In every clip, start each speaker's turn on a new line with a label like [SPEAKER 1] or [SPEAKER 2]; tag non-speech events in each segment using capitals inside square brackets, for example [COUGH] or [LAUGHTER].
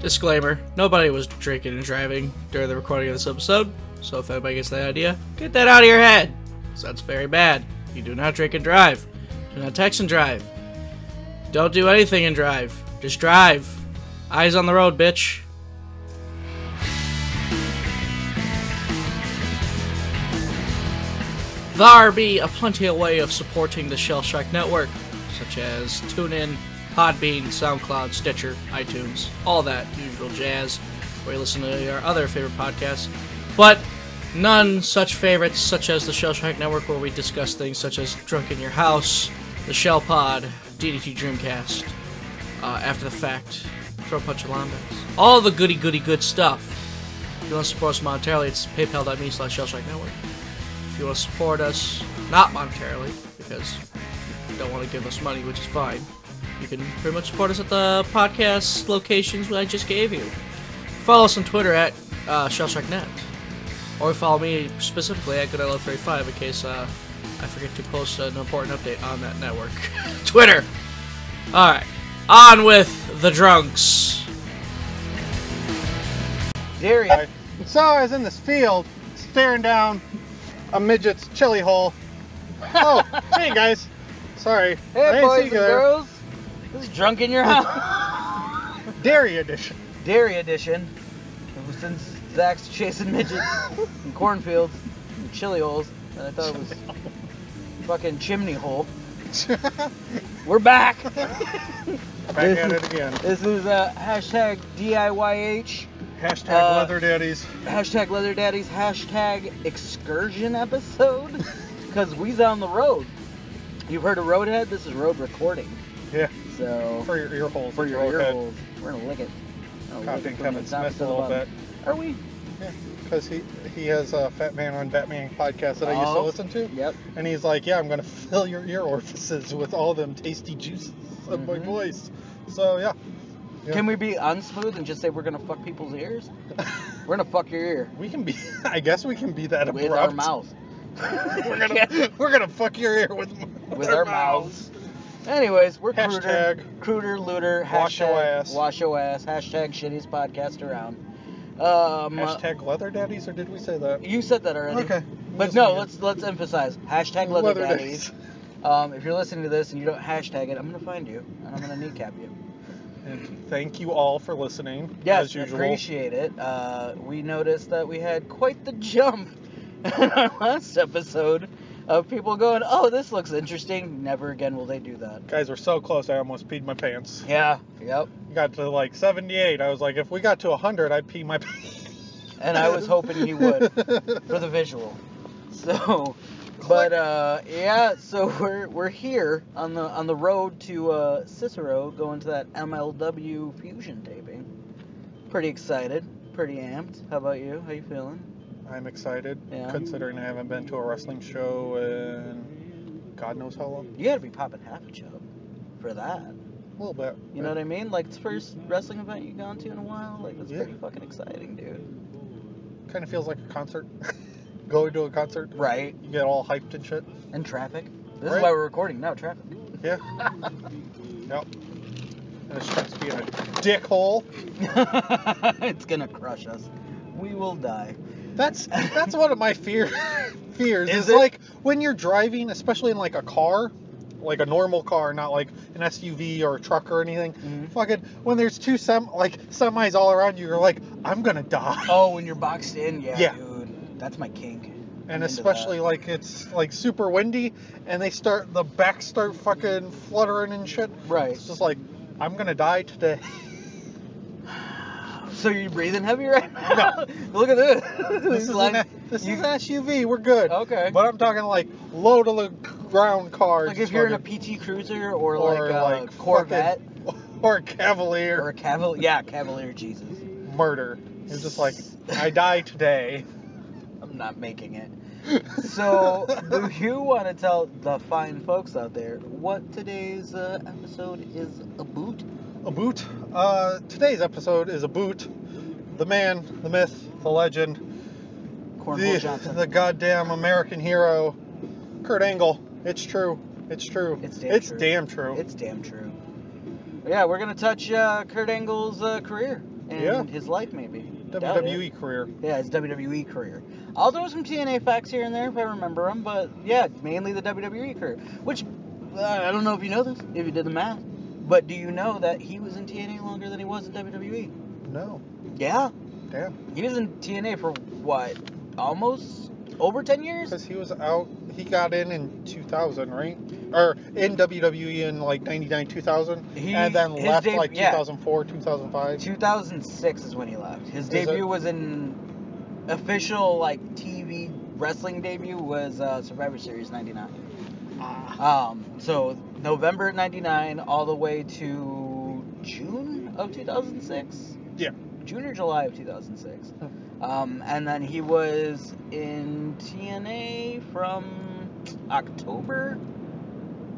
[SPEAKER 1] Disclaimer nobody was drinking and driving during the recording of this episode, so if anybody gets that idea, get that out of your head. 'cause That's very bad. You do not drink and drive. Do not text and drive. Don't do anything and drive. Just drive. Eyes on the road, bitch. There be a plenty of way of supporting the Shell Shock Network, such as TuneIn, Podbean, SoundCloud, Stitcher, iTunes, all that usual jazz, where you listen to our other favorite podcasts. But none such favorites, such as the Shell Shock Network, where we discuss things such as Drunk in Your House, the Shell Pod, DDT Dreamcast, uh, After the Fact, Throw Punch Alambas, all the goody goody good stuff. If you want to support us monetarily, it's paypal.me slash Shell Shock Network if you want to support us, not monetarily, because you don't want to give us money, which is fine. You can pretty much support us at the podcast locations I just gave you. Follow us on Twitter at uh, ShellshockNet. Or follow me specifically at Goodell35 in case uh, I forget to post an important update on that network. [LAUGHS] Twitter! Alright. On with the drunks.
[SPEAKER 2] Jerry. And so I was in this field staring down a midget's chili hole.
[SPEAKER 3] [LAUGHS]
[SPEAKER 2] Oh, hey guys. Sorry. I
[SPEAKER 3] Hey,
[SPEAKER 2] didn't
[SPEAKER 3] boys
[SPEAKER 2] see
[SPEAKER 3] and
[SPEAKER 2] you there.
[SPEAKER 3] girls. This is Drunk in Your House. [LAUGHS]
[SPEAKER 2] Dairy edition.
[SPEAKER 3] Dairy edition. It was Since Zach's chasing midgets
[SPEAKER 2] [LAUGHS]
[SPEAKER 3] and cornfields and chili holes, and I thought it was fucking chimney
[SPEAKER 2] [LAUGHS]
[SPEAKER 3] hole. We're back.
[SPEAKER 2] Back at it again.
[SPEAKER 3] This is uh, hashtag DIYH,
[SPEAKER 2] Hashtag
[SPEAKER 3] Uh,
[SPEAKER 2] leather daddies.
[SPEAKER 3] hashtag leather daddies, hashtag excursion episode, because we's on the road. You've heard of Roadhead? This is road recording.
[SPEAKER 2] Yeah.
[SPEAKER 3] So
[SPEAKER 2] For your ear holes.
[SPEAKER 3] for your
[SPEAKER 2] Go
[SPEAKER 3] ear
[SPEAKER 2] ahead.
[SPEAKER 3] holes. We're gonna lick it. We're gonna lick
[SPEAKER 2] Copying
[SPEAKER 3] it from
[SPEAKER 2] Kevin
[SPEAKER 3] the top
[SPEAKER 2] Smith
[SPEAKER 3] to
[SPEAKER 2] a
[SPEAKER 3] the
[SPEAKER 2] little bit.
[SPEAKER 3] bottom. Are we?
[SPEAKER 2] Because he, he has a Fat Man on Batman podcast that I used to
[SPEAKER 3] Oh.
[SPEAKER 2] listen to.
[SPEAKER 3] Yep.
[SPEAKER 2] And he's like, yeah, I'm going to fill your ear orifices with all them tasty juices of my
[SPEAKER 3] Mhm.
[SPEAKER 2] voice. So, yeah. [LAUGHS] Yeah.
[SPEAKER 3] Can we be unsmooth and just say we're gonna fuck people's ears? We're gonna fuck your ear
[SPEAKER 2] We can be, [LAUGHS] I guess we can be that
[SPEAKER 3] with
[SPEAKER 2] abrupt.
[SPEAKER 3] our mouth.
[SPEAKER 2] [LAUGHS] we're gonna we're gonna fuck your ear with
[SPEAKER 3] With our mouths. Anyways, we're
[SPEAKER 2] Hashtag
[SPEAKER 3] cruder, cruder, looter, hashtag
[SPEAKER 2] wash your ass.
[SPEAKER 3] wash your ass, hashtag shittiest podcast around. Um,
[SPEAKER 2] Hashtag leather daddies, or did we say that?
[SPEAKER 3] you said that already.
[SPEAKER 2] Okay.
[SPEAKER 3] But
[SPEAKER 2] Just
[SPEAKER 3] no,
[SPEAKER 2] making-
[SPEAKER 3] let's let's emphasize hashtag leather, daddies. Um, if you're listening to this and you don't hashtag it, I'm gonna find you and I'm gonna kneecap you.
[SPEAKER 2] And thank you all for listening.
[SPEAKER 3] Yes,
[SPEAKER 2] as usual.
[SPEAKER 3] appreciate it. Uh, we noticed that we had quite the jump [LAUGHS] in our last episode of people going, "Oh, this looks interesting." Never again will they do that.
[SPEAKER 2] Guys, we're so close. I almost peed my pants.
[SPEAKER 3] Yeah. Yep.
[SPEAKER 2] Got to like 78. I was like, if we got to 100, I'd pee my [LAUGHS] pants.
[SPEAKER 3] And I was hoping you would for the visual. [LAUGHS] So, but uh, yeah. So we're we're here on the on the road to uh, Cicero, going to that MLW Fusion taping. Pretty excited. Pretty amped. How about you? How you feeling?
[SPEAKER 2] [LAUGHS] I'm excited,
[SPEAKER 3] Yeah.
[SPEAKER 2] considering I haven't been to a wrestling show in God knows how long.
[SPEAKER 3] You gotta be popping half a chub for that.
[SPEAKER 2] A little bit.
[SPEAKER 3] You know what I mean? Like it's the first wrestling event you've gone to in a while. Like that's
[SPEAKER 2] Yeah.
[SPEAKER 3] pretty fucking exciting, dude.
[SPEAKER 2] Kind of feels like a concert. [LAUGHS] Going to a concert,
[SPEAKER 3] Right.
[SPEAKER 2] you get all hyped and shit.
[SPEAKER 3] And traffic. This
[SPEAKER 2] Right.
[SPEAKER 3] is why we're recording now. Traffic. [LAUGHS]
[SPEAKER 2] Yeah. yep. And it's just being a dickhole.
[SPEAKER 3] it's gonna crush us. We will die.
[SPEAKER 2] That's that's one of my fear [LAUGHS] fears.
[SPEAKER 3] Is
[SPEAKER 2] Is,
[SPEAKER 3] it?
[SPEAKER 2] like when you're driving, especially in like a car, like a normal car, not like an SUV or a truck or anything.
[SPEAKER 3] Mhm.
[SPEAKER 2] Fucking when there's two sem like semis all around you, you're like, I'm gonna die.
[SPEAKER 3] Oh, when you're boxed in, yeah,
[SPEAKER 2] Yeah.
[SPEAKER 3] dude. That's my kink.
[SPEAKER 2] [LAUGHS]
[SPEAKER 3] I'm
[SPEAKER 2] and
[SPEAKER 3] into that.
[SPEAKER 2] especially like it's like super windy and they start the backs start fucking fluttering and shit.
[SPEAKER 3] Right.
[SPEAKER 2] It's just like I'm gonna
[SPEAKER 3] [LAUGHS]
[SPEAKER 2] die today.
[SPEAKER 3] So you're breathing heavy right now? [LAUGHS] Look at this.
[SPEAKER 2] this is
[SPEAKER 3] [LAUGHS] like,
[SPEAKER 2] an, this
[SPEAKER 3] you-
[SPEAKER 2] is an SUV. We're good.
[SPEAKER 3] Okay.
[SPEAKER 2] But I'm talking like low to the ground cars.
[SPEAKER 3] like if you're in a
[SPEAKER 2] fucking-
[SPEAKER 3] PT Cruiser or,
[SPEAKER 2] or
[SPEAKER 3] like a
[SPEAKER 2] like uh, fucking-
[SPEAKER 3] Corvette
[SPEAKER 2] [LAUGHS] or a Cavalier
[SPEAKER 3] or a Cavalier, yeah, Cavalier Jesus.
[SPEAKER 2] murder. It's just like I die today.
[SPEAKER 3] I'm not making it.
[SPEAKER 2] [LAUGHS]
[SPEAKER 3] So, do you want to tell the fine folks out there what today's uh, episode is about?
[SPEAKER 2] A boot. Uh, today's episode is a boot. The man, the myth, the legend,
[SPEAKER 3] Cornwall
[SPEAKER 2] the, [LAUGHS]
[SPEAKER 3] Johnson.
[SPEAKER 2] the goddamn American hero, Kurt Angle. It's true. It's true.
[SPEAKER 3] It's damn true.
[SPEAKER 2] damn true.
[SPEAKER 3] It's damn true. Yeah, we're gonna touch uh, Kurt Angle's uh, career and
[SPEAKER 2] Yeah.
[SPEAKER 3] his life maybe. Doubt it.
[SPEAKER 2] WWE E career.
[SPEAKER 3] Yeah, his WWE career. I'll throw some TNA facts here and there if I remember them, but yeah, mainly the WWE career. Which uh, I don't know if you know this, if you did the math, but do you know that he was in TNA longer than he was in WWE?
[SPEAKER 2] No.
[SPEAKER 3] Yeah,
[SPEAKER 2] Damn.
[SPEAKER 3] he was in TNA for what, almost over ten years?
[SPEAKER 2] Because he was out. He got in in 2000, right? Or in WWE in like 99, 2000.
[SPEAKER 3] He-
[SPEAKER 2] and then
[SPEAKER 3] his
[SPEAKER 2] left
[SPEAKER 3] deb-
[SPEAKER 2] like
[SPEAKER 3] yeah.
[SPEAKER 2] 2004, 2005.
[SPEAKER 3] 2006 is when he left. His
[SPEAKER 2] Is it-
[SPEAKER 3] debut was in official like TV wrestling debut was uh, Survivor Series '99.
[SPEAKER 2] Ah.
[SPEAKER 3] Um, so November '99 all the way to June of 2006.
[SPEAKER 2] Yeah.
[SPEAKER 3] June or July of 2006. Um, and then he was in TNA from October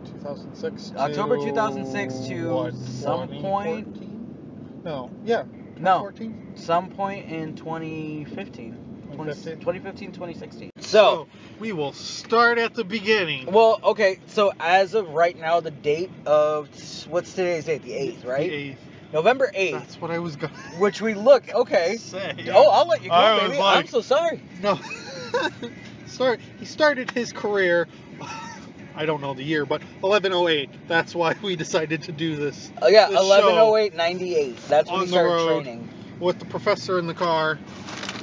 [SPEAKER 2] 2006.
[SPEAKER 3] October
[SPEAKER 2] to
[SPEAKER 3] 2006 to
[SPEAKER 2] what,
[SPEAKER 3] some point-
[SPEAKER 2] 2014? No. Yeah.
[SPEAKER 3] No.
[SPEAKER 2] 14?
[SPEAKER 3] some point in 2015.
[SPEAKER 2] 2015.
[SPEAKER 3] 2015, 2016.
[SPEAKER 2] So we will start at the beginning.
[SPEAKER 3] Well, okay, so as of right now, the date of what's today's date? The eighth, right?
[SPEAKER 2] The eighth.
[SPEAKER 3] November eighth.
[SPEAKER 2] That's what I was going
[SPEAKER 3] [LAUGHS] Which we look
[SPEAKER 2] to
[SPEAKER 3] okay.
[SPEAKER 2] say.
[SPEAKER 3] Oh, I'll let you go,
[SPEAKER 2] I was
[SPEAKER 3] baby. I'm
[SPEAKER 2] like-
[SPEAKER 3] so sorry.
[SPEAKER 2] [LAUGHS] No. [LAUGHS] Start. He started his career. [LAUGHS] I don't know the year, but 1108. That's why we decided to do this
[SPEAKER 3] Oh yeah,
[SPEAKER 2] This show.
[SPEAKER 3] eleven oh eight ninety eight. That's when
[SPEAKER 2] On
[SPEAKER 3] we
[SPEAKER 2] the
[SPEAKER 3] started
[SPEAKER 2] road.
[SPEAKER 3] training.
[SPEAKER 2] with the professor in the car.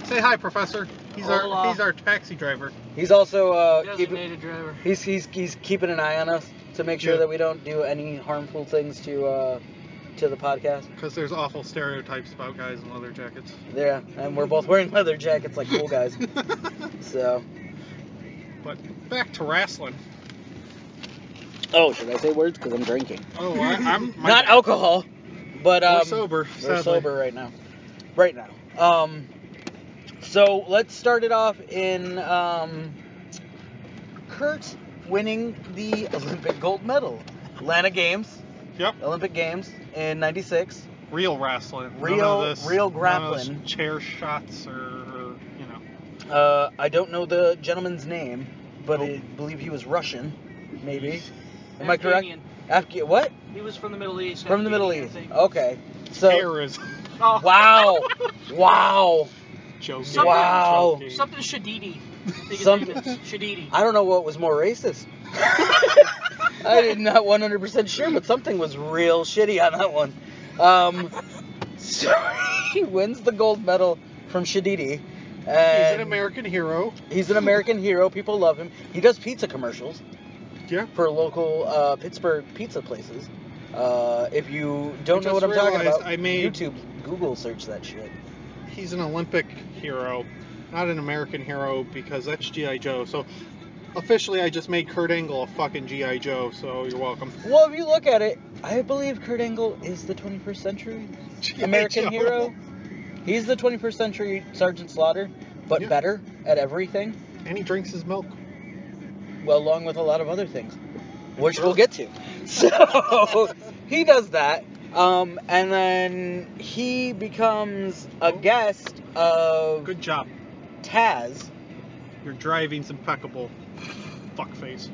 [SPEAKER 2] Say hi, professor. He's
[SPEAKER 3] Hola.
[SPEAKER 2] our he's our taxi driver.
[SPEAKER 3] He's also uh, keeping
[SPEAKER 1] Designated driver.
[SPEAKER 3] he's, he's he's keeping an eye on us to make sure
[SPEAKER 2] Yeah.
[SPEAKER 3] that we don't do any harmful things to uh, to the podcast.
[SPEAKER 2] Because there's awful stereotypes about guys in leather [LAUGHS] jackets.
[SPEAKER 3] Yeah, and we're both wearing [LAUGHS] leather jackets like cool
[SPEAKER 2] [LAUGHS]
[SPEAKER 3] guys. So.
[SPEAKER 2] but back to wrestling.
[SPEAKER 3] Oh, should I say words? Because I'm drinking.
[SPEAKER 2] Oh, I, I'm [LAUGHS] my-
[SPEAKER 3] Not alcohol, but um,
[SPEAKER 2] we're sober.
[SPEAKER 3] We're
[SPEAKER 2] sadly.
[SPEAKER 3] sober right now. Right now. Um, so let's start it off in um, Kurt winning the Olympic gold medal. Atlanta Games.
[SPEAKER 2] Yep.
[SPEAKER 3] Olympic Games in '96.
[SPEAKER 2] Real wrestling.
[SPEAKER 3] Real-
[SPEAKER 2] none of this,
[SPEAKER 3] real
[SPEAKER 2] none of this
[SPEAKER 3] grappling.
[SPEAKER 2] chair shots or, or you know.
[SPEAKER 3] Uh, I don't know the gentleman's name, but I
[SPEAKER 2] Nope.
[SPEAKER 3] believe he was Russian, maybe. Am I correct? Afghan? What?
[SPEAKER 1] He was from the Middle East.
[SPEAKER 3] From the Middle
[SPEAKER 1] Afghani, I
[SPEAKER 3] East.
[SPEAKER 1] think.
[SPEAKER 3] Okay. So.
[SPEAKER 2] terrorism.
[SPEAKER 1] Oh,
[SPEAKER 3] Wow.
[SPEAKER 1] [LAUGHS]
[SPEAKER 3] Wow.
[SPEAKER 2] [LAUGHS] Joking.
[SPEAKER 1] Something-
[SPEAKER 3] Wow.
[SPEAKER 2] Joking.
[SPEAKER 1] Something Shadidi. I think his
[SPEAKER 3] Some-
[SPEAKER 1] name is Shadidi.
[SPEAKER 3] I don't know what was more
[SPEAKER 2] [LAUGHS]
[SPEAKER 3] racist. I did not 100% sure, but something was real shitty on that one. Um, so [LAUGHS] he wins the gold medal from Shadidi.
[SPEAKER 2] He's an
[SPEAKER 3] And
[SPEAKER 2] American hero.
[SPEAKER 3] he's an American hero. People love him. He does pizza commercials
[SPEAKER 2] Yeah.
[SPEAKER 3] for local uh, Pittsburgh pizza places. Uh, if you don't
[SPEAKER 2] I
[SPEAKER 3] know what
[SPEAKER 2] just
[SPEAKER 3] I'm talking
[SPEAKER 2] realized
[SPEAKER 3] about,
[SPEAKER 2] I made-
[SPEAKER 3] YouTube, Google search that shit.
[SPEAKER 2] He's an Olympic hero, not an American hero because that's GI Joe. So officially, I just made Kurt Angle a fucking GI Joe. So you're welcome.
[SPEAKER 3] Well, if you look at it, I believe Kurt Angle is the 21st century
[SPEAKER 2] G.I.
[SPEAKER 3] American
[SPEAKER 2] Joe.
[SPEAKER 3] hero. He's the 21st century Sergeant Slaughter, but
[SPEAKER 2] Yeah.
[SPEAKER 3] better at everything.
[SPEAKER 2] And he drinks his milk.
[SPEAKER 3] well, along with a lot of other things, which we'll get to. [LAUGHS] So he does that, um, and then he becomes a guest of
[SPEAKER 2] Oh. Good job.
[SPEAKER 3] Taz.
[SPEAKER 2] Your driving's impeccable. Fuckface.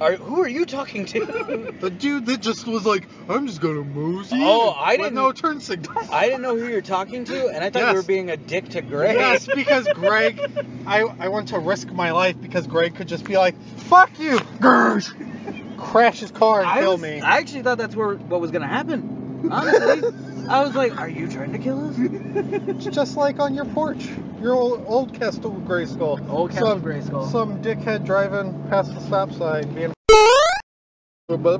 [SPEAKER 3] Are, who are you talking
[SPEAKER 2] [LAUGHS]
[SPEAKER 3] to?
[SPEAKER 2] The dude that just was like, I'm just gonna mosey.
[SPEAKER 3] Oh, I
[SPEAKER 2] with
[SPEAKER 3] didn't-
[SPEAKER 2] No turn signal.
[SPEAKER 3] I didn't know who you're talking to, and I thought you were
[SPEAKER 2] Yes.
[SPEAKER 3] being a dick to Greg.
[SPEAKER 2] [LAUGHS] Yes, because Greg, I, I want to risk my life because Greg could just be like, fuck you, Gersh! [LAUGHS] Crash his car and
[SPEAKER 3] I,
[SPEAKER 2] kill
[SPEAKER 3] was-
[SPEAKER 2] me.
[SPEAKER 3] I actually thought that's where what was gonna happen. Honestly,
[SPEAKER 2] [LAUGHS]
[SPEAKER 3] I was like, "Are you trying to kill us?"
[SPEAKER 2] It's just like on your porch, your old, old Castle Grayskull.
[SPEAKER 3] Old Castle
[SPEAKER 2] some,
[SPEAKER 3] Grayskull.
[SPEAKER 2] Some dickhead driving past the stop sign being.
[SPEAKER 3] [LAUGHS] Wow!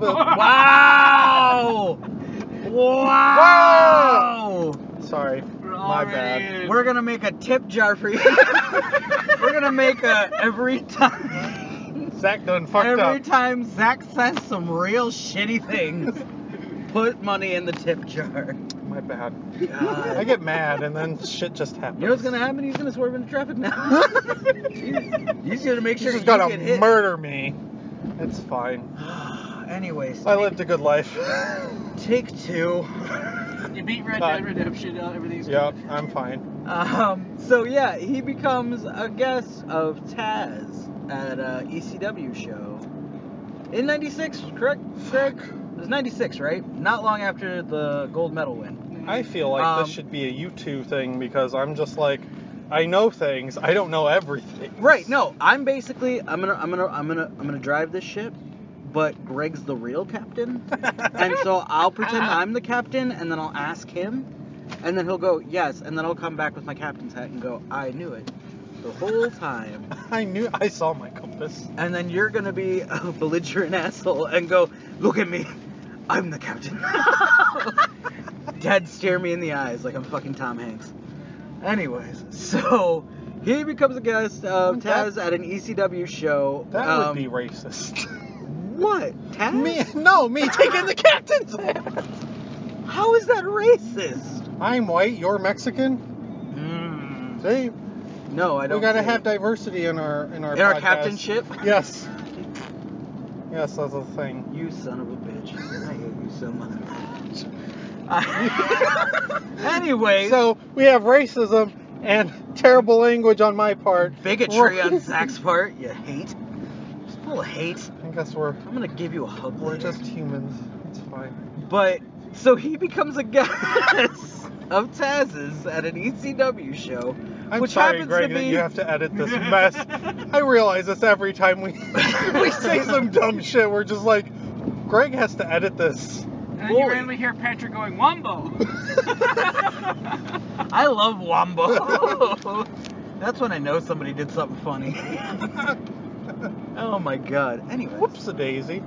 [SPEAKER 3] Wow!
[SPEAKER 2] Sorry,
[SPEAKER 1] We're
[SPEAKER 2] my
[SPEAKER 1] already
[SPEAKER 2] bad.
[SPEAKER 1] in.
[SPEAKER 3] We're gonna make a tip jar for
[SPEAKER 2] [LAUGHS]
[SPEAKER 3] you. We're gonna make a every time.
[SPEAKER 2] Zach done fucked
[SPEAKER 3] Every
[SPEAKER 2] up.
[SPEAKER 3] time Zach says some real shitty things, put money in the tip jar.
[SPEAKER 2] My bad.
[SPEAKER 3] God.
[SPEAKER 2] I get mad and then shit just happens.
[SPEAKER 3] You know what's gonna happen? He's gonna swerve into traffic now. [LAUGHS] he's, he's gonna make
[SPEAKER 2] She's
[SPEAKER 3] sure
[SPEAKER 2] just
[SPEAKER 3] that you
[SPEAKER 2] gonna
[SPEAKER 3] get hit.
[SPEAKER 2] murder me. It's fine.
[SPEAKER 3] [SIGHS] Anyways,
[SPEAKER 2] I lived a good life.
[SPEAKER 3] [LAUGHS] take two. [LAUGHS]
[SPEAKER 1] You beat Red
[SPEAKER 2] Bye.
[SPEAKER 1] Dead Redemption. Uh, everything's
[SPEAKER 2] yep, I'm fine.
[SPEAKER 3] Um, so yeah, he becomes a guest of Taz at uh, a ECW show in '96. Correct, Craig? It was '96, right? Not long after the gold medal win.
[SPEAKER 1] good.
[SPEAKER 2] I feel like
[SPEAKER 3] Um,
[SPEAKER 2] this should be a you two thing because I'm just like, I know things. I don't know everything.
[SPEAKER 3] Right. No, I'm basically I'm gonna I'm gonna I'm gonna I'm gonna drive this ship, but Greg's the real captain, and so I'll pretend I'm the captain, and then I'll ask him, and then he'll go yes, and then I'll come back with my captain's hat and go I knew it, the whole time,
[SPEAKER 2] I knew. I saw my compass.
[SPEAKER 3] and then you're gonna be a belligerent asshole and go look at me, I'm the
[SPEAKER 2] [LAUGHS]
[SPEAKER 3] captain. Dad stare me in the eyes like I'm fucking Tom Hanks. Anyways, so. He becomes a guest of
[SPEAKER 2] That-
[SPEAKER 3] Taz at an ECW show.
[SPEAKER 2] That
[SPEAKER 3] um,
[SPEAKER 2] would
[SPEAKER 3] [LAUGHS]
[SPEAKER 2] be racist.
[SPEAKER 3] What? Taz?
[SPEAKER 2] me? No, me taking the captain's hat.
[SPEAKER 3] How is that racist? Hmm.
[SPEAKER 2] I'm white. You're Mexican. See,
[SPEAKER 3] No, I don't.
[SPEAKER 2] we gotta
[SPEAKER 3] see
[SPEAKER 2] have
[SPEAKER 3] it.
[SPEAKER 2] diversity in our in our
[SPEAKER 3] In our
[SPEAKER 2] podcast.
[SPEAKER 3] captainship?
[SPEAKER 2] Yes. Yes, that's a thing.
[SPEAKER 3] You son of a bitch. I hate you so
[SPEAKER 2] [LAUGHS]
[SPEAKER 3] much. [LAUGHS] anyway,
[SPEAKER 2] So we have racism and terrible language on my part.
[SPEAKER 3] bigotry
[SPEAKER 2] We're-
[SPEAKER 3] on Zach's part. You hate. Just full of hate.
[SPEAKER 2] [LAUGHS] I guess we're
[SPEAKER 3] I'm gonna give you a hug
[SPEAKER 2] we're
[SPEAKER 3] later.
[SPEAKER 2] just humans. It's fine.
[SPEAKER 3] But so he becomes a [LAUGHS] guest of Taz's at an ECW show,
[SPEAKER 2] I'm
[SPEAKER 3] which
[SPEAKER 2] sorry,
[SPEAKER 3] happens
[SPEAKER 2] Greg,
[SPEAKER 3] to
[SPEAKER 2] that
[SPEAKER 3] be
[SPEAKER 2] you have to edit this mess. I realize this every time we [LAUGHS] we say some dumb shit. We're just like, Greg has to edit this.
[SPEAKER 4] And then
[SPEAKER 3] Boy.
[SPEAKER 4] you randomly hear Patrick going, Wombo!
[SPEAKER 3] [LAUGHS] I love Wombo. [LAUGHS] That's when I know somebody did something funny. [LAUGHS] oh my god. Anyway.
[SPEAKER 2] Whoops a daisy.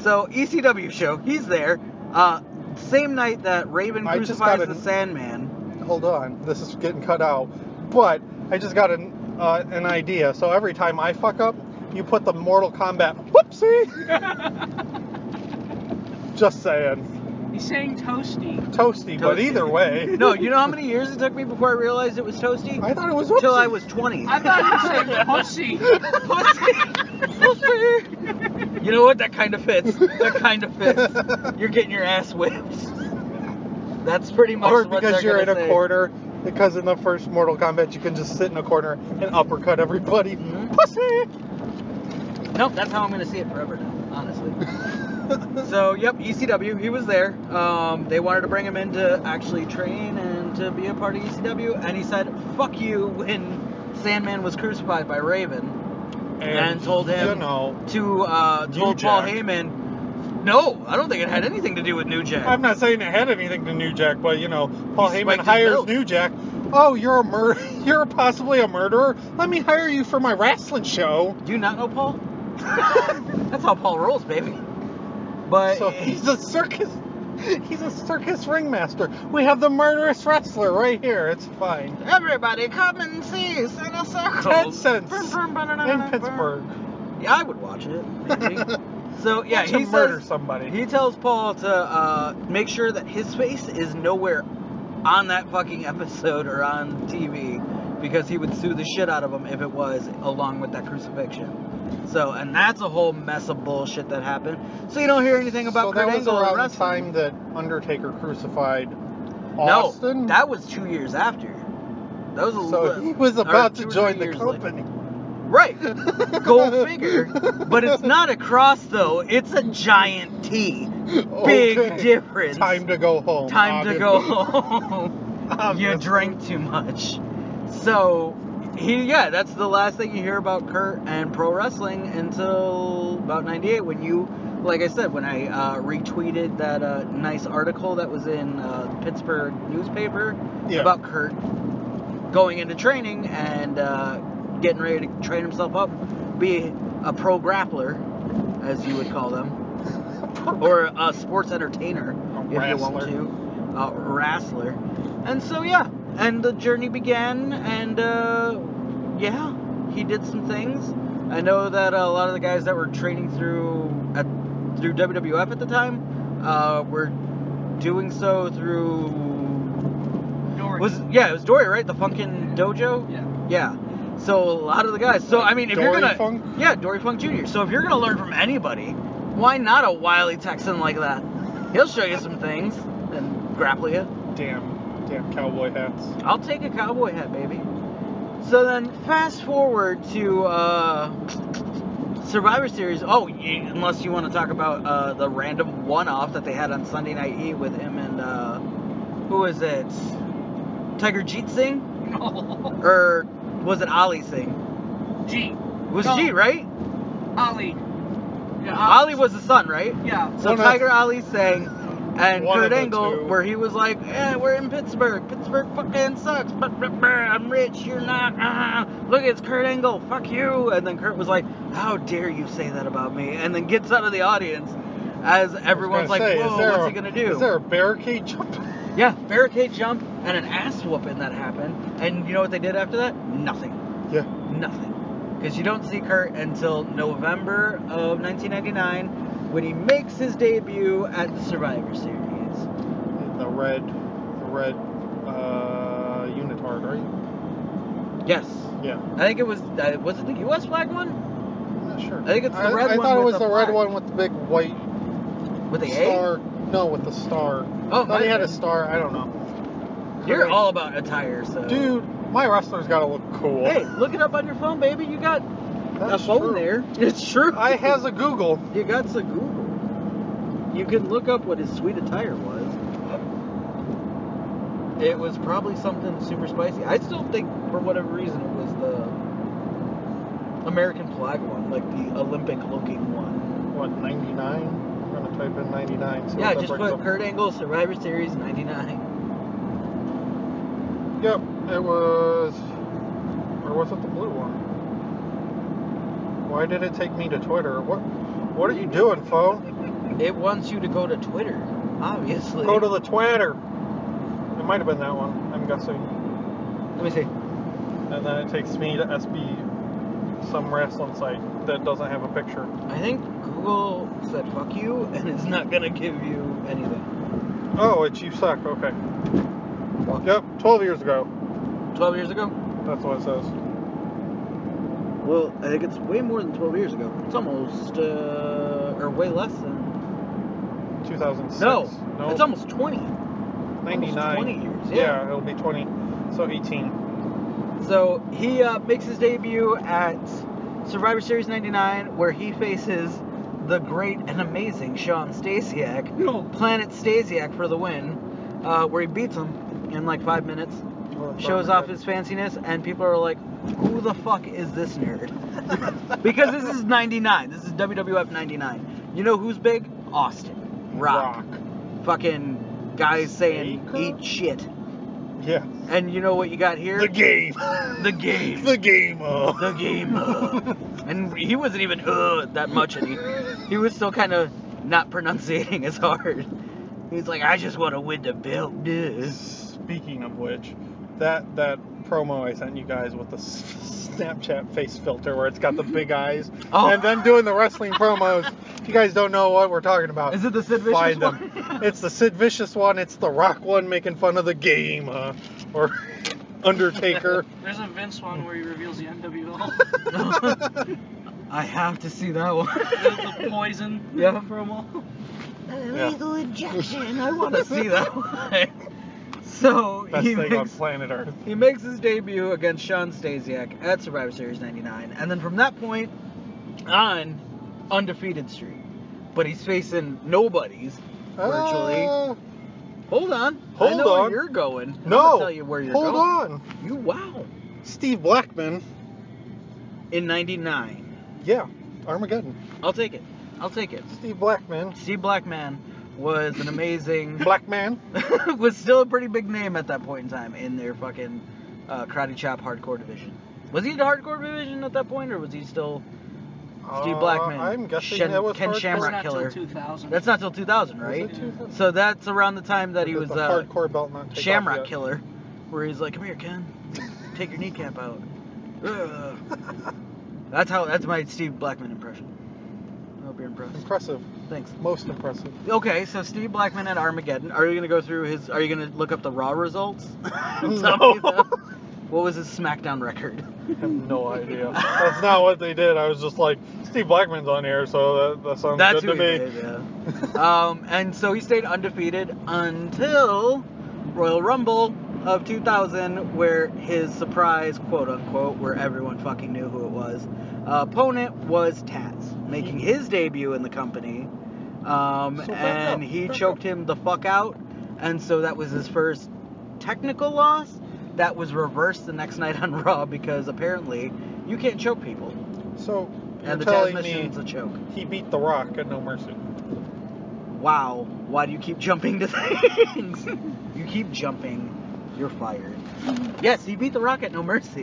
[SPEAKER 3] So ECW show, he's there. Uh, same night that Raven
[SPEAKER 2] I just
[SPEAKER 3] crucifies
[SPEAKER 2] got
[SPEAKER 3] the
[SPEAKER 2] an-
[SPEAKER 3] Sandman.
[SPEAKER 2] Hold on, this is getting cut out. But I just got an uh, an idea. So every time I fuck up, you put the Mortal Kombat. Whoopsie. just saying,
[SPEAKER 4] He's saying toasty.
[SPEAKER 2] toasty, But
[SPEAKER 3] Toasty.
[SPEAKER 2] either way.
[SPEAKER 3] [LAUGHS] No, you know how many years it took me before I realized it was toasty?
[SPEAKER 2] I thought it was
[SPEAKER 3] Till
[SPEAKER 2] whoopsie.
[SPEAKER 3] I was 20.
[SPEAKER 4] I
[SPEAKER 3] [LAUGHS]
[SPEAKER 4] thought he said pussy.
[SPEAKER 3] Pussy. You know what? That kind of fits. That kind of
[SPEAKER 2] [LAUGHS]
[SPEAKER 3] fits. You're getting your ass whipped. That's pretty much
[SPEAKER 2] Or
[SPEAKER 3] what
[SPEAKER 2] because
[SPEAKER 3] they're
[SPEAKER 2] you're in
[SPEAKER 3] gonna
[SPEAKER 2] a
[SPEAKER 3] say.
[SPEAKER 2] corner. Because in the first Mortal Kombat, you can just sit in a corner and uppercut everybody.
[SPEAKER 3] Mhm.
[SPEAKER 2] Pussy.
[SPEAKER 3] Nope, that's how I'm gonna see it forever now, honestly. so, yep, ECW, he was there. Um, they wanted to bring him in to actually train and to be a part of ECW, and he said, fuck you, when Sandman was crucified by Raven
[SPEAKER 2] And,
[SPEAKER 3] told
[SPEAKER 2] You
[SPEAKER 3] him-
[SPEAKER 2] know,
[SPEAKER 3] to, uh,
[SPEAKER 2] New
[SPEAKER 3] told Paul
[SPEAKER 2] Jack.
[SPEAKER 3] Heyman, no, I don't think it had anything to do with New Jack.
[SPEAKER 2] I'm not saying it had anything to New Jack, but you know, Paul
[SPEAKER 3] He spiked
[SPEAKER 2] Heyman
[SPEAKER 3] his
[SPEAKER 2] hires
[SPEAKER 3] milk.
[SPEAKER 2] New Jack. Oh, you're a mur- [LAUGHS] you're possibly a murderer. Let me hire you for my wrestling show.
[SPEAKER 3] do you not know Paul? [LAUGHS] that's how Paul rolls, baby. But,
[SPEAKER 2] So he's a circus. He's a circus ringmaster. We have the murderous wrestler right here. It's fine.
[SPEAKER 3] everybody come and see Santa Circle.
[SPEAKER 2] Ten cents in
[SPEAKER 3] in
[SPEAKER 2] Pittsburgh.
[SPEAKER 3] Yeah, I would watch it. maybe. [LAUGHS] so yeah,
[SPEAKER 2] to
[SPEAKER 3] he
[SPEAKER 2] murder
[SPEAKER 3] says,
[SPEAKER 2] somebody.
[SPEAKER 3] he tells Paul to uh, make sure that his face is nowhere on that fucking [LAUGHS] episode or on TV because he would sue the shit out of him if it was along with that crucifixion. So and that's a whole mess of bullshit that happened. So you don't hear anything about
[SPEAKER 2] so
[SPEAKER 3] Kurt
[SPEAKER 2] that was
[SPEAKER 3] Angle or
[SPEAKER 2] around the
[SPEAKER 3] wrestling.
[SPEAKER 2] time that Undertaker crucified
[SPEAKER 3] no,
[SPEAKER 2] Austin.
[SPEAKER 3] that was two years after. That was a
[SPEAKER 2] so
[SPEAKER 3] li-
[SPEAKER 2] he was
[SPEAKER 3] or
[SPEAKER 2] about to
[SPEAKER 3] two or
[SPEAKER 2] join
[SPEAKER 3] three
[SPEAKER 2] the
[SPEAKER 3] years later.
[SPEAKER 2] company. [LAUGHS]
[SPEAKER 3] Right. Go figure. But it's not a cross though. It's a giant T. Big
[SPEAKER 2] Okay.
[SPEAKER 3] difference.
[SPEAKER 2] Time to go home.
[SPEAKER 3] Time to go
[SPEAKER 2] obviously.
[SPEAKER 3] home.
[SPEAKER 2] [LAUGHS]
[SPEAKER 3] you
[SPEAKER 2] Obviously.
[SPEAKER 3] drank too much. So he yeah, that's the last thing you hear about Kurt and pro wrestling until about 98 when you like I said when I uh, retweeted that uh, nice article that was in uh, Pittsburgh newspaper
[SPEAKER 2] Yeah.
[SPEAKER 3] about Kurt going into training and uh, getting ready to train himself up, be a pro grappler, as you would call them, or a sports entertainer, if you want
[SPEAKER 2] wrestler.
[SPEAKER 3] to, a wrestler. And so yeah, and the journey began, and uh, yeah, he did some things. I know that a lot of the guys that were training through at through WWF at the time uh, were doing so through
[SPEAKER 4] Dory.
[SPEAKER 3] was yeah, it was Dory, right? The Funkin' Dojo.
[SPEAKER 4] Yeah.
[SPEAKER 3] Yeah. So a lot of the guys. So I mean, if you're
[SPEAKER 2] Dory
[SPEAKER 3] gonna
[SPEAKER 2] Funk?
[SPEAKER 3] yeah, Dory Funk Jr. So if you're gonna learn from anybody, why not a wily Texan like that? He'll show you some things and grapple you.
[SPEAKER 2] Damn, damn cowboy hats.
[SPEAKER 3] I'll take a cowboy hat, baby. So then, fast forward to uh, Survivor Series. Oh, you, unless E you want to talk about uh, the random one-off that they had on Sunday Night Heat with him and uh, who was it? Tiger Jeet Singh?
[SPEAKER 4] No.
[SPEAKER 3] Or was it Ali Singh?
[SPEAKER 4] G.
[SPEAKER 3] It was
[SPEAKER 4] No.
[SPEAKER 3] Jeet, right?
[SPEAKER 4] Ollie. Yeah,
[SPEAKER 3] Ali was the son, right?
[SPEAKER 4] Yeah.
[SPEAKER 3] So
[SPEAKER 2] One of-
[SPEAKER 3] Tiger Ali sang, and
[SPEAKER 2] One of
[SPEAKER 3] Kurt
[SPEAKER 2] the
[SPEAKER 3] Angle,
[SPEAKER 2] two.
[SPEAKER 3] where he was like, eh, we're in Pittsburgh. Pittsburgh fucking sucks. But I'm rich, you're not. Ah, look, it's Kurt Angle. Fuck you. And then Kurt was like, how dare you say that about me? And then gets out of the audience as everyone's like,
[SPEAKER 2] Gonna say, is
[SPEAKER 3] whoa,
[SPEAKER 2] there
[SPEAKER 3] what's
[SPEAKER 2] a-
[SPEAKER 3] he gonna do?
[SPEAKER 2] Is there a barricade jump? [LAUGHS]
[SPEAKER 3] Yeah, barricade jump and an ass whooping that happened. And you know what they did after that? Nothing.
[SPEAKER 2] Yeah.
[SPEAKER 3] Nothing. Because you don't see Kurt until November of 1999 when he makes his debut at the Survivor Series.
[SPEAKER 2] The red, the red uh, unitard, right?
[SPEAKER 3] Yes.
[SPEAKER 2] Yeah.
[SPEAKER 3] I think it was, uh, was it the US flag one?
[SPEAKER 2] I'm not sure.
[SPEAKER 3] I think it's the red
[SPEAKER 2] I
[SPEAKER 3] one
[SPEAKER 2] thought it
[SPEAKER 3] with
[SPEAKER 2] was
[SPEAKER 3] the
[SPEAKER 2] the, red
[SPEAKER 3] flag.
[SPEAKER 2] one with the big white
[SPEAKER 3] With the
[SPEAKER 2] star. No, with the star.
[SPEAKER 3] Oh,
[SPEAKER 2] I thought he
[SPEAKER 3] my-
[SPEAKER 2] had a star. I don't know.
[SPEAKER 3] A? You're all about attire, so.
[SPEAKER 2] Dude, my wrestler's gotta look cool.
[SPEAKER 3] Hey, look it up on your phone, baby. You got
[SPEAKER 2] That's
[SPEAKER 3] a phone
[SPEAKER 2] true.
[SPEAKER 3] there. [LAUGHS] It's true.
[SPEAKER 2] I has a Google.
[SPEAKER 3] You got to Google. You can look up what his sweet attire was. It was probably something super spicy. I still think, for whatever reason, it was the American flag one, like the Olympic looking one.
[SPEAKER 2] What, 99? I'm gonna type in 99. see
[SPEAKER 3] yeah,
[SPEAKER 2] what that
[SPEAKER 3] just
[SPEAKER 2] brings
[SPEAKER 3] put
[SPEAKER 2] up.
[SPEAKER 3] Kurt Angle Survivor Series 99.
[SPEAKER 2] Yep, it was. Or was it the blue one? Why did it take me to Twitter? What What are you doing, phone?
[SPEAKER 3] It wants you to go to Twitter, obviously.
[SPEAKER 2] Go to the Twitter. It might have been that one, I'm guessing.
[SPEAKER 3] Let me see.
[SPEAKER 2] And then it takes me to SB, some wrestling site that doesn't have a picture.
[SPEAKER 3] I think Google said fuck you, and it's not gonna give you anything.
[SPEAKER 2] Oh, it's You Suck, okay.
[SPEAKER 3] Fuck.
[SPEAKER 2] Yep, 12 years ago.
[SPEAKER 3] 12 years ago?
[SPEAKER 2] That's what it says.
[SPEAKER 3] Well, I think it's way more than 12 years ago. It's almost, uh, or way less than.
[SPEAKER 2] 2006.
[SPEAKER 3] No,
[SPEAKER 2] no
[SPEAKER 3] it's almost 20.
[SPEAKER 2] 99.
[SPEAKER 3] 20 years, yeah.
[SPEAKER 2] yeah, it'll be 20. So 18.
[SPEAKER 3] So he uh, makes his debut at Survivor Series 99, where he faces the great and amazing Sean Stasiak,
[SPEAKER 4] No.
[SPEAKER 3] Planet Stasiak for the win, uh, where he beats him in like five minutes, shows off his fanciness, and people are like, who the fuck is this nerd? because this is 99. This is WWF 99. You know who's big? Austin. Rock. Fucking guys saying,
[SPEAKER 2] Taker?
[SPEAKER 3] eat shit.
[SPEAKER 2] Yeah.
[SPEAKER 3] And you know what you got here?
[SPEAKER 2] game. [LAUGHS]
[SPEAKER 3] The game.
[SPEAKER 2] The game.
[SPEAKER 3] The game. [LAUGHS] uh. and he wasn't even uh that much. And he, he was still kind of not pronunciating as hard. He was like, I just want to win the belt. duh."
[SPEAKER 2] Speaking of which, that that promo I sent you guys with the s- Snapchat face filter where it's got
[SPEAKER 3] [LAUGHS]
[SPEAKER 2] the big eyes,
[SPEAKER 3] Oh.
[SPEAKER 2] and then doing the wrestling promos. If you guys don't know what we're talking about,
[SPEAKER 3] Is it the Sid Vicious
[SPEAKER 2] find
[SPEAKER 3] one? [LAUGHS]
[SPEAKER 2] them. it's the Sid Vicious one. It's the Rock one making fun of the game, uh, or [LAUGHS]
[SPEAKER 3] [LAUGHS]
[SPEAKER 2] Undertaker.
[SPEAKER 4] There's a Vince one where he reveals the
[SPEAKER 3] [LAUGHS]
[SPEAKER 4] NWO.
[SPEAKER 3] I have to see that one. [LAUGHS]
[SPEAKER 4] the, the poison
[SPEAKER 3] Yeah.
[SPEAKER 4] promo.
[SPEAKER 2] Lethal
[SPEAKER 3] injection. I want to [LAUGHS] see that one. So
[SPEAKER 2] Best
[SPEAKER 3] he
[SPEAKER 2] thing on
[SPEAKER 3] makes
[SPEAKER 2] planet Earth.
[SPEAKER 3] He makes his debut against Sean Stasiak at Survivor Series 99, and then from that point on, undefeated streak. But he's facing nobodies virtually.
[SPEAKER 2] Ah,
[SPEAKER 3] hold on. I
[SPEAKER 2] hold
[SPEAKER 3] know where
[SPEAKER 2] on.
[SPEAKER 3] you're going. I'm
[SPEAKER 2] no.
[SPEAKER 3] gonna tell you where you're
[SPEAKER 2] Hold
[SPEAKER 3] going.
[SPEAKER 2] on.
[SPEAKER 3] You wow.
[SPEAKER 2] Steve Blackman.
[SPEAKER 3] In 99.
[SPEAKER 2] Yeah. Armageddon.
[SPEAKER 3] I'll take it. I'll take it.
[SPEAKER 2] Steve Blackman.
[SPEAKER 3] Steve Blackman was an
[SPEAKER 2] [LAUGHS]
[SPEAKER 3] amazing
[SPEAKER 2] Blackman.
[SPEAKER 3] [LAUGHS] was still a pretty big name at that point in time in their fucking uh, karate chop hardcore division. Was he in the hardcore division at that point, or was he still? Steve Blackman.
[SPEAKER 2] Uh, I'm guessing
[SPEAKER 3] Shen-
[SPEAKER 2] that was
[SPEAKER 3] Ken
[SPEAKER 2] hardcore.
[SPEAKER 3] Shamrock.
[SPEAKER 4] That's not
[SPEAKER 3] Killer.
[SPEAKER 4] till 2000.
[SPEAKER 3] That's not till 2000,
[SPEAKER 2] Was
[SPEAKER 3] right?
[SPEAKER 2] it 2000?
[SPEAKER 3] So that's around the time that he
[SPEAKER 2] Did
[SPEAKER 3] was
[SPEAKER 2] the
[SPEAKER 3] uh,
[SPEAKER 2] hardcore belt not take
[SPEAKER 3] Shamrock
[SPEAKER 2] off yet?
[SPEAKER 3] Killer, where he's like, "Come here, Ken, take your kneecap out." Ugh. that's how. That's my Steve Blackman impression. I hope you're impressed.
[SPEAKER 2] [LAUGHS] Impressive.
[SPEAKER 3] Thanks.
[SPEAKER 2] Most impressive.
[SPEAKER 3] Okay, so Steve Blackman at Armageddon. Are you gonna go through his? Are you gonna look up the Raw results? [LAUGHS] Tell me
[SPEAKER 2] No.
[SPEAKER 3] that. What was his SmackDown record?
[SPEAKER 2] I have no idea. That's not what they did. I was just like, Steve Blackman's on here, so that, that sounds
[SPEAKER 3] That's
[SPEAKER 2] good
[SPEAKER 3] who
[SPEAKER 2] to
[SPEAKER 3] he
[SPEAKER 2] me.
[SPEAKER 3] did, yeah. um, and so he stayed undefeated until Royal Rumble of 2000, where his surprise, quote unquote, where everyone fucking knew who it was, uh, opponent was Taz, making his debut in the company. Um,
[SPEAKER 2] So back
[SPEAKER 3] and
[SPEAKER 2] up,
[SPEAKER 3] he
[SPEAKER 2] back
[SPEAKER 3] choked him the fuck out and so that was his first technical loss. That was reversed the next [LAUGHS] night on Raw because apparently you can't choke people,
[SPEAKER 2] So you're
[SPEAKER 3] and the
[SPEAKER 2] telling me
[SPEAKER 3] transmission's a choke.
[SPEAKER 2] he beat The Rock at No Mercy.
[SPEAKER 3] Wow, why do you keep jumping to [LAUGHS] things? you keep jumping, you're fired. Yes, he beat The Rock at No Mercy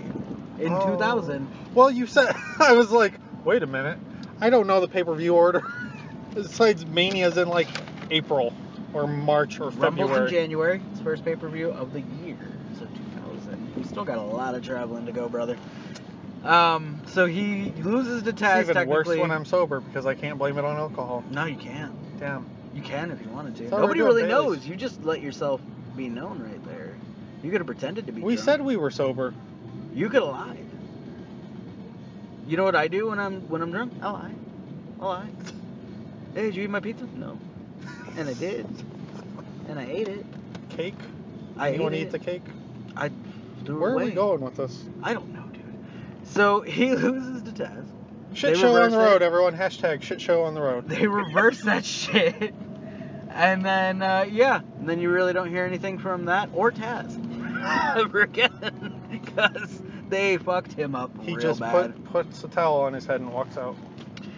[SPEAKER 3] in
[SPEAKER 2] Mm-hmm. Oh.
[SPEAKER 3] 2000.
[SPEAKER 2] Well, you said [LAUGHS] I was like, wait a minute, I don't know the pay per view order. [LAUGHS] Besides, Mania's in like April or March or
[SPEAKER 3] Rumble's in
[SPEAKER 2] February.
[SPEAKER 3] January. It's first pay per view of the year. So 2000. We still got a lot of traveling to go, brother. Um, so he loses to Taz
[SPEAKER 2] It's even worse
[SPEAKER 3] technically.
[SPEAKER 2] when I'm sober because I can't blame it on alcohol.
[SPEAKER 3] No, you can't.
[SPEAKER 2] Damn.
[SPEAKER 3] You can if you wanted to.
[SPEAKER 2] Thought we were
[SPEAKER 3] Nobody
[SPEAKER 2] doing
[SPEAKER 3] really
[SPEAKER 2] Baileys.
[SPEAKER 3] knows. You just let yourself be known right there. You could have pretended to be.
[SPEAKER 2] We
[SPEAKER 3] drunk.
[SPEAKER 2] said we were sober.
[SPEAKER 3] You could have lied. You know what I do when I'm when I'm drunk? I lie. I lie. Hey, did you eat my pizza? No. And I did. And I ate it.
[SPEAKER 2] Cake.
[SPEAKER 3] I
[SPEAKER 2] you
[SPEAKER 3] ate
[SPEAKER 2] wanna
[SPEAKER 3] it.
[SPEAKER 2] eat the cake?
[SPEAKER 3] I threw it
[SPEAKER 2] Where are we
[SPEAKER 3] away.
[SPEAKER 2] going with this?
[SPEAKER 3] I don't know, dude. So [LAUGHS] he loses to Taz.
[SPEAKER 2] Shit
[SPEAKER 3] They
[SPEAKER 2] show on
[SPEAKER 3] reversed
[SPEAKER 2] the
[SPEAKER 3] it.
[SPEAKER 2] road, everyone. Hashtag shit show on the road.
[SPEAKER 3] They reverse
[SPEAKER 2] [LAUGHS]
[SPEAKER 3] that shit. And then, uh, yeah, and then you really don't hear anything from that or Taz [LAUGHS] ever again because they fucked him up
[SPEAKER 2] He
[SPEAKER 3] real
[SPEAKER 2] just
[SPEAKER 3] bad.
[SPEAKER 2] put puts a towel on his head and walks out.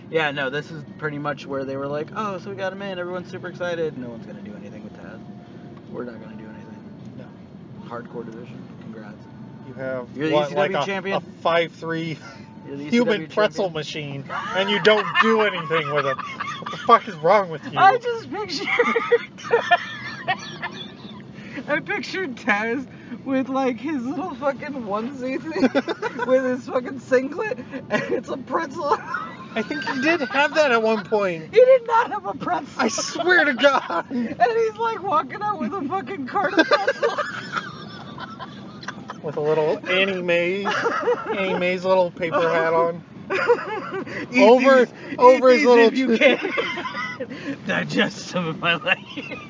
[SPEAKER 3] Yeah, no, this is pretty much where they were like, oh, so we got him in. Everyone's super excited. No one's going to do anything with Taz. We're not going to do anything.
[SPEAKER 2] No.
[SPEAKER 3] Hardcore division. Congrats.
[SPEAKER 2] You have
[SPEAKER 3] You're the
[SPEAKER 2] what,
[SPEAKER 3] ECW
[SPEAKER 2] like a,
[SPEAKER 3] champion?
[SPEAKER 2] a five three
[SPEAKER 3] You're the ECW
[SPEAKER 2] human pretzel
[SPEAKER 3] champion.
[SPEAKER 2] machine, and you don't do anything with it. What the fuck is wrong with you?
[SPEAKER 3] I just pictured. [LAUGHS] I pictured Taz with like his little fucking onesie thing,
[SPEAKER 2] [LAUGHS]
[SPEAKER 3] with his fucking singlet, and it's a pretzel. [LAUGHS]
[SPEAKER 2] I think he did have that at one point.
[SPEAKER 3] He did not have a pretzel.
[SPEAKER 2] I swear to God.
[SPEAKER 3] [LAUGHS] And he's like walking out with a fucking cart of pretzel.
[SPEAKER 2] [LAUGHS] With a little Annie Mae, Annie Mae's little [LAUGHS] paper hat on.
[SPEAKER 3] [LAUGHS] Eat
[SPEAKER 2] Over-
[SPEAKER 3] these-
[SPEAKER 2] over
[SPEAKER 3] eat
[SPEAKER 2] his
[SPEAKER 3] these
[SPEAKER 2] little-
[SPEAKER 3] If you can. [LAUGHS] Digest some of my life. [LAUGHS]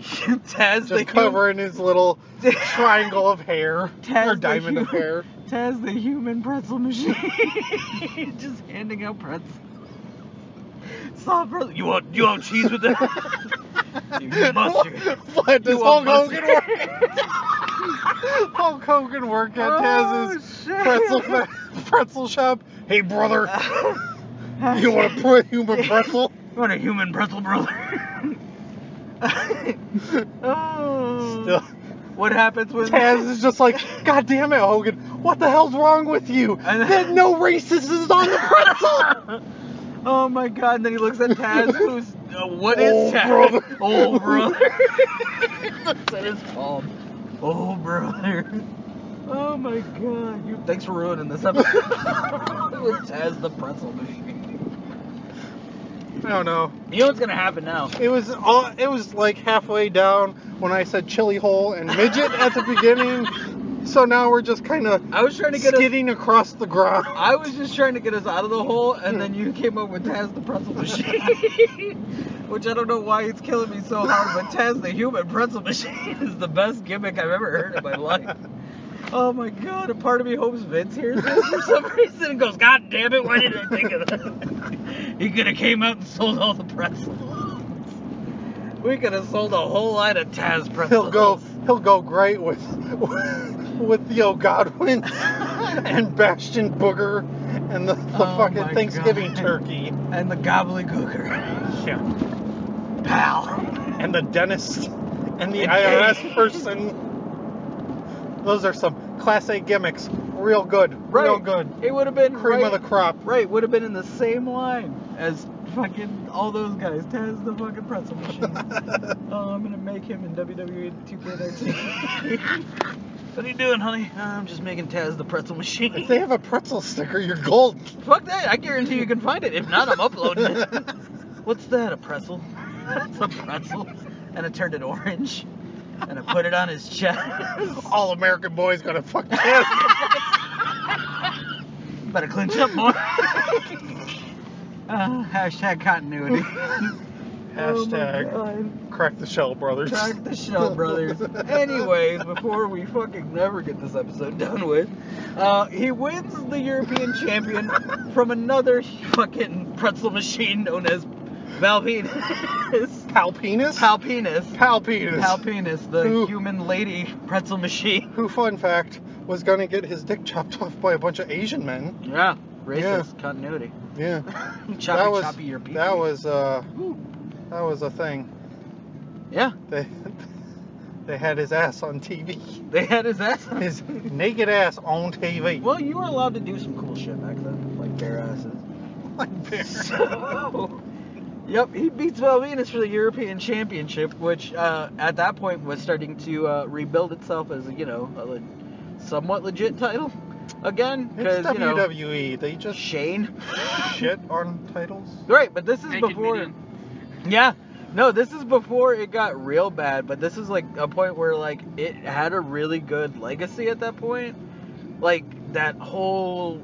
[SPEAKER 3] Taz, the
[SPEAKER 2] Just covering his little
[SPEAKER 3] Human,
[SPEAKER 2] triangle of [LAUGHS] hair.
[SPEAKER 3] Taz
[SPEAKER 2] Or
[SPEAKER 3] the
[SPEAKER 2] diamond of
[SPEAKER 3] human-
[SPEAKER 2] hair.
[SPEAKER 3] Taz, the human pretzel machine, [LAUGHS] just handing out pretzels. Soft pretzel. You want you want cheese with that? [LAUGHS]
[SPEAKER 2] [LAUGHS]
[SPEAKER 3] You mustard.
[SPEAKER 2] What does
[SPEAKER 3] You
[SPEAKER 2] Hulk
[SPEAKER 3] want
[SPEAKER 2] Hogan
[SPEAKER 3] mustard? [LAUGHS]
[SPEAKER 2] work? [LAUGHS] Hulk Hogan work at Taz's
[SPEAKER 3] shit.
[SPEAKER 2] pretzel pretzel shop. Hey brother,
[SPEAKER 3] [LAUGHS]
[SPEAKER 2] [LAUGHS] you want a pre- [LAUGHS] human pretzel?
[SPEAKER 3] You want a human pretzel, brother? [LAUGHS] oh.
[SPEAKER 2] Still,
[SPEAKER 3] What happens when
[SPEAKER 2] Taz
[SPEAKER 3] [LAUGHS]
[SPEAKER 2] is just like, God damn it, Hogan, what the hell's wrong with you?
[SPEAKER 3] [LAUGHS] And then-
[SPEAKER 2] That no racist is on the pretzel.
[SPEAKER 3] Oh my god, and then he looks at Taz, who's. Uh, [LAUGHS] what is
[SPEAKER 2] Oh,
[SPEAKER 3] Taz?
[SPEAKER 2] brother.
[SPEAKER 3] Oh,
[SPEAKER 2] [LAUGHS]
[SPEAKER 3] brother. He looks at his palm. Oh, brother. Oh my god. You, thanks for ruining this
[SPEAKER 2] [LAUGHS]
[SPEAKER 3] episode. [LAUGHS] With Taz the pretzel machine.
[SPEAKER 2] I don't know.
[SPEAKER 3] You know what's gonna happen now?
[SPEAKER 2] It was all, it was like halfway down when I said chili hole and midget at the beginning. So now we're just kind of
[SPEAKER 3] I was trying to get us.
[SPEAKER 2] skidding across the ground.
[SPEAKER 3] I was just trying to get us out of the hole, and then you came up with Taz the pretzel machine. Which I don't know why it's killing me so hard, but Taz the human pretzel machine is the best gimmick I've ever heard in my life. Oh my god, a part of me hopes Vince hears this for some reason and goes, God damn it, why did I think of that? [LAUGHS] he could have came out and sold all the pretzels. We could have sold a whole line of Taz pretzels.
[SPEAKER 2] He'll go.
[SPEAKER 3] [LAUGHS]
[SPEAKER 2] He'll go great with [LAUGHS] with Yo Godwin [LAUGHS] and Bastion Booger and the, the
[SPEAKER 3] Oh my
[SPEAKER 2] fucking Thanksgiving
[SPEAKER 3] God.
[SPEAKER 2] turkey.
[SPEAKER 3] [LAUGHS] And the gobbledygooker.
[SPEAKER 2] Yeah.
[SPEAKER 3] [LAUGHS] Pal.
[SPEAKER 2] And the dentist and
[SPEAKER 3] [LAUGHS]
[SPEAKER 2] the
[SPEAKER 3] And
[SPEAKER 2] IRS
[SPEAKER 3] Kate.
[SPEAKER 2] person. Those are some class A gimmicks. Real good. Real
[SPEAKER 3] Right.
[SPEAKER 2] good.
[SPEAKER 3] It would have been
[SPEAKER 2] Cream
[SPEAKER 3] right-
[SPEAKER 2] of the crop.
[SPEAKER 3] Right, would have been in the same line as fucking all those guys. Taz the fucking pretzel
[SPEAKER 2] [LAUGHS]
[SPEAKER 3] machine. oh, I'm gonna make him in E WWE
[SPEAKER 2] [LAUGHS]
[SPEAKER 3] 2K13. what are you doing, honey? I'm just making Taz the pretzel machine.
[SPEAKER 2] If they have a pretzel sticker, you're gold.
[SPEAKER 3] Fuck that! I guarantee you can find it. If not, I'm uploading
[SPEAKER 2] [LAUGHS]
[SPEAKER 3] it. What's that? A pretzel? That's a pretzel. And I turned it orange. And I put it on his chest.
[SPEAKER 2] All American boys got
[SPEAKER 3] [LAUGHS]
[SPEAKER 2] a fucking ass.
[SPEAKER 3] Oh Better clinch up, boy. uh, hashtag
[SPEAKER 2] [LAUGHS]
[SPEAKER 3] continuity.
[SPEAKER 2] Oh Hashtag
[SPEAKER 3] Oh my God.
[SPEAKER 2] crack the shell, brothers.
[SPEAKER 3] Crack the shell, brothers. Anyways, before we fucking never get this episode done with, uh, he wins the European champion from another fucking pretzel machine known as Valpenis.
[SPEAKER 2] Palpenis?
[SPEAKER 3] Palpenis.
[SPEAKER 2] Palpenis.
[SPEAKER 3] Palpenis, the
[SPEAKER 2] Who-
[SPEAKER 3] human lady pretzel machine.
[SPEAKER 2] Who, fun fact, was gonna get his dick chopped off by a bunch of Asian men.
[SPEAKER 3] Yeah. Racist continuity.
[SPEAKER 2] Yeah.
[SPEAKER 3] choppy,
[SPEAKER 2] that was
[SPEAKER 3] choppy your people.
[SPEAKER 2] that was uh
[SPEAKER 3] Ooh.
[SPEAKER 2] that was a thing.
[SPEAKER 3] Yeah.
[SPEAKER 2] They [LAUGHS] they had his ass on TV.
[SPEAKER 3] They had his ass. on-
[SPEAKER 2] His naked ass
[SPEAKER 3] [LAUGHS]
[SPEAKER 2] on TV.
[SPEAKER 3] Well, you were allowed to do some cool shit back then, like bare asses.
[SPEAKER 2] Like there.
[SPEAKER 3] So, yep, he beats Malvinas for the European Championship, which uh, at that point was starting to uh, rebuild itself as you know a le- somewhat legit title again because
[SPEAKER 2] It's
[SPEAKER 3] you know
[SPEAKER 2] WWE. E. they just
[SPEAKER 3] Shane.
[SPEAKER 2] shit on titles.
[SPEAKER 3] Right, but this is
[SPEAKER 4] Naked
[SPEAKER 3] before.
[SPEAKER 4] medium.
[SPEAKER 3] Yeah. No, this is before it got real bad, but this is like a point where like it had a really good legacy at that point. Like that whole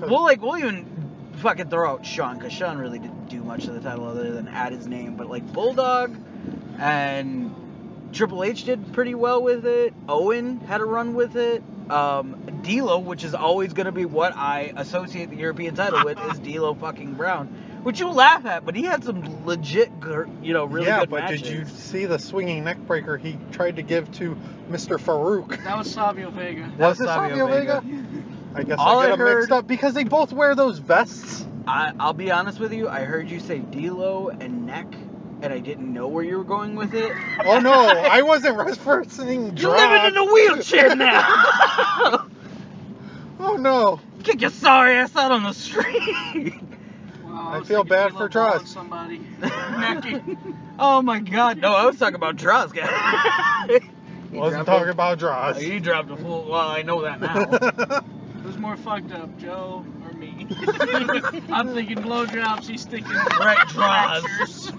[SPEAKER 3] well, like we'll even fucking throw out Sean because Sean really didn't do much to the title other than add his name. But like Bulldog and Triple H did pretty well with it. Owen had a run with it. Um, D'Lo, which is always gonna be what I associate the European title with, is D'Lo fucking Brown, which you laugh at, but he had some legit, gr- you know, really
[SPEAKER 2] yeah,
[SPEAKER 3] good
[SPEAKER 2] but
[SPEAKER 3] matches.
[SPEAKER 2] did you see the swinging neck breaker he tried to give to
[SPEAKER 3] [LAUGHS]
[SPEAKER 2] Mr. Farouk?
[SPEAKER 4] That was Savio Vega.
[SPEAKER 3] That was
[SPEAKER 2] Was it
[SPEAKER 3] Savio
[SPEAKER 2] Savio
[SPEAKER 3] Vega.
[SPEAKER 2] I guess
[SPEAKER 3] All I
[SPEAKER 2] I got 'em mixed
[SPEAKER 3] heard-
[SPEAKER 2] up because they both wear those vests.
[SPEAKER 3] I, I'll be honest with you. I heard you say D'Lo and neck, and I didn't know where you were going with it. [LAUGHS]
[SPEAKER 2] Oh no, I wasn't [LAUGHS] referencing drugs.
[SPEAKER 3] You're living in a wheelchair now.
[SPEAKER 2] Oh no.
[SPEAKER 3] [LAUGHS] Kick your sorry ass out on the street.
[SPEAKER 4] Wow,
[SPEAKER 2] I
[SPEAKER 4] was
[SPEAKER 2] feel
[SPEAKER 4] thinking
[SPEAKER 2] bad
[SPEAKER 4] D'Lo
[SPEAKER 2] for Droz.
[SPEAKER 4] Ball and Somebody.
[SPEAKER 2] [LAUGHS]
[SPEAKER 4] Necky.
[SPEAKER 3] oh my god. No, I was talking about drugs, guy. [LAUGHS] He
[SPEAKER 2] Wasn't
[SPEAKER 3] dropped
[SPEAKER 2] talking
[SPEAKER 3] a-
[SPEAKER 2] about drugs. [LAUGHS]
[SPEAKER 3] You dropped a full. Well, I know that [LAUGHS] now.
[SPEAKER 4] Who's more fucked up, Joe or me? I'm thinking blowjobs.
[SPEAKER 3] [LAUGHS]
[SPEAKER 4] He's thinking
[SPEAKER 3] Right, Droz.
[SPEAKER 4] fractures.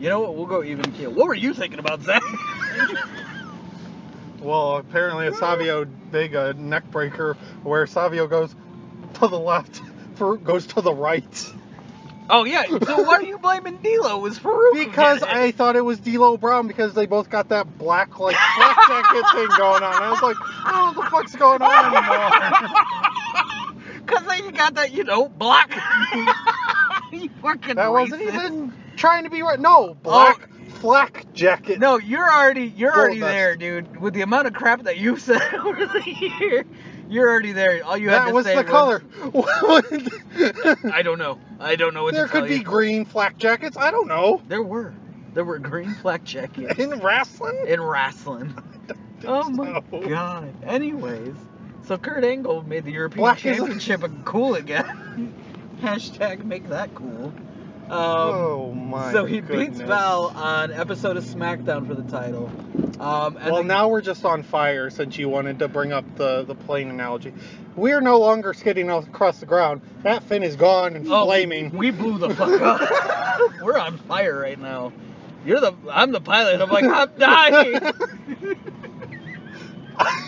[SPEAKER 3] you know what? We'll go even keel. What were you thinking about, Zach?
[SPEAKER 2] well, apparently a Savio Vega neck breaker where Savio goes to the left, [LAUGHS] Farouk goes to the right.
[SPEAKER 3] [LAUGHS] oh yeah. So why are you blaming D'Lo? It Was Farouk? who did
[SPEAKER 2] Because
[SPEAKER 3] it.
[SPEAKER 2] I thought it was D'Lo Brown because they both got that black like black jacket thing going on. I was like, oh, what the fuck's
[SPEAKER 3] [LAUGHS]
[SPEAKER 2] going on anymore?
[SPEAKER 3] Because then you got that, you know, black. [LAUGHS] you fucking
[SPEAKER 2] That wasn't
[SPEAKER 3] racist. Oh.
[SPEAKER 2] even trying to be right. No, black flak jacket.
[SPEAKER 3] No, you're already you're
[SPEAKER 2] Gold
[SPEAKER 3] already
[SPEAKER 2] dust.
[SPEAKER 3] there, dude. With the amount of crap that you've said [LAUGHS] over the year, you're already there. All you had
[SPEAKER 2] that
[SPEAKER 3] to
[SPEAKER 2] was
[SPEAKER 3] say [LAUGHS]
[SPEAKER 2] the color. [LAUGHS]
[SPEAKER 3] I don't know. I don't know what
[SPEAKER 2] there
[SPEAKER 3] to tell
[SPEAKER 2] could be
[SPEAKER 3] you.
[SPEAKER 2] green flak jackets. I don't know.
[SPEAKER 3] There were. There were green flag jackets
[SPEAKER 2] [LAUGHS] In wrestling?
[SPEAKER 3] in
[SPEAKER 2] [LAUGHS]
[SPEAKER 3] wrestling. Oh my
[SPEAKER 2] so.
[SPEAKER 3] god. Anyways, so Kurt Angle made the European
[SPEAKER 2] Black is-
[SPEAKER 3] Championship a cool again. [LAUGHS] Hashtag make that cool. Um,
[SPEAKER 2] oh my.
[SPEAKER 3] so he
[SPEAKER 2] goodness.
[SPEAKER 3] beats Val on episode of SmackDown for the title. Um, and
[SPEAKER 2] Well,
[SPEAKER 3] the-
[SPEAKER 2] now we're just on fire since you wanted to bring up the, the plane analogy. We are no longer skidding off- across the ground. That fin is gone and
[SPEAKER 3] Oh,
[SPEAKER 2] flaming.
[SPEAKER 3] We blew the fuck up. [LAUGHS] We're on fire right now. You're the I'm the pilot. I'm like I'm
[SPEAKER 2] [LAUGHS]
[SPEAKER 3] dying.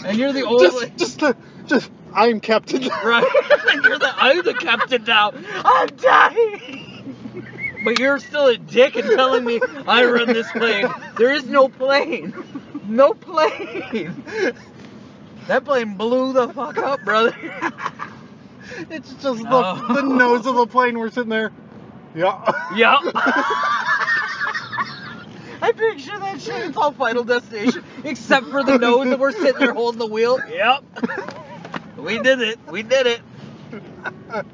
[SPEAKER 3] and you're the only
[SPEAKER 2] Just, just, the- just, I'm captain. [LAUGHS]
[SPEAKER 3] right. [LAUGHS] And you're the I'm the captain now. I'm dying. But you're still a dick and telling me I run this plane. There is no plane. No plane. That plane blew the fuck up, brother. [LAUGHS]
[SPEAKER 2] It's just the,
[SPEAKER 3] Oh.
[SPEAKER 2] the nose of the plane. We're sitting there. Yeah.
[SPEAKER 3] Yup.
[SPEAKER 2] [LAUGHS]
[SPEAKER 3] I picture that shit. It's all Final Destination, except for the nose that we're sitting there holding the wheel. Yep. We did it. We did it.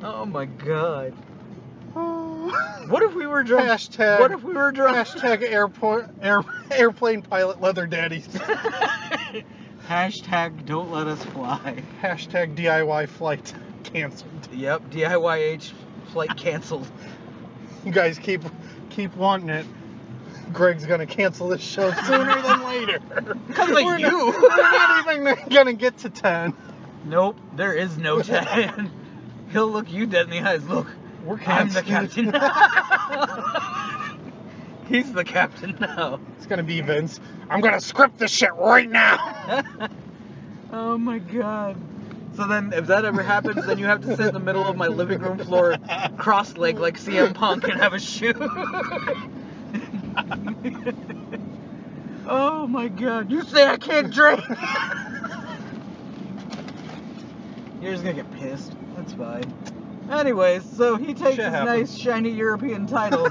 [SPEAKER 3] Oh my god. What if we were drunk?
[SPEAKER 2] Hashtag-
[SPEAKER 3] What if we were drunk?
[SPEAKER 2] Hashtag airport air, [LAUGHS] airplane pilot leather
[SPEAKER 3] [LAUGHS]
[SPEAKER 2] daddies. [LAUGHS]
[SPEAKER 3] Hashtag don't let us fly.
[SPEAKER 2] Hashtag DIY flight canceled.
[SPEAKER 3] Yep. DIYH flight [LAUGHS] canceled.
[SPEAKER 2] You guys keep keep wanting it. Greg's gonna cancel this show
[SPEAKER 3] [LAUGHS]
[SPEAKER 2] sooner than later.
[SPEAKER 3] Cause like
[SPEAKER 2] We're
[SPEAKER 3] you. [LAUGHS]
[SPEAKER 2] Not, we're not even gonna get to ten.
[SPEAKER 3] Nope. There is no [LAUGHS] ten. He'll look you dead in the eyes. Look.
[SPEAKER 2] We're
[SPEAKER 3] I'm the
[SPEAKER 2] canceled.
[SPEAKER 3] captain. [LAUGHS] He's the captain now.
[SPEAKER 2] [LAUGHS] it's gonna be Vince. I'm gonna script this shit right now.
[SPEAKER 3] [LAUGHS] oh my god. So then, if that ever happens, then you have to sit in the middle of my living room floor, cross legged like CM Punk, and have a shoe. oh my god. You say I can't drink! You're just gonna get pissed. That's fine. Anyways, so he takes his
[SPEAKER 2] happens.
[SPEAKER 3] nice shiny European title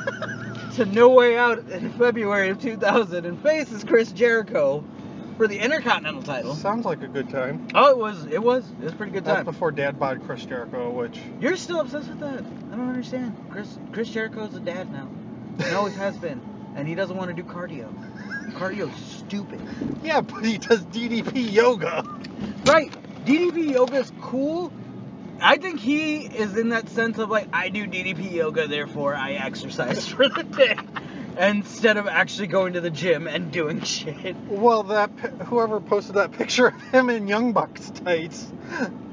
[SPEAKER 3] to No Way Out in February of 2000 and faces Chris Jericho for the Intercontinental title.
[SPEAKER 2] Sounds like a good time.
[SPEAKER 3] Oh, it was, it was, it was a pretty good
[SPEAKER 2] That's
[SPEAKER 3] time.
[SPEAKER 2] before Dad bought Chris Jericho, which
[SPEAKER 3] You're still obsessed with that. I don't understand. Chris Chris Jericho's a dad now. And always has been. And he doesn't want to do cardio. Cardio's stupid.
[SPEAKER 2] yeah, but he does DDP yoga.
[SPEAKER 3] Right. DDP yoga's cool. I think he is in that sense of like I do DDP yoga, therefore I exercise [LAUGHS] for the day. Instead of actually going to the gym and doing [LAUGHS] shit.
[SPEAKER 2] Well, that pi- whoever posted that picture of him in Young Bucks tights.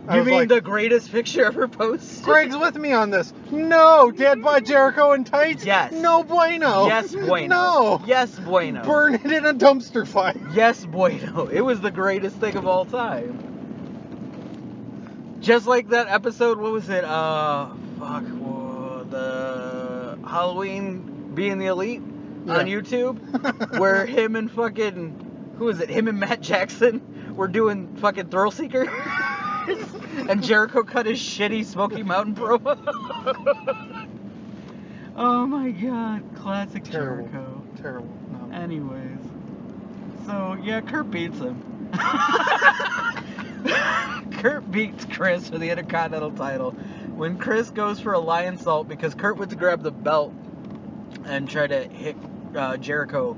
[SPEAKER 2] I
[SPEAKER 3] You
[SPEAKER 2] was
[SPEAKER 3] mean
[SPEAKER 2] like,
[SPEAKER 3] the greatest picture ever posted?
[SPEAKER 2] Greg's with me on this. No, Dad bought Jericho in tights.
[SPEAKER 3] Yes.
[SPEAKER 2] No bueno.
[SPEAKER 3] Yes, bueno.
[SPEAKER 2] No.
[SPEAKER 3] Yes, bueno.
[SPEAKER 2] Burn it in a dumpster fire.
[SPEAKER 3] [LAUGHS] Yes, bueno. It was the greatest thing of all time. Just like that episode, what was it? Uh, fuck, wha- the Halloween being the elite on
[SPEAKER 2] Yeah.
[SPEAKER 3] YouTube,
[SPEAKER 2] [LAUGHS]
[SPEAKER 3] where him and fucking who is it? Him and Matt Jackson were doing fucking Thrill Seeker, [LAUGHS] and Jericho cut his shitty Smoky Mountain promo. [LAUGHS] oh my god, classic
[SPEAKER 2] Terrible.
[SPEAKER 3] Jericho.
[SPEAKER 2] Terrible. No.
[SPEAKER 3] Anyways, so yeah, Kurt beats him. [LAUGHS] Kurt beats Chris for the Intercontinental title when Chris goes for a lion salt because Kurt went to grab the belt and try to hit uh, Jericho.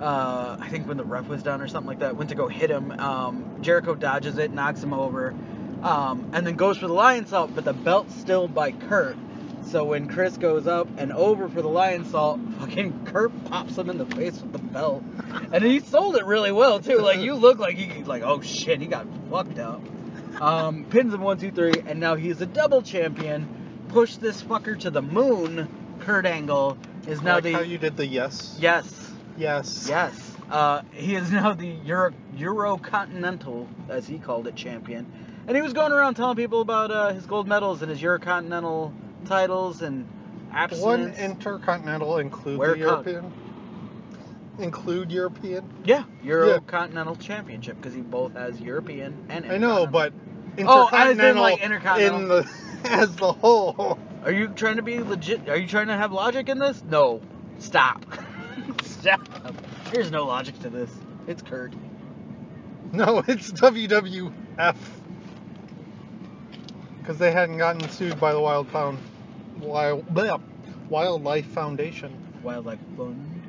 [SPEAKER 3] Uh, I think when the ref was done or something like that, went to go hit him. Um, Jericho dodges it, knocks him over, um, and then goes for the lion salt, but the belt's still by Kurt. So when Chris goes up and over for the lion salt, [LAUGHS] fucking Kurt pops him in the face with the belt, and he sold it really well too. Like you look like he like oh shit, he got fucked up. Um, pins him one two three, and now he's a double champion. Push this fucker to the moon. Kurt Angle is now
[SPEAKER 2] like
[SPEAKER 3] the
[SPEAKER 2] how you did the yes.
[SPEAKER 3] yes
[SPEAKER 2] Yes.
[SPEAKER 3] yes. Uh, he is now the Euro Eurocontinental, as he called it, champion. And he was going around telling people about uh, his gold medals and his Eurocontinental titles and
[SPEAKER 2] One
[SPEAKER 3] abstinence.
[SPEAKER 2] intercontinental include
[SPEAKER 3] Where
[SPEAKER 2] the
[SPEAKER 3] cunt?
[SPEAKER 2] European. Include European.
[SPEAKER 3] Yeah, Eurocontinental Championship because he both has European and.
[SPEAKER 2] I know,
[SPEAKER 3] Intercontinental.
[SPEAKER 2] but
[SPEAKER 3] Oh, as in, like,
[SPEAKER 2] in
[SPEAKER 3] intercontinental.
[SPEAKER 2] the [LAUGHS] as the whole.
[SPEAKER 3] Are you trying to be legit? Are you trying to have logic in this? No. Stop. [LAUGHS] Stop. There's no logic to this. It's Kurt.
[SPEAKER 2] [LAUGHS] No, it's WWF. Because they hadn't gotten sued by the Wild Found Wild bleh, Wildlife Foundation.
[SPEAKER 3] Wildlife Fund.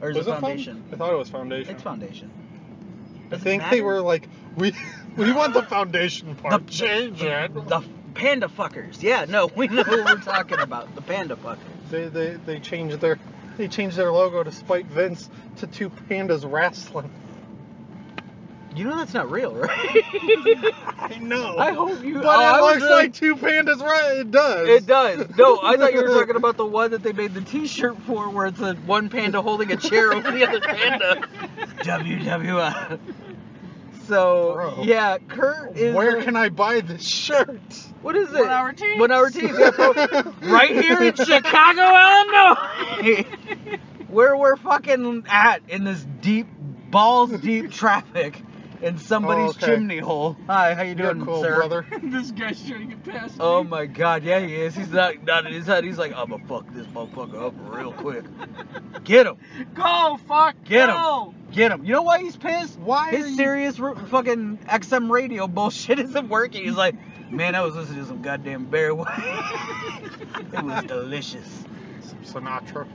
[SPEAKER 3] Or is
[SPEAKER 2] Was
[SPEAKER 3] it
[SPEAKER 2] it Found-
[SPEAKER 3] Foundation?
[SPEAKER 2] I thought it was Foundation.
[SPEAKER 3] It's Foundation.
[SPEAKER 2] I
[SPEAKER 3] Does it
[SPEAKER 2] think they
[SPEAKER 3] matter?
[SPEAKER 2] were like, we [LAUGHS] we want the Foundation part. Change it.
[SPEAKER 3] The panda fuckers. Yeah, no, [LAUGHS] we know what we're talking about. The panda fuckers.
[SPEAKER 2] They, they they changed their they changed their logo to spite Vince to two pandas wrestling.
[SPEAKER 3] You know that's not real, right? [LAUGHS]
[SPEAKER 2] I know.
[SPEAKER 3] I hope you.
[SPEAKER 2] But
[SPEAKER 3] oh, I
[SPEAKER 2] it
[SPEAKER 3] was
[SPEAKER 2] looks
[SPEAKER 3] really-
[SPEAKER 2] like two pandas. Right? It does.
[SPEAKER 3] It does. No, I thought you were talking about the one that they made the T-shirt for, where it's a one panda holding a chair over the other panda. WWF. So
[SPEAKER 2] Bro.
[SPEAKER 3] yeah, Kurt is.
[SPEAKER 2] Where can I buy this shirt?
[SPEAKER 3] What is it?
[SPEAKER 4] One hour tees.
[SPEAKER 3] One hour tees, yeah,
[SPEAKER 2] [LAUGHS]
[SPEAKER 3] bro. right here in Chicago, Illinois, where we're fucking at in this deep, balls deep traffic in somebody's
[SPEAKER 2] okay.
[SPEAKER 3] chimney hole. Hi, how you
[SPEAKER 2] You're
[SPEAKER 3] doing,
[SPEAKER 2] cool,
[SPEAKER 3] sir?
[SPEAKER 2] [LAUGHS] brother.
[SPEAKER 4] [LAUGHS] this guy's trying to get past me.
[SPEAKER 3] Oh my god, yeah, he is. He's not nodding his head. He's like, I'ma fuck this motherfucker up real quick. Get him,
[SPEAKER 4] Go, fuck.
[SPEAKER 3] Get 'em.
[SPEAKER 4] go.
[SPEAKER 3] get him. You know why he's pissed?
[SPEAKER 2] Why are
[SPEAKER 3] His
[SPEAKER 2] you-
[SPEAKER 3] serious r- fucking XM radio bullshit [LAUGHS] isn't working. He's like, man, I was listening to some goddamn Barry White. [LAUGHS] it was delicious.
[SPEAKER 2] Sinatra.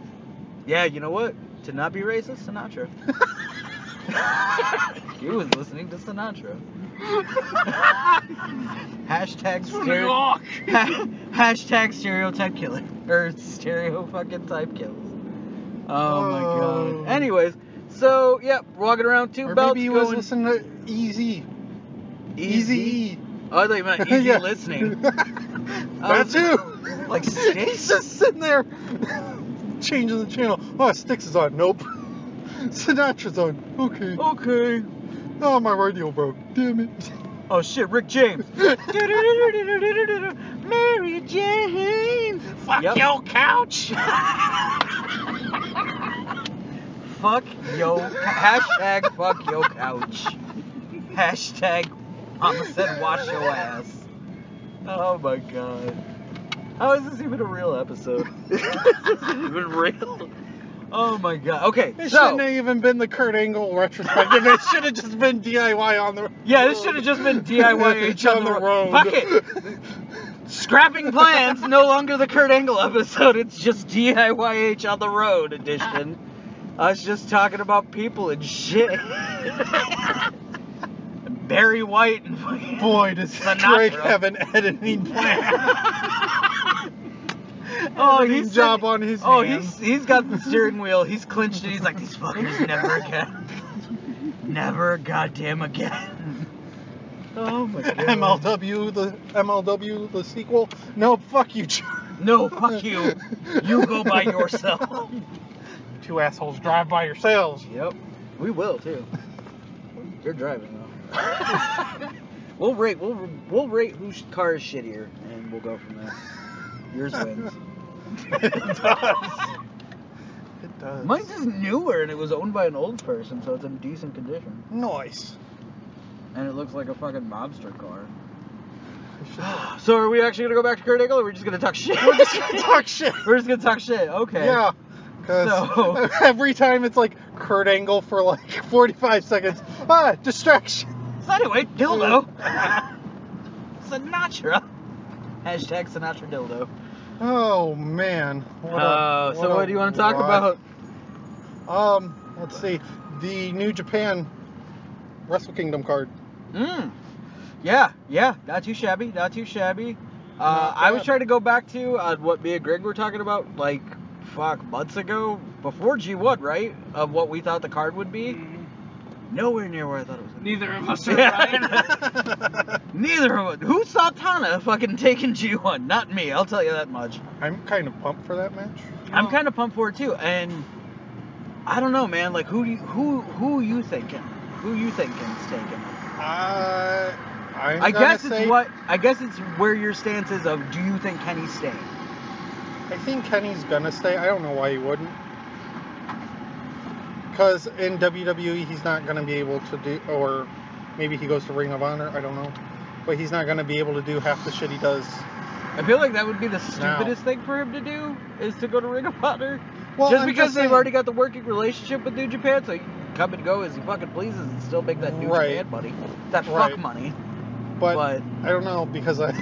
[SPEAKER 3] Yeah, you know what? To not be racist,
[SPEAKER 2] [LAUGHS]
[SPEAKER 3] Sinatra. he was listening to
[SPEAKER 2] [LAUGHS]
[SPEAKER 3] Sinatra. Hashtag
[SPEAKER 4] It's from New
[SPEAKER 3] stereo.
[SPEAKER 4] York.
[SPEAKER 3] [LAUGHS] Hashtag stereotype killer or stereo fucking type kills. Oh,
[SPEAKER 2] Oh.
[SPEAKER 3] my god. Anyways, so yeah, walking around two
[SPEAKER 2] Or
[SPEAKER 3] belts
[SPEAKER 2] maybe he was
[SPEAKER 3] going
[SPEAKER 2] listening to Easy.
[SPEAKER 3] easy.
[SPEAKER 2] Easy.
[SPEAKER 3] Oh, I thought you
[SPEAKER 2] [LAUGHS]
[SPEAKER 3] meant easy listening.
[SPEAKER 2] that Um,
[SPEAKER 3] was-
[SPEAKER 2] [LAUGHS] too.
[SPEAKER 3] Like
[SPEAKER 2] He's
[SPEAKER 3] sticks.
[SPEAKER 2] just sitting there [LAUGHS] changing the channel. Oh, Sticks is on. Nope. [LAUGHS] Sinatra's on. Okay. Oh,
[SPEAKER 3] okay.
[SPEAKER 2] my radio broke. Damn it.
[SPEAKER 3] Oh shit, Rick James. Mary Jane.
[SPEAKER 2] [LAUGHS] Fuck
[SPEAKER 3] Yep.
[SPEAKER 2] your [LAUGHS] couch.
[SPEAKER 3] Fuck yo. Hashtag fuck yo couch. Hashtag mama said wash your ass. Oh my god. How is this even a real episode? is this even real? Oh my god. Okay,
[SPEAKER 2] It
[SPEAKER 3] so
[SPEAKER 2] shouldn't have even been the Kurt Angle retrospective. it should have just been DIY on the.
[SPEAKER 3] yeah, this should have just been
[SPEAKER 2] [LAUGHS]
[SPEAKER 3] DIY each on the road. Fuck it. Scrapping plans, no longer the Kurt Angle episode. It's just DIYH on the road edition.
[SPEAKER 2] Uh-huh.
[SPEAKER 3] Us just talking about people and
[SPEAKER 2] [LAUGHS]
[SPEAKER 3] shit. Barry White and fucking-
[SPEAKER 2] Boy, does
[SPEAKER 3] Sinatra.
[SPEAKER 2] Drake have an
[SPEAKER 3] [LAUGHS]
[SPEAKER 2] editing plan?
[SPEAKER 3] oh,
[SPEAKER 2] Editing
[SPEAKER 3] he's
[SPEAKER 2] job on his
[SPEAKER 3] Oh,
[SPEAKER 2] hands.
[SPEAKER 3] he's he's got the steering wheel. He's clinched it. He's like these [LAUGHS] fuckers never again, never goddamn again. Oh [LAUGHS] my god.
[SPEAKER 2] MLW the MLW the sequel. No, fuck you. Joe.
[SPEAKER 3] No, fuck you. You go by yourself.
[SPEAKER 2] Two assholes drive by yourselves.
[SPEAKER 3] Yep. We will too. You're driving though. [LAUGHS] we'll rate we'll we'll rate whose car is shittier, and we'll go from there. Yours wins.
[SPEAKER 2] [LAUGHS] it does. It does.
[SPEAKER 3] Mine's is newer, and it was owned by an old person, so it's in decent condition.
[SPEAKER 2] Nice.
[SPEAKER 3] And it looks like a fucking mobster car. [SIGHS] So are we actually gonna go back to Kurt Angle, or are we just gonna talk shit?
[SPEAKER 2] We're just gonna talk shit.
[SPEAKER 3] [LAUGHS] We're just gonna talk shit. Okay.
[SPEAKER 2] Yeah. Because
[SPEAKER 3] So-
[SPEAKER 2] [LAUGHS] every time it's like Kurt Angle for like [LAUGHS] 45 seconds. Ah, distraction.
[SPEAKER 3] So anyway, [LAUGHS] dildo. Sinatra. Hashtag Sinatra dildo.
[SPEAKER 2] Oh man. What a-
[SPEAKER 3] Uh, so
[SPEAKER 2] a
[SPEAKER 3] what do you want to talk
[SPEAKER 2] lot.
[SPEAKER 3] about?
[SPEAKER 2] Um, let's see. The New Japan Wrestle Kingdom card.
[SPEAKER 3] Mm. Yeah, yeah. Not too shabby. Not too shabby. Uh,
[SPEAKER 2] Not
[SPEAKER 3] I was
[SPEAKER 2] bad.
[SPEAKER 3] trying to go back to uh, what me and Greg were talking about, like, fuck, months ago, before G1, right? Of what we thought the card would be.
[SPEAKER 2] Mm.
[SPEAKER 3] Nowhere near where I thought it was. gonna be.
[SPEAKER 4] Neither of us are
[SPEAKER 3] Yeah, I [LAUGHS]
[SPEAKER 4] right.
[SPEAKER 3] Neither of us. Who saw Tana fucking taking G1? Not me. I'll tell you that much.
[SPEAKER 2] [LAUGHS] I'm kind of pumped for that match.
[SPEAKER 3] I'm kind of pumped for it too, and I don't know, man. Like, who do you, who who you thinking? Who you thinking's taking?
[SPEAKER 2] Uh, I'm
[SPEAKER 3] I
[SPEAKER 2] gonna
[SPEAKER 3] guess it's
[SPEAKER 2] say,
[SPEAKER 3] what I guess it's where your stance is of do you think Kenny's staying?
[SPEAKER 2] I think Kenny's gonna stay. I don't know why he wouldn't. Because in WWE, he's not gonna be able to do, or maybe he goes to Ring of Honor. I don't know, but he's not gonna be able to do half the shit he does.
[SPEAKER 3] I feel like that would be the stupidest thing for him to do is to go to Ring of Honor.
[SPEAKER 2] Well,
[SPEAKER 3] just
[SPEAKER 2] I'm
[SPEAKER 3] because they've
[SPEAKER 2] saying-
[SPEAKER 3] already got the working relationship with New Japan, so he can come and go as he fucking pleases and still make that New
[SPEAKER 2] Right.
[SPEAKER 3] Japan money, that fuck
[SPEAKER 2] Right.
[SPEAKER 3] money.
[SPEAKER 2] But,
[SPEAKER 3] but-
[SPEAKER 2] I [LAUGHS] don't know because I've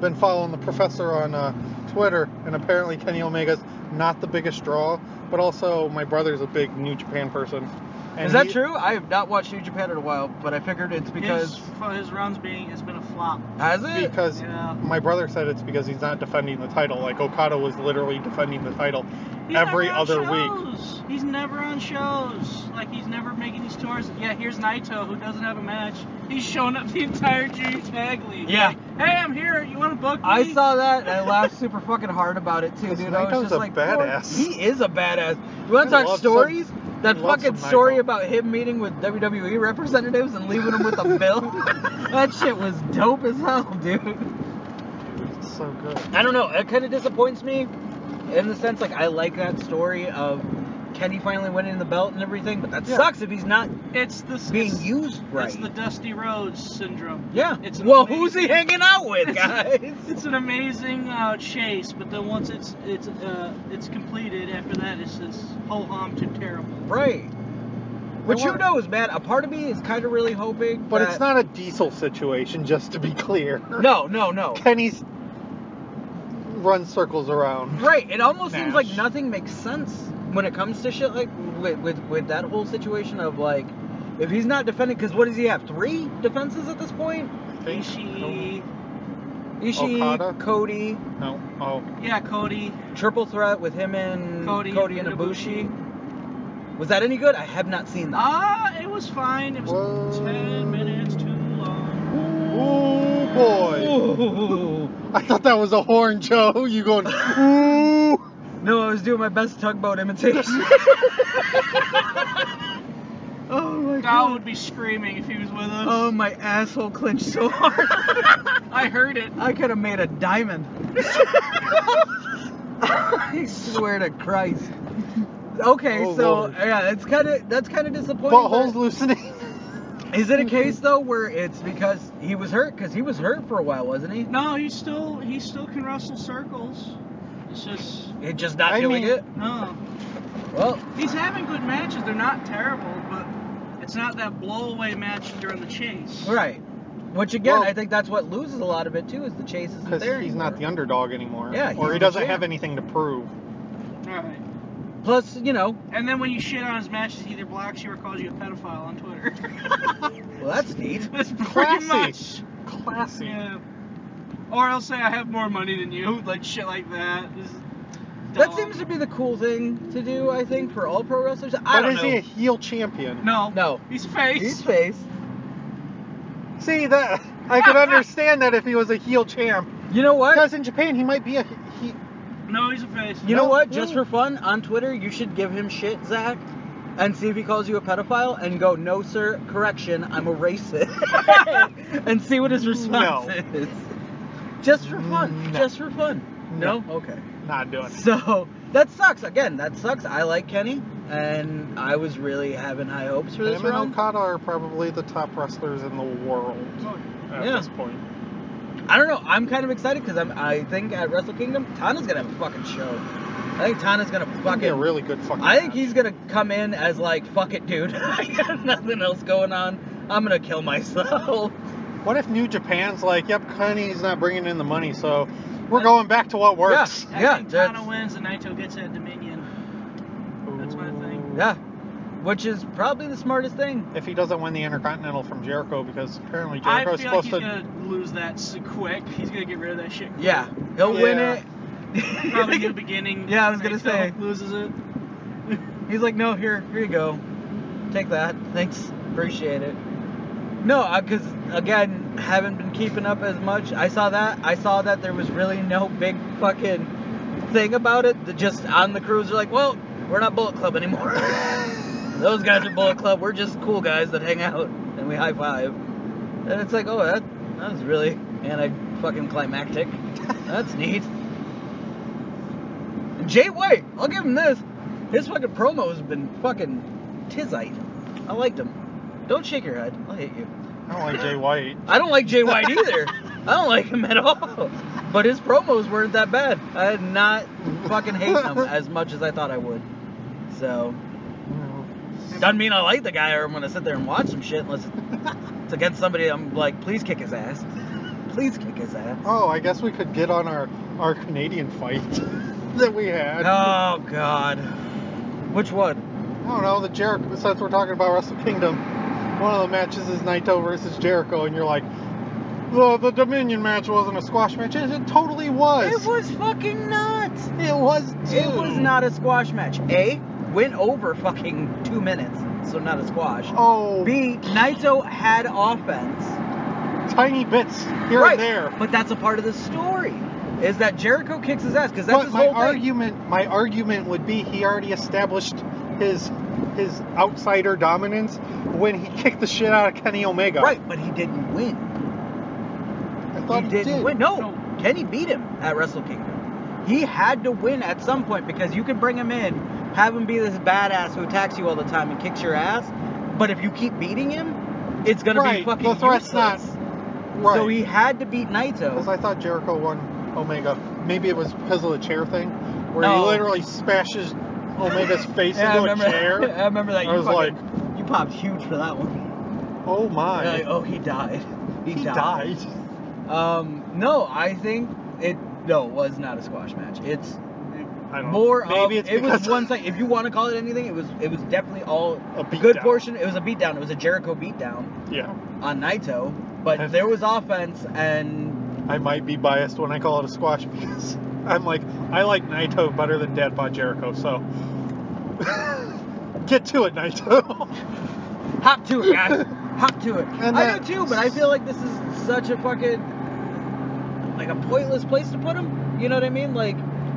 [SPEAKER 2] been following the professor on uh, Twitter, and apparently Kenny Omega's not the biggest draw, but also my brother's a big New Japan person. And
[SPEAKER 3] is that
[SPEAKER 2] he-
[SPEAKER 3] true? I have not watched New Japan in a while, but I figured it's because
[SPEAKER 4] his, fu- his rounds being has been a flop.
[SPEAKER 3] has it?
[SPEAKER 2] Because
[SPEAKER 4] You know,
[SPEAKER 2] my brother said it's because he's not defending the title. Like Okada was literally defending the title
[SPEAKER 4] He's
[SPEAKER 2] every
[SPEAKER 4] never on
[SPEAKER 2] other week.
[SPEAKER 4] shows. He's never on shows. Like he's never making these tours. Yeah, here's Naito who doesn't have a match. He's showing up the entire Junior Tag League.
[SPEAKER 3] Yeah.
[SPEAKER 4] Like, hey, I'm here. You want to book me?
[SPEAKER 3] I saw that and I laughed super fucking hard about it too,
[SPEAKER 2] Because
[SPEAKER 3] dude. I was
[SPEAKER 2] Naito's
[SPEAKER 3] just
[SPEAKER 2] a
[SPEAKER 3] like, "Lord,
[SPEAKER 2] badass."
[SPEAKER 3] He is a badass. You want
[SPEAKER 2] I
[SPEAKER 3] to talk
[SPEAKER 2] love some-
[SPEAKER 3] stories? that
[SPEAKER 2] I love
[SPEAKER 3] fucking
[SPEAKER 2] some
[SPEAKER 3] story
[SPEAKER 2] Naito.
[SPEAKER 3] about him meeting with WWE representatives and leaving them with a [LAUGHS] bill. that shit was dope as hell, dude.
[SPEAKER 2] It's so good.
[SPEAKER 3] I don't know. It kind of disappoints me in the sense like I like that story of Kenny finally winning the belt and everything, but that
[SPEAKER 2] Yeah.
[SPEAKER 3] sucks if he's not
[SPEAKER 4] It's the
[SPEAKER 3] being
[SPEAKER 4] it's,
[SPEAKER 3] used right.
[SPEAKER 4] It's the Dusty Rhodes syndrome.
[SPEAKER 3] yeah.
[SPEAKER 4] It's an
[SPEAKER 3] well,
[SPEAKER 4] amazing-
[SPEAKER 3] who's he hanging out [LAUGHS] with, guys?
[SPEAKER 4] It's an amazing uh, chase, but then once it's it's uh, it's completed, after that it's just ho hum to terrible.
[SPEAKER 3] Right. Which who
[SPEAKER 2] won't.
[SPEAKER 3] knows, man? A part of me is kind of really hoping.
[SPEAKER 2] But
[SPEAKER 3] that-
[SPEAKER 2] it's not a diesel situation, just to be clear.
[SPEAKER 3] No, no,
[SPEAKER 2] [LAUGHS]
[SPEAKER 3] no.
[SPEAKER 2] Kenny's run circles around.
[SPEAKER 3] Right. It almost seems like
[SPEAKER 2] Nash.
[SPEAKER 3] nothing makes sense when it comes to shit like with with, with that whole situation of like, if he's not defending, because what does he have? Three defenses at this point.
[SPEAKER 4] Ishii,
[SPEAKER 3] Ishii,
[SPEAKER 2] Okada?
[SPEAKER 3] Cody,
[SPEAKER 2] No. Oh.
[SPEAKER 4] yeah, Cody.
[SPEAKER 3] triple threat with him and
[SPEAKER 4] Cody
[SPEAKER 3] Cody,
[SPEAKER 4] and
[SPEAKER 3] and Ibushi. Was that any good? I have not seen that.
[SPEAKER 4] Ah, it was fine. It was
[SPEAKER 2] Whoa.
[SPEAKER 4] ten minutes too long.
[SPEAKER 2] Ooh boy.
[SPEAKER 3] Ooh.
[SPEAKER 2] I thought that was a horn, Joe. [LAUGHS] You going? Ooh.
[SPEAKER 3] [LAUGHS] No, I was doing my best tugboat
[SPEAKER 2] [LAUGHS]
[SPEAKER 3] imitation. oh my
[SPEAKER 4] Gal would be screaming if he was with us.
[SPEAKER 3] Oh, my asshole clenched so hard.
[SPEAKER 4] [LAUGHS]
[SPEAKER 3] [LAUGHS]
[SPEAKER 4] I heard it.
[SPEAKER 3] I could have made a diamond. [LAUGHS] I swear to Christ. Okay,
[SPEAKER 2] Oh,
[SPEAKER 3] so
[SPEAKER 2] Lord.
[SPEAKER 3] yeah, it's kind of that's kind of disappointing.
[SPEAKER 2] Butthole's [LAUGHS]
[SPEAKER 3] but-
[SPEAKER 2] loosening.
[SPEAKER 3] Is it a case though where it's because he was hurt? Because he was hurt for a while, wasn't he?
[SPEAKER 4] No, he still he still can wrestle circles. It's just
[SPEAKER 3] It just not
[SPEAKER 2] I
[SPEAKER 3] doing
[SPEAKER 2] mean-
[SPEAKER 3] it.
[SPEAKER 4] no.
[SPEAKER 3] Well,
[SPEAKER 4] He's having good matches. They're not terrible, but it's not that blowaway match during the chase.
[SPEAKER 3] right. Which again,
[SPEAKER 2] Well-
[SPEAKER 3] I think that's what loses a lot of it too is the chase isn't
[SPEAKER 2] Because
[SPEAKER 3] there.
[SPEAKER 2] he's not the
[SPEAKER 3] anymore.
[SPEAKER 2] underdog anymore.
[SPEAKER 3] Yeah, he's
[SPEAKER 2] Or
[SPEAKER 3] the
[SPEAKER 2] he doesn't
[SPEAKER 3] champ.
[SPEAKER 2] have anything to prove.
[SPEAKER 4] Right.
[SPEAKER 3] Plus, you know,
[SPEAKER 4] And then when you shit on his matches, he either blocks you or calls you a pedophile on Twitter. [LAUGHS]
[SPEAKER 3] well that's neat.
[SPEAKER 4] That's
[SPEAKER 2] Classy.
[SPEAKER 4] pretty much.
[SPEAKER 2] Classy.
[SPEAKER 4] Yeah. Or I'll say I have more money than you, like shit like that. This is
[SPEAKER 3] That
[SPEAKER 4] dumb.
[SPEAKER 3] seems to be the cool thing to do, I think, for all pro wrestlers. I
[SPEAKER 2] But
[SPEAKER 3] don't
[SPEAKER 2] is
[SPEAKER 3] know.
[SPEAKER 2] he a heel champion?
[SPEAKER 4] No.
[SPEAKER 3] No.
[SPEAKER 4] He's face.
[SPEAKER 3] He's face.
[SPEAKER 2] See that I
[SPEAKER 3] [LAUGHS]
[SPEAKER 2] could understand that if he was a heel champ.
[SPEAKER 3] You know what?
[SPEAKER 2] Because in Japan he might be a he.
[SPEAKER 4] No, he's a face.
[SPEAKER 3] You know
[SPEAKER 2] No,
[SPEAKER 3] what? Just
[SPEAKER 2] really.
[SPEAKER 3] for fun, on Twitter, you should give him shit, Zach, and see if he calls you a pedophile, and go, no, sir, correction, I'm a racist, [LAUGHS] and see what his response
[SPEAKER 2] No.
[SPEAKER 3] is. Just for fun.
[SPEAKER 2] No.
[SPEAKER 3] Just for fun.
[SPEAKER 2] No.
[SPEAKER 3] Okay.
[SPEAKER 2] Not doing it.
[SPEAKER 3] So that sucks. Again, that sucks. I like Kenny, and I was really having high hopes for this
[SPEAKER 2] Him and
[SPEAKER 3] round.
[SPEAKER 2] Okada are probably the top wrestlers in the world at
[SPEAKER 3] Yeah.
[SPEAKER 2] this point.
[SPEAKER 3] I don't know. I'm kind of excited because I'm. I think at Wrestle Kingdom, Tana's gonna have a fucking show. I think Tana's gonna
[SPEAKER 2] Fucking
[SPEAKER 3] fucking
[SPEAKER 2] a really good fucking.
[SPEAKER 3] I think
[SPEAKER 2] match.
[SPEAKER 3] he's gonna come in as like, fuck it, dude. [LAUGHS] I got nothing else going on. I'm gonna kill myself.
[SPEAKER 2] What if New Japan's like, yep, Kenny's not bringing in the money, so we're going back to what works.
[SPEAKER 4] I
[SPEAKER 3] Yeah,
[SPEAKER 4] think
[SPEAKER 3] that's-
[SPEAKER 4] Tana wins and Naito gets that Dominion. that's my thing.
[SPEAKER 3] [LAUGHS] Yeah. Which is probably the smartest thing.
[SPEAKER 2] If he doesn't win the Intercontinental from Jericho, because apparently
[SPEAKER 4] I feel
[SPEAKER 2] Jericho's
[SPEAKER 4] like
[SPEAKER 2] supposed to.
[SPEAKER 4] he's gonna lose that s- quick. He's gonna get rid of that shit.
[SPEAKER 3] [LAUGHS]
[SPEAKER 4] quick.
[SPEAKER 3] Yeah. He'll win
[SPEAKER 2] Yeah.
[SPEAKER 3] it. [LAUGHS]
[SPEAKER 4] Probably new beginning.
[SPEAKER 3] Yeah, I was gonna
[SPEAKER 4] Naito
[SPEAKER 3] say.
[SPEAKER 4] loses it.
[SPEAKER 3] [LAUGHS] He's like, no, here, here you go. Take that. Thanks. Appreciate it. No, because again, haven't been keeping up as much. I saw that. I saw that there was really no big fucking thing about it. The- Just on the cruise, they're like, well, we're not Bullet Club anymore. [LAUGHS] Those guys are Bullet Club. We're just cool guys that hang out and we high five. And it's like, oh, that that was really anti fucking climactic. That's neat. Jay White, I'll give him this. His fucking promo has been fucking tizite. I liked him. Don't shake your head. I'll hit you.
[SPEAKER 2] I don't like Jay White.
[SPEAKER 3] I don't like Jay White either. I don't like him at all. But his promos weren't that bad. I did not fucking hate him as much as I thought I would. So doesn't mean I like the guy or I'm gonna sit there and watch some shit unless it's against somebody. I'm like, please kick his ass. Please kick his ass.
[SPEAKER 2] Oh, I guess we could get on our, our Canadian fight [LAUGHS] that we had.
[SPEAKER 3] Oh God. Which one?
[SPEAKER 2] I don't know, the Jericho, since we're talking about Wrestle Kingdom, one of the matches is Naito versus Jericho, and you're like, the, the Dominion match wasn't a squash match. It, it totally was.
[SPEAKER 3] It was fucking nuts.
[SPEAKER 2] It was,
[SPEAKER 3] It
[SPEAKER 2] dude.
[SPEAKER 3] was not a squash match. A went over fucking two minutes, so not a squash.
[SPEAKER 2] Oh,
[SPEAKER 3] B Naito had offense.
[SPEAKER 2] tiny bits here
[SPEAKER 3] right
[SPEAKER 2] and there.
[SPEAKER 3] But that's a part of the story. Is that Jericho kicks his ass because that's
[SPEAKER 2] But
[SPEAKER 3] his
[SPEAKER 2] my
[SPEAKER 3] whole thing.
[SPEAKER 2] argument, my argument would be he already established his his outsider dominance when he [LAUGHS] kicked the shit out of Kenny Omega.
[SPEAKER 3] Right, but he didn't win.
[SPEAKER 2] I thought he,
[SPEAKER 3] didn't
[SPEAKER 2] did.
[SPEAKER 3] win. No,
[SPEAKER 4] No.
[SPEAKER 3] Kenny beat him at Wrestle Kingdom. He had to win at some point because you could bring him in, have him be this badass who attacks you all the time and kicks your ass. But if you keep beating him, it's gonna be
[SPEAKER 2] Right,
[SPEAKER 3] fucking
[SPEAKER 2] the threat's not-
[SPEAKER 3] useless.
[SPEAKER 2] Right.
[SPEAKER 3] So he had to beat Naito.
[SPEAKER 2] Because I thought Jericho won Omega. Maybe it was because of the chair thing, where
[SPEAKER 3] No.
[SPEAKER 2] he literally smashes
[SPEAKER 3] [LAUGHS]
[SPEAKER 2] Omega's face
[SPEAKER 3] Yeah, I
[SPEAKER 2] into a
[SPEAKER 3] remember. [LAUGHS]
[SPEAKER 2] chair.
[SPEAKER 3] I remember that.
[SPEAKER 2] I
[SPEAKER 3] you
[SPEAKER 2] was
[SPEAKER 3] fucking, you popped huge for that one.
[SPEAKER 2] Oh my!
[SPEAKER 3] You're like, oh, he
[SPEAKER 2] [LAUGHS]
[SPEAKER 3] died. He,
[SPEAKER 2] he,
[SPEAKER 3] died.
[SPEAKER 2] died.
[SPEAKER 3] Um, no, I think it. No, it was not a squash match. It's
[SPEAKER 2] I don't
[SPEAKER 3] more.
[SPEAKER 2] know. Maybe
[SPEAKER 3] of,
[SPEAKER 2] it's
[SPEAKER 3] it was
[SPEAKER 2] because- [LAUGHS]
[SPEAKER 3] one thing. If you want to call it anything, it was. It was definitely all
[SPEAKER 2] A beat
[SPEAKER 3] good
[SPEAKER 2] down.
[SPEAKER 3] portion. It was a beatdown. It was a Jericho beatdown
[SPEAKER 2] Yeah,
[SPEAKER 3] on Naito, but
[SPEAKER 2] That's-
[SPEAKER 3] there was offense and
[SPEAKER 2] I might be biased when I call it a squash [LAUGHS] because I'm like I like Naito better than Dadbot Jericho. So [LAUGHS] get to it, Naito. [LAUGHS]
[SPEAKER 3] hop to it, guys. hop to it.
[SPEAKER 2] And
[SPEAKER 3] I
[SPEAKER 2] that-
[SPEAKER 3] do too, but I feel like this is such a fucking like a pointless place to put him. You know what I mean? Like.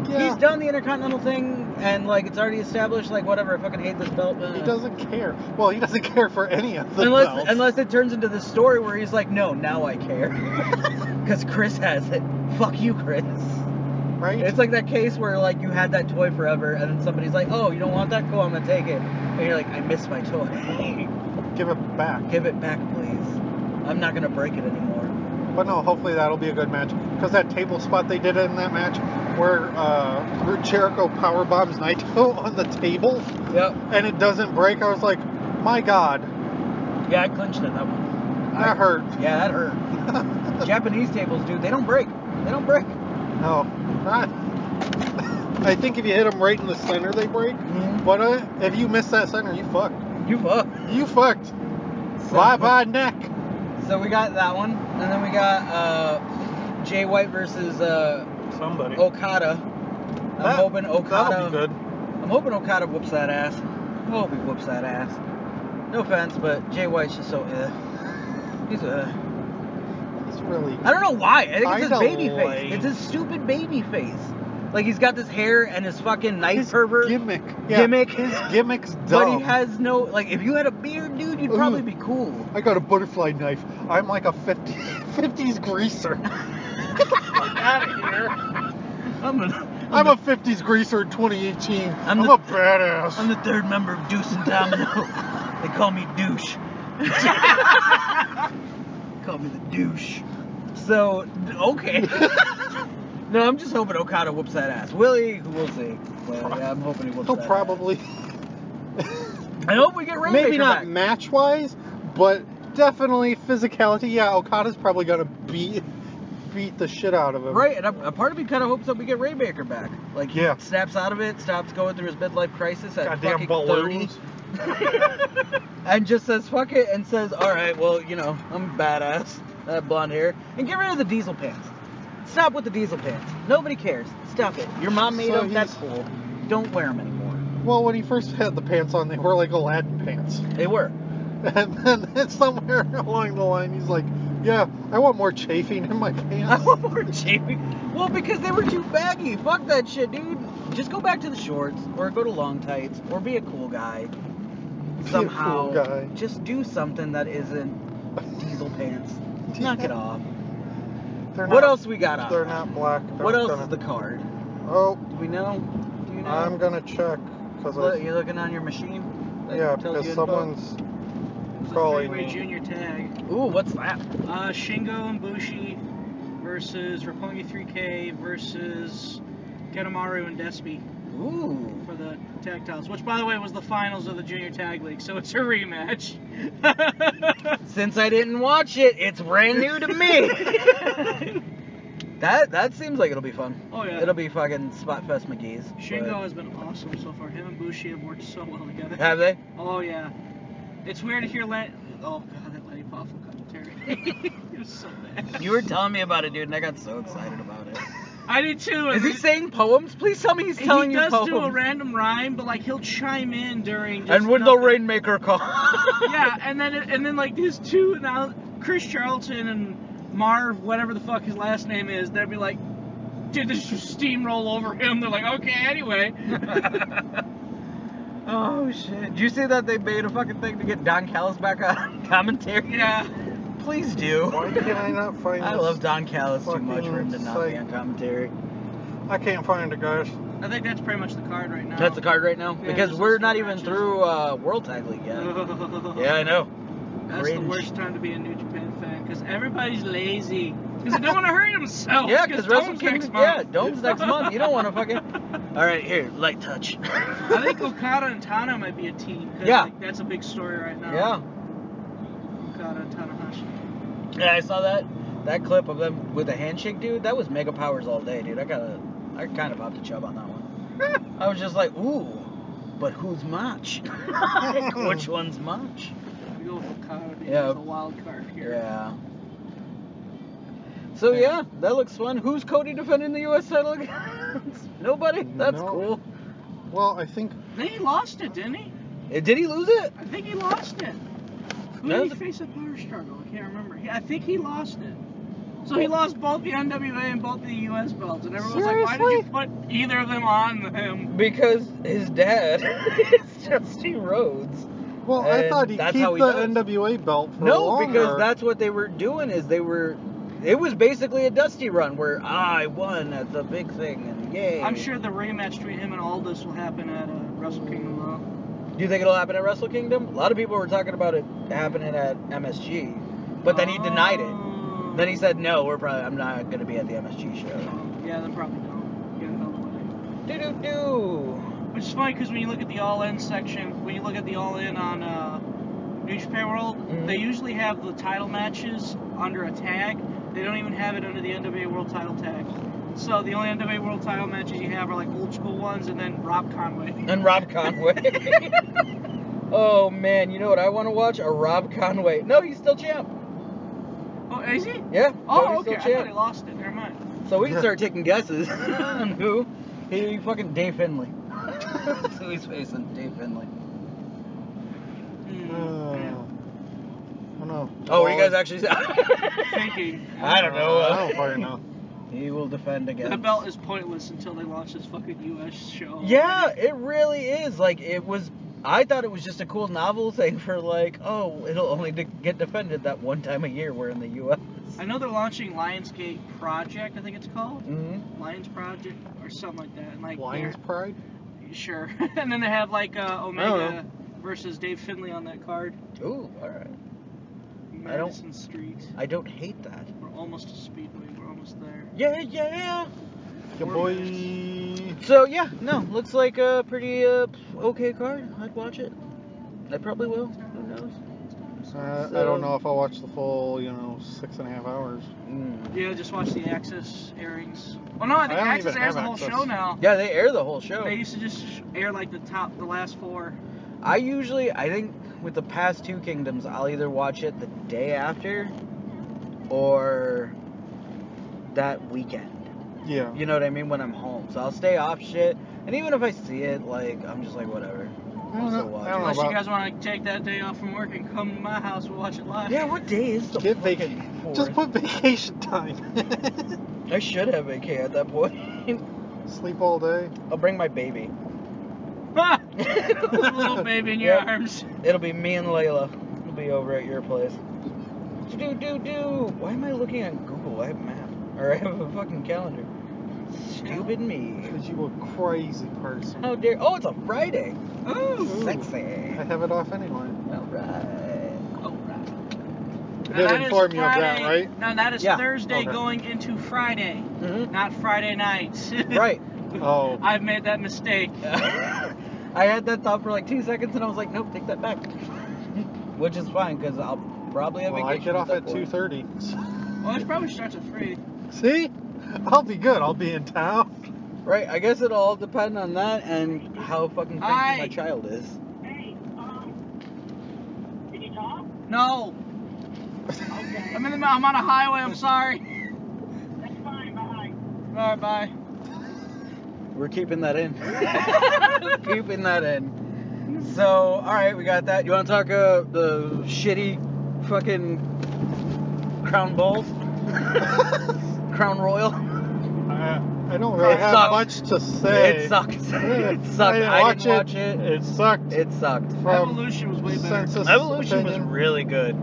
[SPEAKER 2] Yeah.
[SPEAKER 3] He's done the Intercontinental thing, and like it's already established. Like whatever, I fucking hate this belt. uh,
[SPEAKER 2] he doesn't care. Well, he doesn't care for any of the
[SPEAKER 3] unless
[SPEAKER 2] belts.
[SPEAKER 3] unless it turns into this story where he's like, no, now I care,
[SPEAKER 2] [LAUGHS]
[SPEAKER 3] [LAUGHS] because Chris has it. Fuck you, Chris.
[SPEAKER 2] right?
[SPEAKER 3] It's like that case where like you had that toy forever, and then somebody's like, oh, you don't want that? Cool, I'm gonna take it. And you're like, I miss my toy. [LAUGHS]
[SPEAKER 2] Give it back.
[SPEAKER 3] Give it back, please. I'm not gonna break it anymore.
[SPEAKER 2] But no, hopefully that'll be a good match. Because that table spot they did in that match where uh, Rude Jericho power bombs Naito [LAUGHS] on the table
[SPEAKER 3] Yep.
[SPEAKER 2] and it doesn't break, I was like, my god,
[SPEAKER 3] Yeah, I clinched it that one.
[SPEAKER 2] that hurt.
[SPEAKER 3] Yeah, that hurt. Japanese tables, dude, they don't break. They don't break.
[SPEAKER 2] no, not. [LAUGHS] I think if you hit them right in the center, they break.
[SPEAKER 3] Mm-hmm.
[SPEAKER 2] But uh, if you miss that center, you fucked.
[SPEAKER 3] You fuck.
[SPEAKER 2] You fucked.
[SPEAKER 3] So-
[SPEAKER 2] Bye bye, neck.
[SPEAKER 3] So we got that one, and then we got uh, Jay White versus uh,
[SPEAKER 2] Somebody.
[SPEAKER 3] Okada. I'm
[SPEAKER 2] That-
[SPEAKER 3] hoping Okada.
[SPEAKER 2] Ah, That'll be good.
[SPEAKER 3] I'm hoping Okada whoops that ass. I hope he whoops that ass. No offense, but Jay White's just so uh. He's uh.
[SPEAKER 2] It's really.
[SPEAKER 3] I don't know why. I think it's his
[SPEAKER 2] Kinda
[SPEAKER 3] baby
[SPEAKER 2] lame.
[SPEAKER 3] face. It's his stupid baby face. Like he's got this hair and his fucking knife pervert
[SPEAKER 2] Gimmick. Yeah,
[SPEAKER 3] gimmick.
[SPEAKER 2] His gimmick's dumb.
[SPEAKER 3] But he has no like. If you had a beard, dude, you'd
[SPEAKER 2] Ooh.
[SPEAKER 3] probably be cool.
[SPEAKER 2] I got a butterfly knife. I'm like a [LAUGHS] 50,
[SPEAKER 3] [LAUGHS]
[SPEAKER 2] 50s greaser.
[SPEAKER 4] Out of here. I'm gonna.
[SPEAKER 2] I'm a 50s greaser in 2018. I'm,
[SPEAKER 3] I'm the-
[SPEAKER 2] a badass.
[SPEAKER 3] I'm the third member of Deuce and Domino. they call me [LAUGHS] douche. call me the douche. So d- okay. [LAUGHS] no, I'm just hoping Okada whoops that ass. Willie, who will see. But yeah, I'm hoping he whoops
[SPEAKER 2] He'll
[SPEAKER 3] that ass.
[SPEAKER 2] probably.
[SPEAKER 3] I hope we get Rainmaker
[SPEAKER 2] Maybe not
[SPEAKER 3] back.
[SPEAKER 2] match wise, but definitely physicality. Yeah, Okada's probably going to beat beat the shit out of him.
[SPEAKER 3] Right, and a, a part of me kind of hopes that we get Raymaker back. Like, he
[SPEAKER 2] Yeah.
[SPEAKER 3] snaps out of it, stops going through his midlife crisis at
[SPEAKER 2] Goddamn
[SPEAKER 3] fucking 30,
[SPEAKER 2] balloons.
[SPEAKER 3] [LAUGHS] and just says fuck it, and says, all right, well, you know, I'm badass, I have blonde hair, and get rid of the diesel pants. Stop with the diesel pants. Nobody cares. Stop it. Your mom made
[SPEAKER 2] So
[SPEAKER 3] them. That's
[SPEAKER 2] he's-
[SPEAKER 3] cool. Don't wear them anymore.
[SPEAKER 2] Well, when he first had the pants on, they were like Aladdin pants. [LAUGHS]
[SPEAKER 3] They were.
[SPEAKER 2] And then [LAUGHS] it's somewhere along the line, he's like, yeah, I want more chafing in
[SPEAKER 3] [LAUGHS]
[SPEAKER 2] my
[SPEAKER 3] I
[SPEAKER 2] pants.
[SPEAKER 3] want more Oh, Jamie. Well, because they were too baggy. Fuck that shit, dude. Just go back to the shorts, or go to long tights, or be a cool guy.
[SPEAKER 2] Be a
[SPEAKER 3] Somehow,
[SPEAKER 2] cool guy.
[SPEAKER 3] just do something that isn't diesel
[SPEAKER 2] [LAUGHS]
[SPEAKER 3] pants. Knock it off.
[SPEAKER 2] They're
[SPEAKER 3] what
[SPEAKER 2] not-
[SPEAKER 3] else we got on?
[SPEAKER 2] They're not black. They're
[SPEAKER 3] What else
[SPEAKER 2] gonna-
[SPEAKER 3] is the card?
[SPEAKER 2] Oh,
[SPEAKER 3] Do we know? Do you know?
[SPEAKER 2] I'm gonna check because
[SPEAKER 3] Look,
[SPEAKER 2] I
[SPEAKER 3] You're looking on your machine. That
[SPEAKER 2] yeah
[SPEAKER 3] tells you
[SPEAKER 2] because
[SPEAKER 3] info?
[SPEAKER 2] someone's
[SPEAKER 4] It's a
[SPEAKER 2] calling
[SPEAKER 4] three-way
[SPEAKER 2] me.
[SPEAKER 4] junior tag.
[SPEAKER 3] Ooh, what's that?
[SPEAKER 4] Uh, Shingo and Bushi versus Roppongi 3K versus Kanemaru and Despy
[SPEAKER 3] Ooh.
[SPEAKER 4] for the tag titles, which by the way was the finals of the Junior Tag League, so it's
[SPEAKER 3] [LAUGHS]
[SPEAKER 4] a rematch.
[SPEAKER 3] Since I didn't watch it, it's brand new to me.
[SPEAKER 2] [LAUGHS]
[SPEAKER 3] that that seems like it'll be fun.
[SPEAKER 4] oh yeah.
[SPEAKER 3] It'll be fucking Spot Fest McGee's. but-
[SPEAKER 4] Shingo has been awesome so far. Him and Bushi have worked so well together.
[SPEAKER 3] Have they?
[SPEAKER 4] Oh yeah. It's weird to hear Len. Oh god, that Lenny Poffel commentary. [LAUGHS] it was so bad.
[SPEAKER 3] You were telling me about it, dude, and I got so excited about it.
[SPEAKER 4] I did too.
[SPEAKER 3] Is he
[SPEAKER 4] and-
[SPEAKER 3] saying poems? Please tell me he's telling
[SPEAKER 4] he
[SPEAKER 3] you
[SPEAKER 4] does
[SPEAKER 3] poems.
[SPEAKER 4] do a random rhyme, but like he'll chime in during. Just
[SPEAKER 3] and when the
[SPEAKER 4] nothing.
[SPEAKER 3] rainmaker call.
[SPEAKER 4] Yeah, and then it- and then like these two now, Chris Charlton and Marv, whatever the fuck his last name is, they'd be like, did this just steamroll over him? They're like, okay,
[SPEAKER 3] [LAUGHS]
[SPEAKER 4] anyway.
[SPEAKER 3] [LAUGHS] oh shit! Did you see that they made a fucking thing to get Don Callis back on [LAUGHS] commentary?
[SPEAKER 4] yeah.
[SPEAKER 3] Please do.
[SPEAKER 2] Why can I not find?
[SPEAKER 3] I
[SPEAKER 2] this?
[SPEAKER 3] love Don Callis too much for him to
[SPEAKER 2] fucking
[SPEAKER 3] not be
[SPEAKER 2] psych.
[SPEAKER 3] on commentary.
[SPEAKER 2] I can't find it, guys.
[SPEAKER 4] I think that's pretty much the card right now.
[SPEAKER 3] That's the card right now
[SPEAKER 4] Yeah,
[SPEAKER 3] because
[SPEAKER 4] just
[SPEAKER 3] we're
[SPEAKER 4] those
[SPEAKER 3] not
[SPEAKER 4] two
[SPEAKER 3] even
[SPEAKER 4] matches. [LAUGHS]
[SPEAKER 3] through uh, World Tag League yet. Yeah, I know.
[SPEAKER 4] That's the
[SPEAKER 3] Cringe.
[SPEAKER 4] worst time to be a New Japan fan because everybody's lazy. Because they don't want to hurt themselves.
[SPEAKER 3] Yeah, because Wrestle
[SPEAKER 4] Dome's
[SPEAKER 3] Kingdom.
[SPEAKER 4] next
[SPEAKER 3] Yeah,
[SPEAKER 4] month.
[SPEAKER 3] Dome's next month. You don't want to fucking. All right, here, light touch.
[SPEAKER 4] [LAUGHS] I
[SPEAKER 3] [LAUGHS]
[SPEAKER 4] think Okada and Tana might be a team. 'cause,
[SPEAKER 3] Yeah.
[SPEAKER 4] like, that's a big story right now.
[SPEAKER 3] Yeah.
[SPEAKER 4] Okada and Tanahashi.
[SPEAKER 3] Yeah, I saw that that clip of them with the handshake, dude. That was Mega Powers all day, dude. I gotta, I kind of popped a chub on that one. I was just like, ooh, but who's Mach? Like, [LAUGHS] Which one's Mach?
[SPEAKER 4] We go with Okada being
[SPEAKER 3] Yeah.
[SPEAKER 4] the wild card here.
[SPEAKER 3] Yeah. So yeah, that looks fun. Who's Cody defending the U.S. title against? [LAUGHS] Nobody. That's
[SPEAKER 2] No.
[SPEAKER 3] cool.
[SPEAKER 2] Well, I think
[SPEAKER 4] Then he lost it, didn't he?
[SPEAKER 3] Eh, Did he lose it?
[SPEAKER 4] I think he lost it. Who
[SPEAKER 3] That
[SPEAKER 4] did he
[SPEAKER 3] was-
[SPEAKER 4] face at Power Struggle? I can't remember. He- I think he lost it. So he lost both the NWA and both the US belts, and everyone's like, "Why did you put either of them on him?"
[SPEAKER 3] Because his dad [LAUGHS] is Dusty Rhodes.
[SPEAKER 2] well, I
[SPEAKER 3] And
[SPEAKER 2] thought he'd
[SPEAKER 3] that's
[SPEAKER 2] keep
[SPEAKER 3] how he
[SPEAKER 2] the
[SPEAKER 3] does.
[SPEAKER 2] NWA belt for
[SPEAKER 3] No,
[SPEAKER 2] longer.
[SPEAKER 3] because
[SPEAKER 2] [LAUGHS]
[SPEAKER 3] that's what they were doing is they were it was basically a dusty run where I won at the big thing and yay.
[SPEAKER 4] I'm sure the rematch between him and Aldous will happen at uh, Wrestle Kingdom. Though.
[SPEAKER 3] Do you think it'll happen at Wrestle Kingdom? A lot of people were talking about it happening at MSG, but then he denied it.
[SPEAKER 4] Oh.
[SPEAKER 3] Then he said, "No, we're probably I'm not going to be at the MSG show."
[SPEAKER 4] Yeah, then probably don't. Get it out of the way.
[SPEAKER 3] Do do do.
[SPEAKER 4] Which is funny because when you look at the All In section, when you look at the All In on uh, New Japan World,
[SPEAKER 3] Mhm.
[SPEAKER 4] they usually have the title matches under a tag. They don't even have it under the NWA World Title tag. So the only NWA World Title matches you have are like old school ones, and then Rob
[SPEAKER 3] [LAUGHS]
[SPEAKER 4] Conway.
[SPEAKER 3] And Rob Conway. [LAUGHS] oh man, you know what I want to watch? A Rob Conway. No, he's still champ.
[SPEAKER 4] Oh, is he?
[SPEAKER 3] Yeah.
[SPEAKER 4] Oh,
[SPEAKER 3] Cody's
[SPEAKER 4] okay.
[SPEAKER 3] Still
[SPEAKER 4] I thought he
[SPEAKER 3] champ.
[SPEAKER 4] lost it. Never mind.
[SPEAKER 3] So we can start taking guesses [LAUGHS] on who. He fucking Dave
[SPEAKER 2] [LAUGHS]
[SPEAKER 3] Finley. That's who he's facing, Dave Finley.
[SPEAKER 4] Mm,
[SPEAKER 2] Oh,
[SPEAKER 4] yeah.
[SPEAKER 2] I don't know.
[SPEAKER 3] Oh, you guys
[SPEAKER 2] All- [LAUGHS]
[SPEAKER 3] actually.
[SPEAKER 4] Thinking.
[SPEAKER 3] [LAUGHS] I don't know.
[SPEAKER 2] I don't fucking know.
[SPEAKER 3] [LAUGHS] He will defend again.
[SPEAKER 4] The belt is pointless until they launch this fucking U.S. show.
[SPEAKER 3] Yeah, it really is. Like it was. I thought it was just a cool novel thing for like, oh, it'll only de- get defended that one time a year. We're in the U.S.
[SPEAKER 4] I know they're launching Lionsgate Project. I think it's called
[SPEAKER 3] Mm-hmm.
[SPEAKER 4] Lions Project or something like that. And [LAUGHS] like
[SPEAKER 2] Lions Pride?
[SPEAKER 4] they're- sure. [LAUGHS] and then they have like uh, Omega versus Dave Finley on that card.
[SPEAKER 3] Ooh, all right. I don't-
[SPEAKER 4] Madison Street.
[SPEAKER 3] I don't hate that.
[SPEAKER 4] We're almost to Speedway. We're almost there.
[SPEAKER 3] Yeah, yeah.
[SPEAKER 2] Your boy.
[SPEAKER 3] So yeah, no, looks like a pretty uh, okay card. I'd watch it. I probably will. Who knows?
[SPEAKER 2] Uh, I don't know if I'll watch the full, you know, six and a half hours.
[SPEAKER 3] Mm.
[SPEAKER 4] Yeah, just watch the Axis airings. Oh no, I think
[SPEAKER 2] I don't
[SPEAKER 4] Axis
[SPEAKER 2] even have
[SPEAKER 4] airs the whole
[SPEAKER 2] Access.
[SPEAKER 4] show now.
[SPEAKER 3] Yeah, they air the whole show.
[SPEAKER 4] They used to just sh- air like the top, the last four.
[SPEAKER 2] Oh,
[SPEAKER 3] I usually, I think with the past two kingdoms, I'll either watch it the day after or that weekend.
[SPEAKER 2] Yeah.
[SPEAKER 3] You know what I mean? When I'm home. So I'll stay off shit. And even if I see it, like, I'm just like, whatever.
[SPEAKER 2] I don't
[SPEAKER 3] Also
[SPEAKER 2] know.
[SPEAKER 3] watch
[SPEAKER 2] I don't know
[SPEAKER 4] Unless you
[SPEAKER 2] about-
[SPEAKER 4] guys want to take that day off from work and come to my house, we'll watch it live.
[SPEAKER 3] Yeah, what day is the
[SPEAKER 2] Get
[SPEAKER 3] fucking
[SPEAKER 2] vac- Just
[SPEAKER 3] fourth?
[SPEAKER 2] put vacation time.
[SPEAKER 3] I should have vacay at that point.
[SPEAKER 2] [LAUGHS]
[SPEAKER 3] [LAUGHS]
[SPEAKER 2] Sleep all day.
[SPEAKER 3] I'll bring my
[SPEAKER 2] [LAUGHS]
[SPEAKER 3] baby.
[SPEAKER 4] With a [LAUGHS] little baby in your
[SPEAKER 3] Yep.
[SPEAKER 4] arms.
[SPEAKER 3] It'll be me and Layla. We'll be over at your place. Do do do. Why am I looking at Google? I have a map, or I have a fucking calendar. Stupid me.
[SPEAKER 2] Because you a crazy person.
[SPEAKER 3] How dare? Oh, it's a Friday. Oh,
[SPEAKER 4] Ooh.
[SPEAKER 3] Sexy.
[SPEAKER 2] I have it off anyway.
[SPEAKER 3] All right. All right.
[SPEAKER 2] Did
[SPEAKER 4] Now that is
[SPEAKER 2] inform you of that,
[SPEAKER 4] Friday-
[SPEAKER 2] right?
[SPEAKER 4] Now that is
[SPEAKER 3] Yeah.
[SPEAKER 4] Thursday
[SPEAKER 2] Okay.
[SPEAKER 4] going into Friday,
[SPEAKER 3] Mm-hmm.
[SPEAKER 4] not Friday night. [LAUGHS]
[SPEAKER 3] Right. [LAUGHS]
[SPEAKER 2] Oh.
[SPEAKER 4] I've made that mistake.
[SPEAKER 3] I had that thought for like two seconds, and I was like, nope, take that back. [LAUGHS] Which is fine, cause I'll probably have
[SPEAKER 2] Well, I
[SPEAKER 3] vacation.
[SPEAKER 2] get off
[SPEAKER 3] that
[SPEAKER 2] at
[SPEAKER 3] point.
[SPEAKER 2] 2.30.
[SPEAKER 4] Well, it probably starts at three.
[SPEAKER 2] See? I'll be good. I'll be in town.
[SPEAKER 3] Right. I guess it'll all depend on that and how fucking crazy my
[SPEAKER 4] Hi.
[SPEAKER 3] child is.
[SPEAKER 5] Hey, um, did you talk?
[SPEAKER 4] No,
[SPEAKER 5] Okay,
[SPEAKER 4] I'm in the I'm on a highway. I'm sorry.
[SPEAKER 5] that's fine, bye.
[SPEAKER 4] All right, bye. [LAUGHS]
[SPEAKER 3] We're keeping that in. [LAUGHS] keeping that in. So, all right, we got that. You want to talk uh, the shitty fucking crown
[SPEAKER 2] [LAUGHS]
[SPEAKER 3] balls? crown royal?
[SPEAKER 2] I, I don't really
[SPEAKER 3] It
[SPEAKER 2] have
[SPEAKER 3] sucked.
[SPEAKER 2] much to say.
[SPEAKER 3] It sucked. [LAUGHS] it sucked.
[SPEAKER 2] I
[SPEAKER 3] I
[SPEAKER 2] didn't
[SPEAKER 3] didn't
[SPEAKER 2] watch it.
[SPEAKER 3] watch it.
[SPEAKER 2] It sucked.
[SPEAKER 3] It sucked.
[SPEAKER 2] From
[SPEAKER 4] Evolution was way better.
[SPEAKER 2] census opinion.
[SPEAKER 3] really good.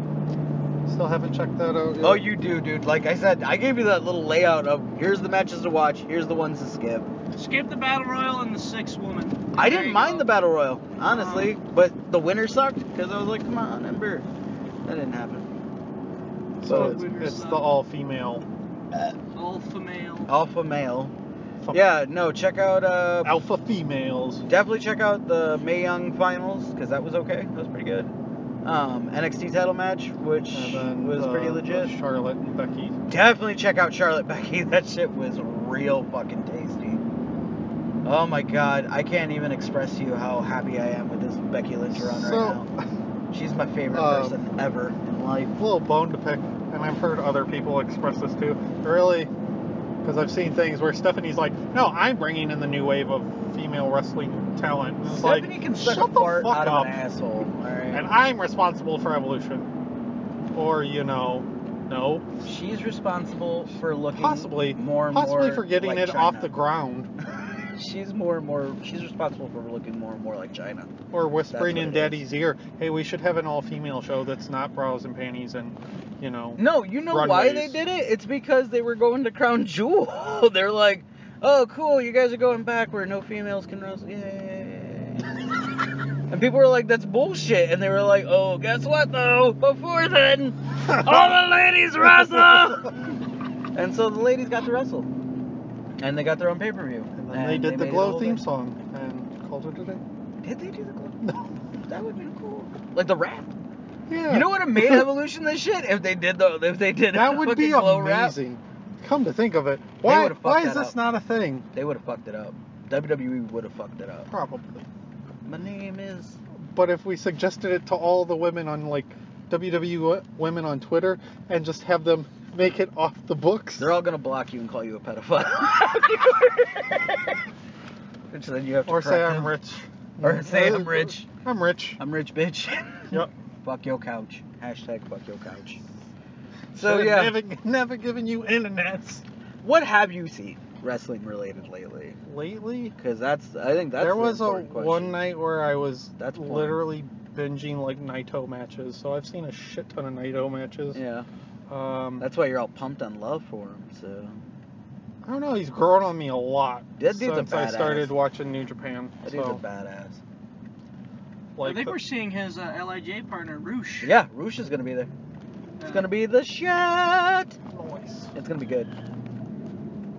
[SPEAKER 2] Still haven't checked that out yet.
[SPEAKER 3] Oh, you do, dude. Like I said, I gave you that little layout of here's the matches to watch, here's the ones to skip.
[SPEAKER 4] Skip the battle royal and the six woman.
[SPEAKER 3] I
[SPEAKER 4] There you
[SPEAKER 3] didn't mind
[SPEAKER 4] go. Uh-huh.
[SPEAKER 3] the battle royal, honestly, but the winner sucked because I was like, come on, Ember. That didn't happen.
[SPEAKER 2] So it's,
[SPEAKER 4] Winter
[SPEAKER 2] it's
[SPEAKER 4] Sun.
[SPEAKER 2] the all-female
[SPEAKER 4] Alpha male.
[SPEAKER 3] Uh, Alpha male.
[SPEAKER 2] Fuck.
[SPEAKER 3] Yeah, no, check out uh,
[SPEAKER 2] alpha females.
[SPEAKER 3] Definitely check out the May Young finals because that was okay. That was pretty good. Um, NXT title match, which
[SPEAKER 2] And then
[SPEAKER 3] was
[SPEAKER 2] the-
[SPEAKER 3] pretty
[SPEAKER 2] the
[SPEAKER 3] legit.
[SPEAKER 2] Charlotte and Becky.
[SPEAKER 3] Definitely check out Charlotte [LAUGHS] Becky. That shit was real fucking tasty. Oh my god, I can't even express to you how happy I am with this Becky Lynch run
[SPEAKER 2] So,
[SPEAKER 3] right now. She's my favorite
[SPEAKER 2] um,
[SPEAKER 3] person ever in life.
[SPEAKER 2] a little bone to pick, and I've heard other people express this too. Really, because I've seen things where Stephanie's like, "No, I'm bringing in the new wave of female wrestling talent." And it's like,
[SPEAKER 3] Stephanie can suck
[SPEAKER 2] shut
[SPEAKER 3] a
[SPEAKER 2] the
[SPEAKER 3] fart
[SPEAKER 2] fuck
[SPEAKER 3] out of
[SPEAKER 2] up.
[SPEAKER 3] an asshole. All right.
[SPEAKER 2] and I'm responsible for evolution, or you know, no,
[SPEAKER 3] She's responsible for looking
[SPEAKER 2] possibly,
[SPEAKER 3] more and
[SPEAKER 2] possibly
[SPEAKER 3] more
[SPEAKER 2] for getting
[SPEAKER 3] like
[SPEAKER 2] it
[SPEAKER 3] China.
[SPEAKER 2] off the ground,
[SPEAKER 3] She's more and more. She's responsible for looking more and more like China. [LAUGHS]
[SPEAKER 2] or whispering
[SPEAKER 3] what
[SPEAKER 2] in
[SPEAKER 3] it
[SPEAKER 2] Daddy's ear, "Hey, we should have an all-female show that's not bras and panties and, you know."
[SPEAKER 3] No, you know why they
[SPEAKER 2] Runways.
[SPEAKER 3] did it? It's because they were going to Crown Jewel. [LAUGHS] They're like, oh, cool, you guys are going back where no females can wrestle. Yay. And people were like, that's bullshit. And they were like, oh, guess what though? Before [LAUGHS] then, all the ladies wrestle. [LAUGHS] and so the ladies got to wrestle. And they got their own pay per view.
[SPEAKER 2] And then they did the Glow theme song and called it [LAUGHS] a day.
[SPEAKER 3] Did they do the Glow?
[SPEAKER 2] No.
[SPEAKER 3] That would be cool. Like the rap.
[SPEAKER 2] Yeah.
[SPEAKER 3] You know what would have
[SPEAKER 2] [LAUGHS]
[SPEAKER 3] made Evolution this shit if they did the if they [LAUGHS] did
[SPEAKER 2] That
[SPEAKER 3] a
[SPEAKER 2] would
[SPEAKER 3] fucking
[SPEAKER 2] be
[SPEAKER 3] glow rap.
[SPEAKER 2] amazing. Come to think of it, why
[SPEAKER 3] would've fucked
[SPEAKER 2] why is
[SPEAKER 3] that
[SPEAKER 2] this
[SPEAKER 3] up.
[SPEAKER 2] not a thing?
[SPEAKER 3] They would have fucked it up. WWE would have fucked it up.
[SPEAKER 2] Probably.
[SPEAKER 3] My name is.
[SPEAKER 2] But if we suggested it to all the women on like WWE women on Twitter and just have them make it off the books,
[SPEAKER 3] They're all gonna block you and call you a pedophile. [LAUGHS] Which then you have to
[SPEAKER 2] or say
[SPEAKER 3] correct
[SPEAKER 2] I'm
[SPEAKER 3] them.
[SPEAKER 2] rich,
[SPEAKER 3] [LAUGHS] Or say
[SPEAKER 2] [LAUGHS]
[SPEAKER 3] I'm rich.
[SPEAKER 2] I'm rich.
[SPEAKER 3] I'm rich, bitch. [LAUGHS]
[SPEAKER 2] Yep.
[SPEAKER 3] Fuck your couch. Hashtag fuck your couch. So
[SPEAKER 2] Should've
[SPEAKER 3] yeah,
[SPEAKER 2] never, never given you internets
[SPEAKER 3] what have you seen wrestling related lately?
[SPEAKER 2] lately.
[SPEAKER 3] Because that's I think that's
[SPEAKER 2] there
[SPEAKER 3] the
[SPEAKER 2] was a
[SPEAKER 3] important question.
[SPEAKER 2] one night where I was
[SPEAKER 3] That's porn.
[SPEAKER 2] literally binging like Naito matches, so I've seen a shit ton of Naito matches.
[SPEAKER 3] Yeah,
[SPEAKER 2] Um,
[SPEAKER 3] that's why you're all pumped on love for him. So
[SPEAKER 2] I don't know. He's grown on me a lot
[SPEAKER 3] That dude's a
[SPEAKER 2] since I
[SPEAKER 3] badass.
[SPEAKER 2] started watching New Japan.
[SPEAKER 3] that dude's a
[SPEAKER 2] so,
[SPEAKER 3] badass.
[SPEAKER 2] like,
[SPEAKER 4] I think
[SPEAKER 2] the-
[SPEAKER 4] we're seeing his uh, Lij partner Roosh.
[SPEAKER 3] Yeah, Roosh is gonna be there. It's gonna be the shit.
[SPEAKER 2] Nice.
[SPEAKER 3] It's gonna be good.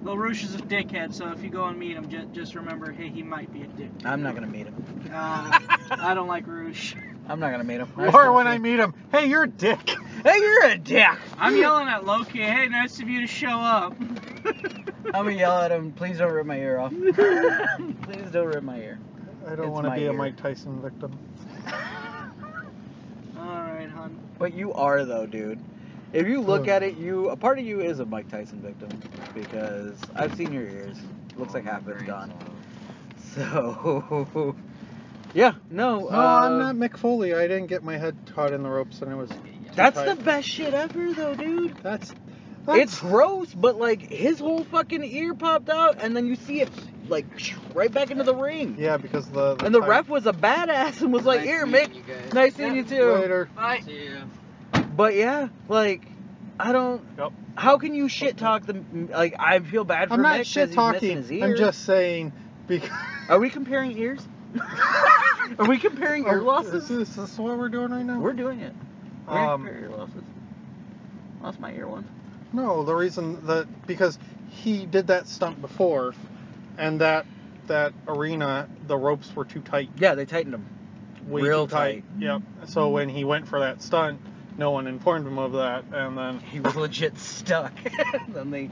[SPEAKER 4] Well, Roosh is a dickhead, so if you go and meet him, ju- just remember, hey, he might be
[SPEAKER 3] [LAUGHS]
[SPEAKER 4] a dick.
[SPEAKER 3] I'm not gonna meet him.
[SPEAKER 4] Uh, I don't like Roosh.
[SPEAKER 3] I'm not gonna meet him.
[SPEAKER 2] Or when I meet him, hey, you're
[SPEAKER 3] [LAUGHS]
[SPEAKER 2] a dick.
[SPEAKER 3] Hey, you're a dick.
[SPEAKER 4] I'm yelling at Loki. Hey, nice of you to show up.
[SPEAKER 3] I'm gonna yell at him. Please don't rip my ear
[SPEAKER 2] [LAUGHS]
[SPEAKER 3] off. Please don't rip my ear.
[SPEAKER 2] I
[SPEAKER 3] It's
[SPEAKER 2] don't want to
[SPEAKER 3] my
[SPEAKER 2] be a
[SPEAKER 3] ear.
[SPEAKER 2] Mike Tyson victim.
[SPEAKER 4] All right, hon.
[SPEAKER 3] But you are though, dude. If you look
[SPEAKER 2] Ugh.
[SPEAKER 3] at it, you a part of you is a Mike Tyson victim because I've seen your ears. Looks like half it's gone. So, [LAUGHS] yeah, no.
[SPEAKER 2] No,
[SPEAKER 3] uh,
[SPEAKER 2] I'm not Mick Foley. I didn't get my head caught in the ropes, and it was. too
[SPEAKER 3] That's the
[SPEAKER 2] tight.
[SPEAKER 3] best shit ever though, dude.
[SPEAKER 2] That's.
[SPEAKER 3] It's gross, but like his whole fucking ear popped out, and then you see it like right back into the ring.
[SPEAKER 2] Yeah, because the.
[SPEAKER 3] And the
[SPEAKER 2] tight-
[SPEAKER 3] ref was a badass and was like, "Here, Mick, nice seeing you too."
[SPEAKER 2] Later.
[SPEAKER 4] Bye.
[SPEAKER 3] But yeah, like, I don't.
[SPEAKER 2] Yep.
[SPEAKER 3] How can you shit talk the like? I feel bad for
[SPEAKER 2] I'm
[SPEAKER 3] Mick
[SPEAKER 2] not
[SPEAKER 3] 'cause
[SPEAKER 2] shit
[SPEAKER 3] he's
[SPEAKER 2] talking.
[SPEAKER 3] missing his ear.
[SPEAKER 2] I'm just saying
[SPEAKER 3] [LAUGHS]
[SPEAKER 2] because.
[SPEAKER 3] Are we comparing ears? [LAUGHS] Are we comparing ear
[SPEAKER 2] Is
[SPEAKER 3] losses?
[SPEAKER 2] [LAUGHS] this, is this what we're doing right now?
[SPEAKER 3] We're doing it. We're gonna
[SPEAKER 2] Oh, um,
[SPEAKER 3] compare ear losses. Lost my ear once.
[SPEAKER 2] No, the reason that because he did that stunt before, and that that arena the ropes were too tight,
[SPEAKER 3] Yeah, they tightened them.
[SPEAKER 2] way
[SPEAKER 3] Real
[SPEAKER 2] too tight. Yep. So when he went for that stunt, no one informed him of that, and then
[SPEAKER 3] He was legit stuck. [LAUGHS] then they,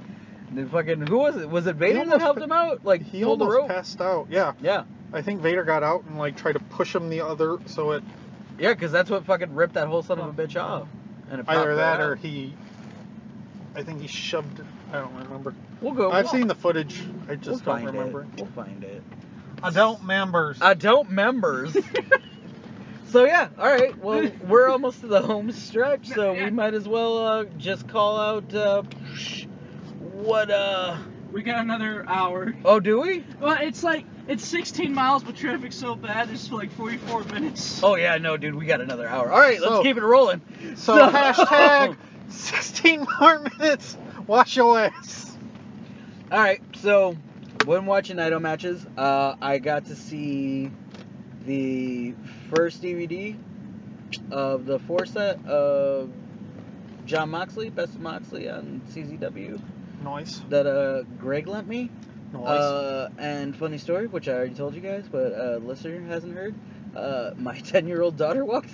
[SPEAKER 3] they fucking who was it? Was it Vader that
[SPEAKER 2] almost
[SPEAKER 3] helped
[SPEAKER 2] pa-
[SPEAKER 3] him out? Like
[SPEAKER 2] he
[SPEAKER 3] pulled the
[SPEAKER 2] almost
[SPEAKER 3] rope.
[SPEAKER 2] passed out. Yeah,
[SPEAKER 3] Yeah,
[SPEAKER 2] I think Vader got out and like tried to push him the other, so it
[SPEAKER 3] yeah, because that's what fucking ripped that whole son of a bitch off. And it popped
[SPEAKER 2] either
[SPEAKER 3] right
[SPEAKER 2] that
[SPEAKER 3] out.
[SPEAKER 2] or he. I think he shoved. I don't remember.
[SPEAKER 3] we'll go.
[SPEAKER 2] I've
[SPEAKER 3] we'll-
[SPEAKER 2] seen the footage. I
[SPEAKER 3] We'll
[SPEAKER 2] just don't
[SPEAKER 3] find
[SPEAKER 2] remember.
[SPEAKER 3] it. We'll find it.
[SPEAKER 2] Adult members.
[SPEAKER 3] adult
[SPEAKER 2] [LAUGHS]
[SPEAKER 3] members. so yeah, all right. Well, we're almost to the home stretch, so we might as well uh, just call out uh, what uh
[SPEAKER 4] We got another hour.
[SPEAKER 3] oh do we?
[SPEAKER 4] Well, it's like it's 16 miles, but traffic's so bad, it's like 44 minutes.
[SPEAKER 3] Oh yeah, no, dude, we got another hour. All right, let's
[SPEAKER 2] So-
[SPEAKER 3] keep it rolling. [LAUGHS]
[SPEAKER 2] So hashtag 16 more minutes. Wash your ass.
[SPEAKER 3] All right, so when watching idol matches, uh, I got to see the first DVD of the four set of John Moxley, Best of Moxley on CZW
[SPEAKER 2] Noise.
[SPEAKER 3] that uh, Greg lent me.
[SPEAKER 2] Noise.
[SPEAKER 3] Uh, and funny story, which I already told you guys, but uh, listener hasn't heard. Uh, my [LAUGHS] ten-year-old daughter walked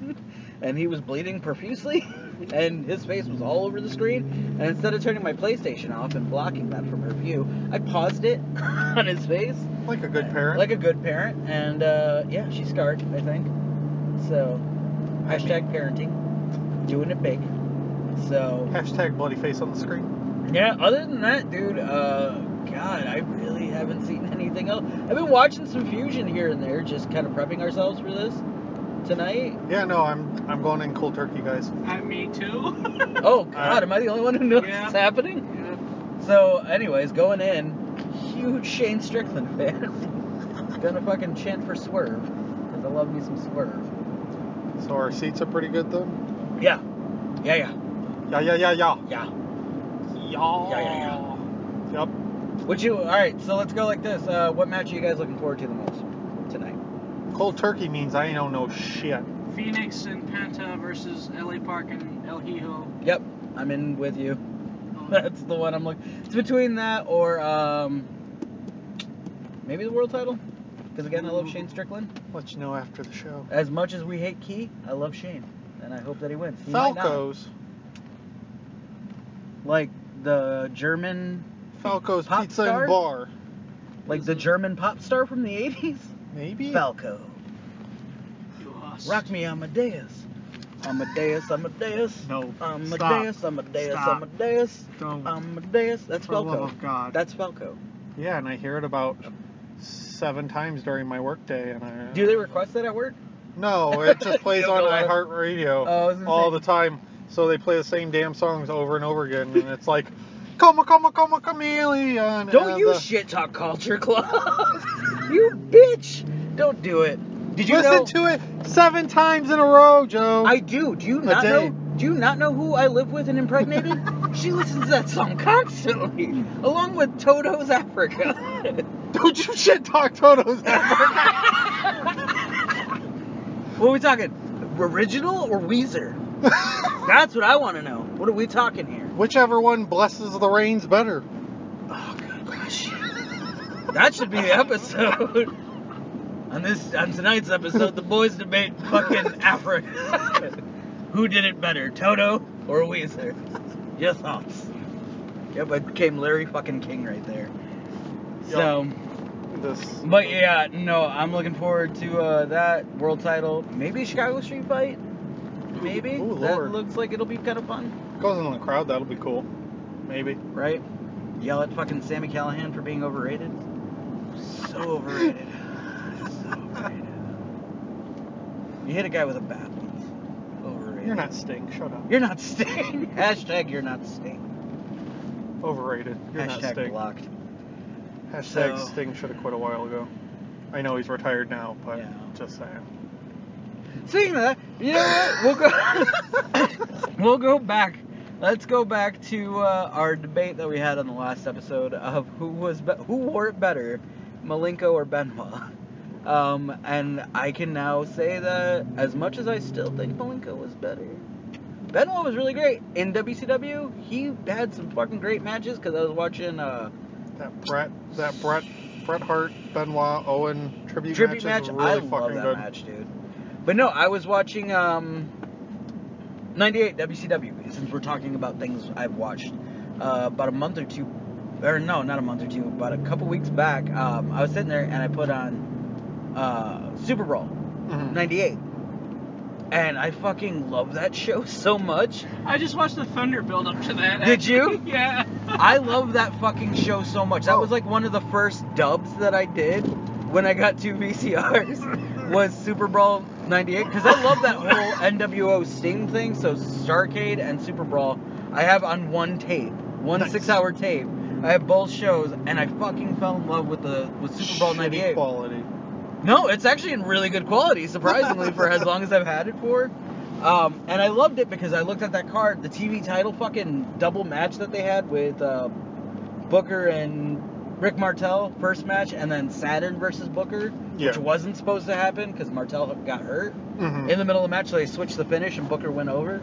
[SPEAKER 3] in, [LAUGHS] and he was bleeding profusely, [LAUGHS] and his face was all over the screen. And instead of turning my PlayStation off and blocking that from her view, I paused it [LAUGHS] on his face,
[SPEAKER 2] like a good parent.
[SPEAKER 3] like a good parent. And uh, yeah, she scarred, I think. So,
[SPEAKER 2] I mean-
[SPEAKER 3] hashtag parenting, doing it big. So.
[SPEAKER 2] hashtag bloody face on the screen.
[SPEAKER 3] Yeah, other than that, dude, uh, God, I really haven't seen [LAUGHS] anything else. I've been watching some Fusion here and there, just kind of prepping ourselves for this tonight.
[SPEAKER 2] Yeah, no, I'm I'm going in cold turkey, guys.
[SPEAKER 4] I, me too. [LAUGHS]
[SPEAKER 3] Oh, God, am I the only one who knows
[SPEAKER 4] Yeah.
[SPEAKER 3] it's happening? So, anyways, going in, huge Shane Strickland [LAUGHS] fan. Gonna fucking chant for Swerve, because I love me some Swerve.
[SPEAKER 2] So our seats are pretty good though.
[SPEAKER 3] Yeah, yeah, yeah,
[SPEAKER 2] Yeah, yeah, yeah, yeah.
[SPEAKER 3] yeah.
[SPEAKER 2] Yeah.
[SPEAKER 3] Yeah, yeah,
[SPEAKER 2] Yep.
[SPEAKER 3] Would you, alright, so let's go like this. Uh, what match are you guys looking forward to the most tonight?
[SPEAKER 2] Cold turkey means I know no shit.
[SPEAKER 4] Phoenix and Penta versus LA Park and El Hijo.
[SPEAKER 3] Yep, I'm in with you. [LAUGHS]
[SPEAKER 4] Oh,
[SPEAKER 3] That's the one I'm looking. It's between that or um, maybe the world title. Because again, I love Shane Strickland.
[SPEAKER 2] Let you know after the show.
[SPEAKER 3] As much as we hate Key, I love Shane, and I hope that he wins. He might not.
[SPEAKER 2] Falco's.
[SPEAKER 3] like the German,
[SPEAKER 2] Falco's
[SPEAKER 3] Pop
[SPEAKER 2] Pizza
[SPEAKER 3] Star?
[SPEAKER 2] and Bar.
[SPEAKER 3] like the German pop star from the 80s,
[SPEAKER 2] Maybe.
[SPEAKER 3] Falco.
[SPEAKER 4] you lost.
[SPEAKER 3] Rock me Amadeus. Amadeus, Amadeus.
[SPEAKER 2] No,
[SPEAKER 3] Amadeus, Amadeus,
[SPEAKER 2] Stop.
[SPEAKER 3] Amadeus.
[SPEAKER 2] Don't.
[SPEAKER 3] Amadeus. That's
[SPEAKER 2] For the love
[SPEAKER 3] Falco.
[SPEAKER 2] of God.
[SPEAKER 3] That's Falco.
[SPEAKER 2] Yeah, and I hear it about seven times during my workday, and I.
[SPEAKER 3] Do they request that at work?
[SPEAKER 2] No,
[SPEAKER 3] [LAUGHS]
[SPEAKER 2] it just plays
[SPEAKER 3] Don't
[SPEAKER 2] on
[SPEAKER 3] know what-
[SPEAKER 2] iHeartRadio
[SPEAKER 3] Oh, I was gonna
[SPEAKER 2] all
[SPEAKER 3] say-
[SPEAKER 2] the time. So they play the same damn songs over and over again, and it's like, "Como, como, como, chameleon."
[SPEAKER 3] Don't
[SPEAKER 2] and
[SPEAKER 3] you
[SPEAKER 2] the-
[SPEAKER 3] shit talk culture club. [LAUGHS] you bitch. Don't do it. Did you
[SPEAKER 2] Listen
[SPEAKER 3] know?
[SPEAKER 2] to it seven times in a row, Joe.
[SPEAKER 3] I do. Do you not
[SPEAKER 2] day.
[SPEAKER 3] know? Do you not know who I live with and impregnated? she listens to that song constantly, along with Toto's Africa.
[SPEAKER 2] [LAUGHS]
[SPEAKER 3] [LAUGHS]
[SPEAKER 2] Don't you shit talk Toto's ever. [LAUGHS]
[SPEAKER 3] what are we talking? Original or Weezer? That's what I want to know. What are we talking here?
[SPEAKER 2] Whichever one blesses the rains better.
[SPEAKER 3] Oh good gosh. That should be the episode. [LAUGHS] on this on tonight's episode, the boys debate fucking Africa. [LAUGHS] Who did it better, Toto or Weezer? Your thoughts. Yep, I became Larry fucking King right there. So,
[SPEAKER 2] This.
[SPEAKER 3] but yeah, no, I'm looking forward to uh, that world title. Maybe a Chicago Street Fight. Maybe
[SPEAKER 2] Ooh,
[SPEAKER 3] that
[SPEAKER 2] Lord.
[SPEAKER 3] looks like it'll be kind of fun,
[SPEAKER 2] Goes in the crowd, that'll be cool. Maybe.
[SPEAKER 3] right? Yell at fucking Sammy Callahan for being overrated. So overrated. so overrated. You hit a guy with a bat once. Overrated.
[SPEAKER 2] You're not Sting. Shut up.
[SPEAKER 3] You're not Sting. [LAUGHS] Hashtag you're not Sting.
[SPEAKER 2] Overrated. You're not
[SPEAKER 3] Hashtag
[SPEAKER 2] Sting.
[SPEAKER 3] blocked.
[SPEAKER 2] Hashtag
[SPEAKER 3] So-
[SPEAKER 2] Sting should have quit a while ago. I know he's retired now, but
[SPEAKER 3] Yeah.
[SPEAKER 2] just saying.
[SPEAKER 3] Seeing that, you know what? We'll go. [LAUGHS] we'll go back. Let's go back to uh, our debate that we had on the last episode of who was be- who wore it better, Malenko or Benoit. Um, and I can now say that as much as I still think Malenko was better, Benoit was really great in WCW. He had some fucking great matches because I was watching uh,
[SPEAKER 2] That Brett, that Brett, Bret Hart, Benoit, Owen tribute,
[SPEAKER 3] tribute match.
[SPEAKER 2] match is
[SPEAKER 3] I
[SPEAKER 2] really
[SPEAKER 3] love
[SPEAKER 2] fucking
[SPEAKER 3] that
[SPEAKER 2] good.
[SPEAKER 3] match, dude. But no, I was watching um, 98 WCW since we're talking about things I've watched uh, about a month or two, or no, not a month or two, about a couple weeks back. Um, I was sitting there and I put on uh, Super Bowl
[SPEAKER 2] Mhm.
[SPEAKER 3] 98, and I fucking love that [LAUGHS] show so much.
[SPEAKER 4] I just watched the Thunder build up to that.
[SPEAKER 3] Did you?
[SPEAKER 4] [LAUGHS] yeah.
[SPEAKER 3] I love that fucking show so much. That was like one of the first dubs that I did when I got two VCRs was Super Brawl 98 because I love that whole NWO Sting thing. So Starcade and Super Brawl I have on one tape, one
[SPEAKER 2] Nice.
[SPEAKER 3] six-hour tape. I have both shows, and I fucking fell in love with the with Super Brawl 98.
[SPEAKER 2] Shitty Quality.
[SPEAKER 3] No, it's actually in really good quality, surprisingly, for as long as I've had it for. Um, and I loved it because I looked at that card, the TV title fucking double match that they had with uh, Booker and Rick Martel, first match, and then Saturn versus Booker,
[SPEAKER 2] Yeah.
[SPEAKER 3] which wasn't supposed to happen because Martel got hurt.
[SPEAKER 2] Mhm.
[SPEAKER 3] In the middle of the match, they switched the finish and Booker went over.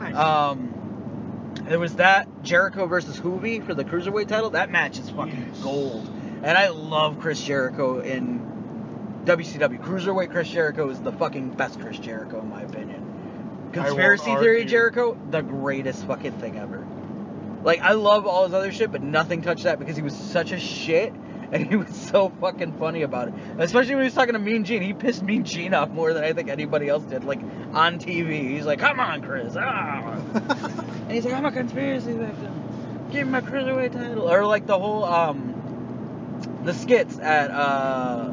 [SPEAKER 2] Nice.
[SPEAKER 3] Um, there was that Jericho versus Hoovy for the cruiserweight title. That match is fucking
[SPEAKER 4] Yes.
[SPEAKER 3] gold, and I love Chris Jericho in WCW. Cruiserweight Chris Jericho is the fucking best Chris Jericho in my opinion.
[SPEAKER 2] won't
[SPEAKER 3] Conspiracy theory
[SPEAKER 2] argue.
[SPEAKER 3] Jericho, the greatest fucking thing ever. Like I love all his other shit, but nothing touched that because he was such a shit. And he was so fucking funny about it, especially when he was talking to Mean Gene. He pissed Mean Gene off more than I think anybody else did, like on TV. He's like, "Come on, Chris, ah, and he's like, I'm a conspiracy victim. Give me my cruiserweight title. Or like the whole um the skits at uh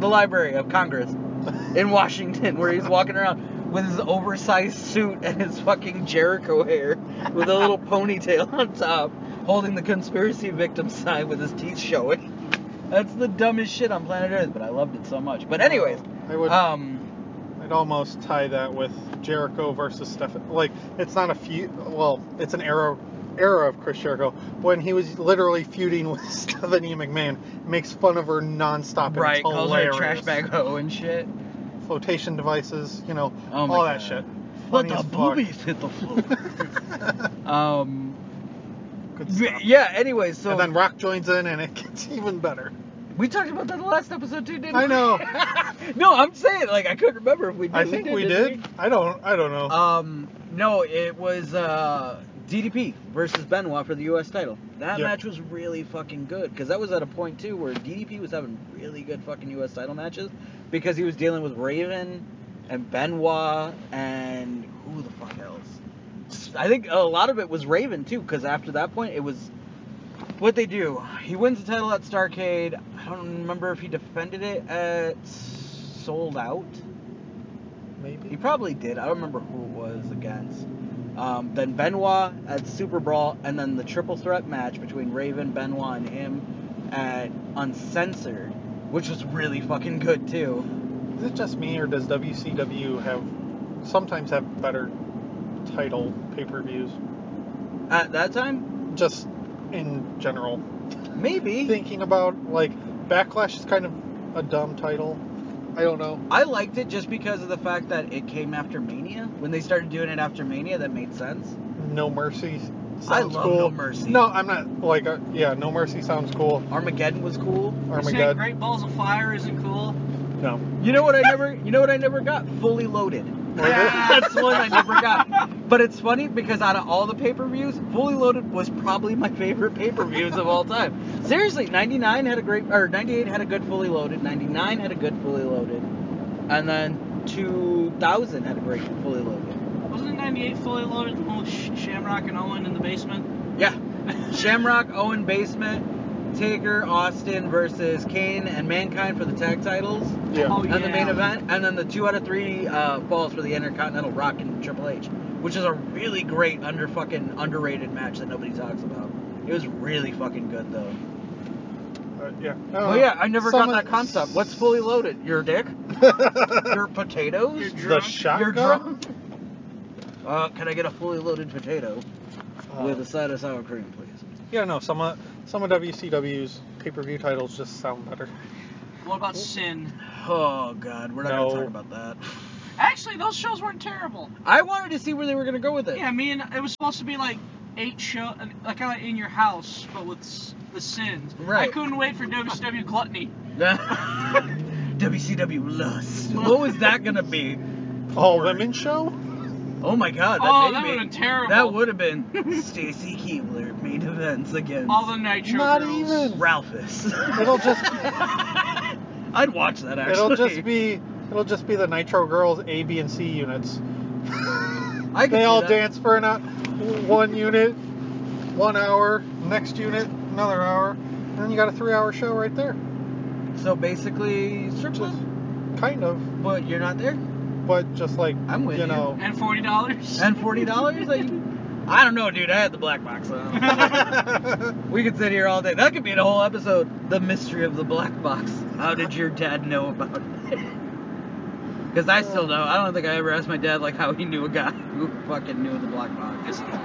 [SPEAKER 3] the Library of Congress in Washington where he's walking around with his oversized suit and his fucking Jericho hair with a little ponytail on top, holding the conspiracy victim sign with his teeth showing. That's the dumbest shit on planet Earth, but I loved it so much. But anyways,
[SPEAKER 2] I would.
[SPEAKER 3] um
[SPEAKER 2] [LAUGHS] I'd almost tie that with Jericho versus Stefan. Like, it's not a few. Well, it's an era era of Chris Jericho when he was literally feuding with [LAUGHS] Stephanie McMahon, makes fun of her nonstop. and
[SPEAKER 3] Right,
[SPEAKER 2] it's
[SPEAKER 3] calls her a
[SPEAKER 2] hilarious.
[SPEAKER 3] trash bag hoe and shit.
[SPEAKER 2] Flotation devices, you know,
[SPEAKER 3] Oh my
[SPEAKER 2] all that
[SPEAKER 3] God.
[SPEAKER 2] shit.
[SPEAKER 3] But
[SPEAKER 2] Funny as
[SPEAKER 3] the
[SPEAKER 2] fuck.
[SPEAKER 3] boobies hit the floor. [LAUGHS] um,
[SPEAKER 2] [LAUGHS] Good
[SPEAKER 3] y-
[SPEAKER 2] stuff.
[SPEAKER 3] yeah. Anyway, so
[SPEAKER 2] and then Rock joins in, and it [LAUGHS] gets even better.
[SPEAKER 3] we talked about that in the last episode too, didn't
[SPEAKER 2] I
[SPEAKER 3] we?
[SPEAKER 2] know.
[SPEAKER 3] [LAUGHS] no, I'm saying like I couldn't remember if we. Did,
[SPEAKER 2] I think we
[SPEAKER 3] didn't
[SPEAKER 2] did. I don't. I don't know.
[SPEAKER 3] Um, no, it was uh, DDP versus Benoit for the U.S. title. That
[SPEAKER 2] Yeah.
[SPEAKER 3] match was really fucking good because that was at a point too where DDP was having really good fucking U.S. title matches because he was dealing with Raven and Benoit and who the fuck else? I think a lot of it was Raven too because after that point it was what they do. He wins the title at Starcade. I don't remember if he defended it at Sold Out. He
[SPEAKER 2] Maybe.
[SPEAKER 3] probably did. I don't remember who it was against. Um, then Benoit at Super Brawl, and then the triple threat match between Raven, Benoit, and him at Uncensored, which was really fucking good too.
[SPEAKER 2] Is it just me, or does WCW have sometimes have better title pay-per-views?
[SPEAKER 3] At that time,
[SPEAKER 2] Just in general.
[SPEAKER 3] maybe
[SPEAKER 2] Thinking about like Backlash is kind of a dumb title. I don't know.
[SPEAKER 3] I liked it just because of the fact that it came after Mania. When they started doing it after Mania, that made sense.
[SPEAKER 2] No Mercy. Sounds
[SPEAKER 3] I love
[SPEAKER 2] cool.
[SPEAKER 3] No Mercy.
[SPEAKER 2] No, I'm not like uh, yeah. No Mercy sounds cool.
[SPEAKER 3] Armageddon was cool.
[SPEAKER 2] Oh my
[SPEAKER 4] saying
[SPEAKER 2] god.
[SPEAKER 4] Great Balls of Fire isn't cool.
[SPEAKER 2] No.
[SPEAKER 3] You know what I never? You know what I never got? Fully loaded. [LAUGHS] That's the one I never got. But it's funny because out of all the pay-per-views, Fully Loaded was probably my favorite pay-per-views of all time. Seriously, 99 had a great, or 98 had a good Fully Loaded, 99 had a good Fully Loaded, and then 2000 had a great Fully Loaded.
[SPEAKER 4] Wasn't it 98 fully loaded the one with Sh- Shamrock and Owen in the basement?
[SPEAKER 3] Yeah, Shamrock, Owen, Basement, Taker, Austin versus Kane and Mankind for the tag titles.
[SPEAKER 2] Yeah.
[SPEAKER 4] Oh,
[SPEAKER 3] and the main
[SPEAKER 4] yeah.
[SPEAKER 3] event, and then the two out of three uh, falls for the Intercontinental Rock and Triple H, which is a really great under fucking underrated match that nobody talks about. It was really fucking good though.
[SPEAKER 2] Uh, yeah.
[SPEAKER 3] Oh yeah, I never got that concept.
[SPEAKER 2] [LAUGHS]
[SPEAKER 3] What's fully loaded? Your dick?
[SPEAKER 2] the
[SPEAKER 3] Your potatoes?
[SPEAKER 4] Your dr-
[SPEAKER 2] shotgun.
[SPEAKER 3] Your drum? Uh, can I get a fully loaded potato
[SPEAKER 2] Uh,
[SPEAKER 3] with a side of sour cream, please?
[SPEAKER 2] yeah, no. Some of some of WCW's pay-per-view titles just sound better.
[SPEAKER 4] What about Sin?
[SPEAKER 3] Oh god, we're not
[SPEAKER 2] No.
[SPEAKER 3] gonna talk about that.
[SPEAKER 4] Actually, those shows weren't terrible.
[SPEAKER 3] I wanted to see where they were gonna go with it. [LAUGHS]
[SPEAKER 4] Yeah, I mean, it was supposed to be like eight show, like kind of in your house, but with s- the sins.
[SPEAKER 3] Right.
[SPEAKER 4] I couldn't wait for WCW Gluttony.
[SPEAKER 3] WCW Lust. What was that gonna be?
[SPEAKER 2] All women show.
[SPEAKER 3] Oh my god, that
[SPEAKER 4] oh,
[SPEAKER 3] may
[SPEAKER 4] that
[SPEAKER 3] be-
[SPEAKER 4] would have been terrible.
[SPEAKER 3] That would have been Stacy Keebler main events against
[SPEAKER 4] All the Nitro
[SPEAKER 2] Not
[SPEAKER 4] girls.
[SPEAKER 2] even.
[SPEAKER 3] Ralphus.
[SPEAKER 2] It'll just-
[SPEAKER 3] [LAUGHS] I'd watch that actually.
[SPEAKER 2] It'll just be it'll just be the Nitro Girls A, B, and C units.
[SPEAKER 3] I could
[SPEAKER 2] They
[SPEAKER 3] see
[SPEAKER 2] all
[SPEAKER 3] that.
[SPEAKER 2] dance for an hour, one unit, one hour. Next unit, another hour. And then you got a three-hour show right there.
[SPEAKER 3] So basically, strip
[SPEAKER 2] Just
[SPEAKER 3] club,
[SPEAKER 2] kind of,
[SPEAKER 3] but you're not
[SPEAKER 2] [LAUGHS]
[SPEAKER 3] there.
[SPEAKER 2] but just like
[SPEAKER 3] I'm with you.
[SPEAKER 2] know.
[SPEAKER 4] And
[SPEAKER 3] [LAUGHS]
[SPEAKER 4] forty dollars.
[SPEAKER 3] And forty dollars? Like, I don't know, dude. I had the black box on. we could sit here all day. That could be the whole episode. The mystery of the black box. How did your dad know about it? Because I still don't. I don't think I ever asked my dad like how he knew a guy who fucking knew the black box.
[SPEAKER 4] Isn't that,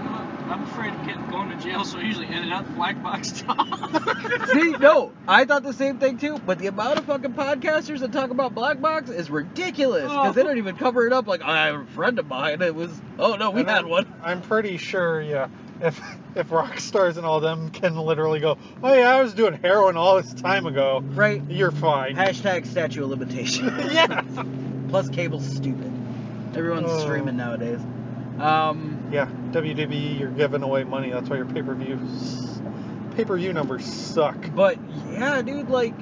[SPEAKER 4] I'm afraid of getting going to jail, so I usually ended up black box [LAUGHS] talk.
[SPEAKER 3] See, no, I thought the same thing too, but the amount of fucking podcasters that talk about black box is ridiculous because they don't even cover it up. Like, I have a friend of mine. It was, oh no, we
[SPEAKER 2] And
[SPEAKER 3] had
[SPEAKER 2] I'm-
[SPEAKER 3] one.
[SPEAKER 2] I'm pretty sure, yeah. If if rock stars and all them can literally go, oh yeah, I was doing heroin all this time ago.
[SPEAKER 3] Right.
[SPEAKER 2] You're fine.
[SPEAKER 3] Hashtag statue of limitation. [LAUGHS]
[SPEAKER 2] yeah.
[SPEAKER 3] Plus, cable's stupid. Everyone's
[SPEAKER 2] Oh.
[SPEAKER 3] streaming nowadays. Um,
[SPEAKER 2] Yeah. WWE, you're giving away money. That's why your pay per view pay per view numbers suck.
[SPEAKER 3] but yeah, dude, like,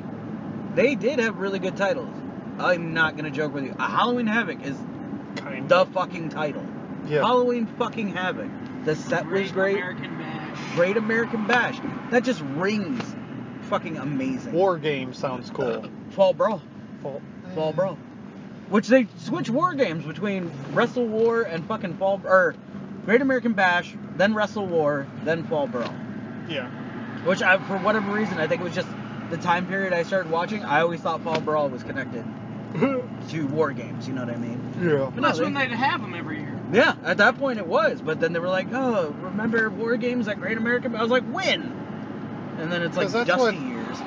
[SPEAKER 3] they did have really good titles. I'm not gonna joke with you. Uh, Halloween Havoc is
[SPEAKER 2] Kind
[SPEAKER 3] the fucking title.
[SPEAKER 2] Yeah.
[SPEAKER 3] Halloween fucking Havoc. The set was great.
[SPEAKER 4] American Bash.
[SPEAKER 3] Great American Bash. That just rings fucking amazing.
[SPEAKER 2] War game sounds cool.
[SPEAKER 3] Fall Brawl. Uh,
[SPEAKER 2] Fall,
[SPEAKER 3] Fall Brawl. Which they switch war games between Wrestle War and fucking Fall or Great American Bash, then Wrestle War, then Fall Brawl.
[SPEAKER 2] Yeah. [LAUGHS]
[SPEAKER 3] Which I for whatever reason I think it was just the time period I started watching, I always thought Fall Brawl was connected to war games, you know what I mean?
[SPEAKER 2] yeah.
[SPEAKER 4] But that's when they'd have them every year.
[SPEAKER 3] Yeah, at that point it was, but then they were like, "Oh, remember War Games that Great American?" I was like, "When?" And then it's like
[SPEAKER 2] 'Cause that's
[SPEAKER 3] Dusty
[SPEAKER 2] when-
[SPEAKER 3] years.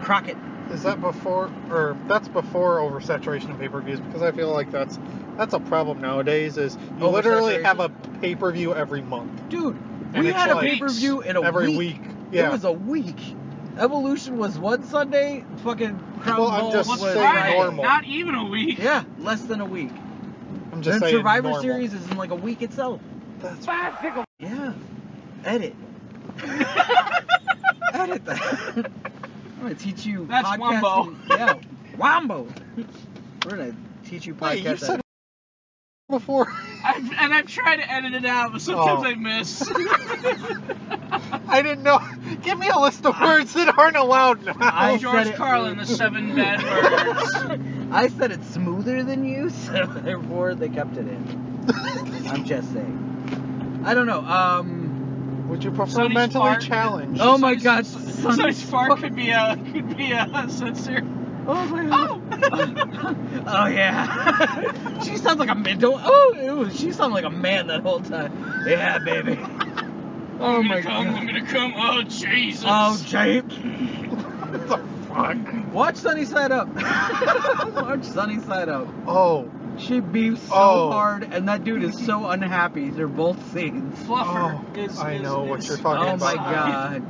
[SPEAKER 3] Crockett.
[SPEAKER 2] Is that before or that's before oversaturation of pay-per-views? Because I feel like that's that's a problem nowadays. Is you literally
[SPEAKER 3] Oversaturation?
[SPEAKER 2] have a pay-per-view every month.
[SPEAKER 3] Dude,
[SPEAKER 2] And
[SPEAKER 3] we
[SPEAKER 2] it's
[SPEAKER 3] had a
[SPEAKER 2] like
[SPEAKER 3] pay per view in a
[SPEAKER 2] every
[SPEAKER 3] week.
[SPEAKER 2] week. Yeah.
[SPEAKER 3] It was a week. Evolution was one Sunday. Fucking Crown
[SPEAKER 2] Well, I'm
[SPEAKER 3] Ball
[SPEAKER 2] just
[SPEAKER 3] was
[SPEAKER 4] What's
[SPEAKER 2] saying
[SPEAKER 4] Friday?
[SPEAKER 2] normal.
[SPEAKER 4] Not even a week.
[SPEAKER 3] Yeah, less than a week.
[SPEAKER 2] I'm just
[SPEAKER 3] then
[SPEAKER 2] saying.
[SPEAKER 3] Survivor
[SPEAKER 2] normal.
[SPEAKER 3] Series is in like a week itself.
[SPEAKER 2] That's
[SPEAKER 3] Yeah. Edit.
[SPEAKER 4] [LAUGHS]
[SPEAKER 3] Edit [LAUGHS] that. I'm gonna teach you.
[SPEAKER 4] That's
[SPEAKER 3] podcasting- Yeah, Wombo. We're gonna teach you
[SPEAKER 2] Wait,
[SPEAKER 3] podcast. [LAUGHS]
[SPEAKER 2] you said before. [LAUGHS]
[SPEAKER 4] I've, and I've tried to edit it out, but sometimes
[SPEAKER 2] Oh.
[SPEAKER 3] [LAUGHS]
[SPEAKER 4] I miss.
[SPEAKER 2] I didn't know. [LAUGHS] Give me a list of words that aren't allowed now. [LAUGHS]
[SPEAKER 3] I said
[SPEAKER 4] George
[SPEAKER 3] it.
[SPEAKER 4] Carlin,
[SPEAKER 3] [LAUGHS]
[SPEAKER 4] the seven bad words.
[SPEAKER 3] I said it smoother than you, [LAUGHS] so therefore they kept it in. I'm just saying. I don't know. Um.
[SPEAKER 2] Would you prefer
[SPEAKER 4] Sonny's
[SPEAKER 2] mentally
[SPEAKER 4] fart.
[SPEAKER 2] challenged?
[SPEAKER 3] Oh my
[SPEAKER 4] Sonny's-
[SPEAKER 3] God.
[SPEAKER 4] Sonny's fart could be a could be uh, a censor.
[SPEAKER 3] Oh [LAUGHS] my
[SPEAKER 4] Oh.
[SPEAKER 3] oh yeah. [LAUGHS] she sounds like a man. Don't, oh, ew, she sounded like a man that whole time. Yeah, [LAUGHS] baby. Oh
[SPEAKER 4] I'm
[SPEAKER 3] my
[SPEAKER 4] gonna come. I'm
[SPEAKER 3] god.
[SPEAKER 4] gonna come. Oh Jesus.
[SPEAKER 3] Oh, Jake.
[SPEAKER 2] [LAUGHS] What the fuck?
[SPEAKER 3] Watch Sunny Side Up. [LAUGHS] Watch Sunny Side Up.
[SPEAKER 2] Oh,
[SPEAKER 3] She beefs so
[SPEAKER 2] Oh.
[SPEAKER 3] hard, and that dude is so unhappy through both scenes.
[SPEAKER 4] Fluffer.
[SPEAKER 2] Oh,
[SPEAKER 4] is,
[SPEAKER 2] I
[SPEAKER 4] is-
[SPEAKER 2] know what
[SPEAKER 4] is-
[SPEAKER 2] you're talking
[SPEAKER 3] Oh
[SPEAKER 2] about.
[SPEAKER 3] my
[SPEAKER 2] now.
[SPEAKER 4] [LAUGHS]
[SPEAKER 3] god.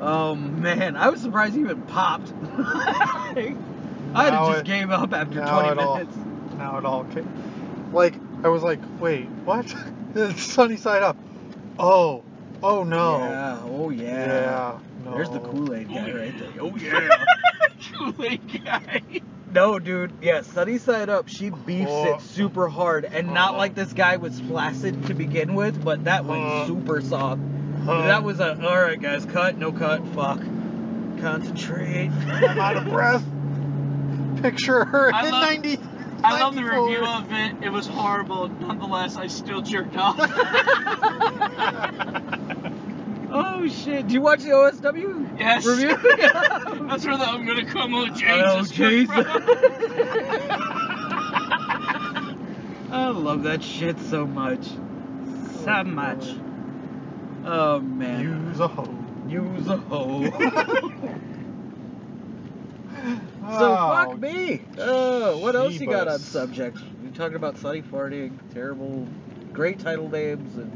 [SPEAKER 3] Oh man, I was surprised he even popped. [LAUGHS] I had
[SPEAKER 2] Now
[SPEAKER 3] just
[SPEAKER 2] it-
[SPEAKER 3] gave up after
[SPEAKER 2] now
[SPEAKER 3] 20
[SPEAKER 2] it all-
[SPEAKER 3] minutes.
[SPEAKER 2] now it all came. Like I was like, wait, what? [LAUGHS] it's sunny side up. Oh, oh no.
[SPEAKER 3] Yeah. Oh yeah.
[SPEAKER 2] Yeah, no.
[SPEAKER 3] There's the Kool-Aid guy right there. Oh yeah.
[SPEAKER 4] Kool-Aid guy.
[SPEAKER 3] no, dude. Yeah, sunny side up. She beefs
[SPEAKER 2] Oh.
[SPEAKER 3] it super hard, and not
[SPEAKER 2] Oh.
[SPEAKER 3] like this guy was flaccid to begin with, but that went
[SPEAKER 2] Oh.
[SPEAKER 3] super soft.
[SPEAKER 2] Oh.
[SPEAKER 3] That was a all right, guys. Cut. No cut. Fuck. Concentrate.
[SPEAKER 2] [LAUGHS] I'm out of breath. Picture her
[SPEAKER 4] I
[SPEAKER 2] in
[SPEAKER 4] love-
[SPEAKER 2] 90.
[SPEAKER 4] I love the
[SPEAKER 2] 94.
[SPEAKER 4] review of it. It was horrible. Nonetheless, I still jerked off.
[SPEAKER 3] [LAUGHS]
[SPEAKER 4] [LAUGHS]
[SPEAKER 3] oh shit. Do you watch the OSW?
[SPEAKER 2] [LAUGHS]
[SPEAKER 4] Yes.
[SPEAKER 3] Review. [LAUGHS]
[SPEAKER 4] [LAUGHS] That's where the I'm gonna come. Oh Jesus.
[SPEAKER 3] Oh,
[SPEAKER 4] came
[SPEAKER 2] [LAUGHS]
[SPEAKER 4] from.
[SPEAKER 3] I love that shit so much. So much. Oh man.
[SPEAKER 2] Use a hoe.
[SPEAKER 3] Use a
[SPEAKER 2] [LAUGHS]
[SPEAKER 3] hoe. [LAUGHS] so
[SPEAKER 2] Oh,
[SPEAKER 3] fuck me. Uh, what else you got on
[SPEAKER 2] Jeebus.
[SPEAKER 3] subject? We talking about sunny farting, terrible, great title names, and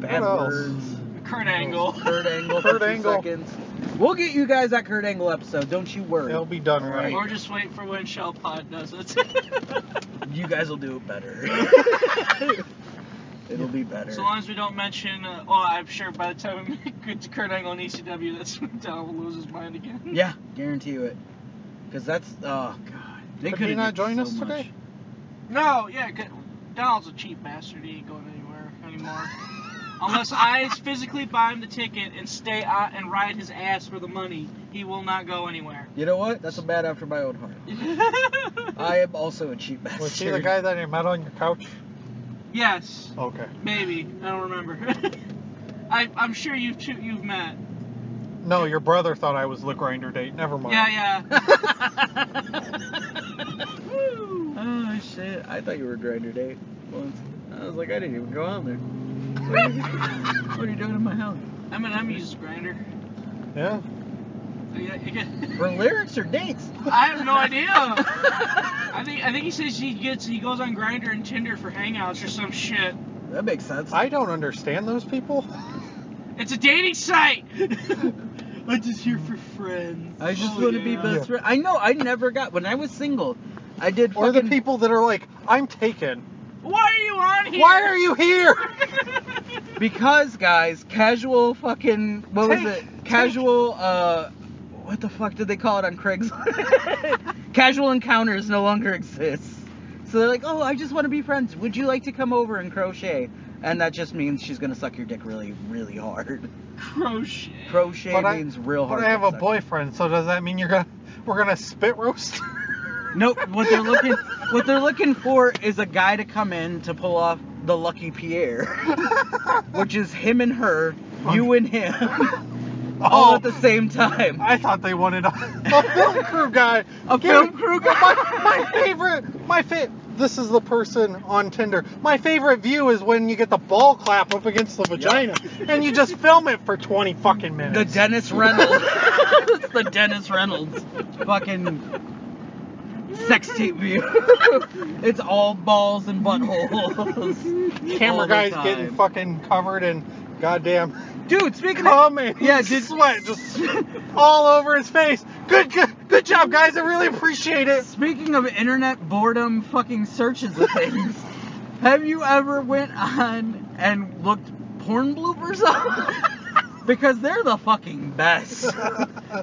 [SPEAKER 3] bad
[SPEAKER 2] What else?
[SPEAKER 3] words.
[SPEAKER 4] [LAUGHS] Kurt Angle.
[SPEAKER 2] [LAUGHS]
[SPEAKER 3] Kurt Angle.
[SPEAKER 2] Kurt
[SPEAKER 3] for two
[SPEAKER 2] Angle.
[SPEAKER 3] Seconds. We'll get you guys that Kurt Angle episode. Don't you worry.
[SPEAKER 2] It'll be done
[SPEAKER 3] Alright.
[SPEAKER 2] right.
[SPEAKER 4] Or just wait for when Shell Pod does it. [LAUGHS]
[SPEAKER 3] You guys will do it
[SPEAKER 2] [LAUGHS]
[SPEAKER 3] better. [LAUGHS] It'll be better.
[SPEAKER 4] so long as we don't mention, uh, oh, I'm sure by the time [LAUGHS] we make it to Kurt Angle and ECW, that's when Don will lose his mind again.
[SPEAKER 3] Yeah, guarantee you it. Because that's oh god, they
[SPEAKER 2] Could
[SPEAKER 3] coulda
[SPEAKER 2] he not
[SPEAKER 3] did
[SPEAKER 2] join
[SPEAKER 3] so
[SPEAKER 2] us today?
[SPEAKER 3] much.
[SPEAKER 4] No, yeah, 'cause Donald's a cheap bastard. He ain't going anywhere anymore. Unless I physically buy him the ticket and stay out and ride his ass for the money, he will not go anywhere.
[SPEAKER 3] You know what? That's a bad after my own heart. I am also a cheap bastard.
[SPEAKER 2] Was he the guy that you met on your couch?
[SPEAKER 4] yes,
[SPEAKER 2] Okay.
[SPEAKER 4] maybe. I don't remember. [LAUGHS] I, I'm sure you've two, you've met.
[SPEAKER 2] No, your brother thought I was the grinder date. Never mind.
[SPEAKER 4] Yeah, yeah. [LAUGHS]
[SPEAKER 3] oh shit! I thought you were a grinder date once. I was like, I didn't even go on
[SPEAKER 4] [LAUGHS]
[SPEAKER 3] there. what are you doing in my house?
[SPEAKER 4] Eminem uses grinder.
[SPEAKER 2] Yeah.
[SPEAKER 4] I
[SPEAKER 3] For lyrics or dates?
[SPEAKER 4] have no idea. I think I think he says he gets he goes on Grinder and Tinder for hangouts or some shit.
[SPEAKER 3] [LAUGHS] That makes sense.
[SPEAKER 2] I don't understand those people.
[SPEAKER 4] It's a dating [LAUGHS] site. I'm just here for friends.
[SPEAKER 3] I just
[SPEAKER 4] Oh,
[SPEAKER 3] want to be
[SPEAKER 4] yeah.
[SPEAKER 3] best
[SPEAKER 2] Yeah.
[SPEAKER 3] friend. I know. I never got when I was single. I did
[SPEAKER 2] Or the
[SPEAKER 3] fucking
[SPEAKER 2] people that are like, I'm taken.
[SPEAKER 4] Why are you on here?
[SPEAKER 2] Why are you
[SPEAKER 3] [LAUGHS]
[SPEAKER 2] here?
[SPEAKER 3] Because guys, casual fucking what was
[SPEAKER 2] Take-
[SPEAKER 3] it? Casual uh what the fuck did they call it on Craigslist? [LAUGHS] casual encounters no longer exists. So they're like, "Oh, I just want to be friends. Would you like to come over and crochet?" And that just means she's gonna suck your dick really, really hard.
[SPEAKER 4] Crochet.
[SPEAKER 3] Crochet
[SPEAKER 2] But I-
[SPEAKER 3] means real hard.
[SPEAKER 2] But I have
[SPEAKER 3] dick
[SPEAKER 2] a
[SPEAKER 3] sucking.
[SPEAKER 2] boyfriend, so does that mean you're gonna we're gonna spit roast? [LAUGHS]
[SPEAKER 3] Nope. What they're looking, what they're looking for is a guy to come in to pull off the lucky Pierre, [LAUGHS] which is him and her, you and him, [LAUGHS] all
[SPEAKER 2] Oh.
[SPEAKER 3] at the same time. [LAUGHS]
[SPEAKER 2] I thought they wanted [LAUGHS] a, a film crew guy.
[SPEAKER 3] A
[SPEAKER 2] Get
[SPEAKER 3] film
[SPEAKER 2] it.
[SPEAKER 3] crew guy?
[SPEAKER 2] My, my favorite, my fit. this is the person on Tinder. My favorite view is when you get the ball clap up against the vagina and you just film it for 20 fucking minutes.
[SPEAKER 3] The Dennis Reynolds. it's the Dennis Reynolds fucking sex tape view. [LAUGHS] it's all balls and buttholes. all
[SPEAKER 2] camera
[SPEAKER 3] the
[SPEAKER 2] guys
[SPEAKER 3] time.
[SPEAKER 2] getting fucking covered in goddamn
[SPEAKER 3] Dude, speaking of.
[SPEAKER 2] cum
[SPEAKER 3] [LAUGHS]
[SPEAKER 2] and
[SPEAKER 3] Yeah, did-
[SPEAKER 2] [LAUGHS] sweat just all over his face. Good, good, good job, guys. I really
[SPEAKER 3] [LAUGHS]
[SPEAKER 2] appreciate it.
[SPEAKER 3] Speaking of internet boredom fucking searches of things, have you ever went on and looked porn bloopers up? [LAUGHS] because they're the fucking best.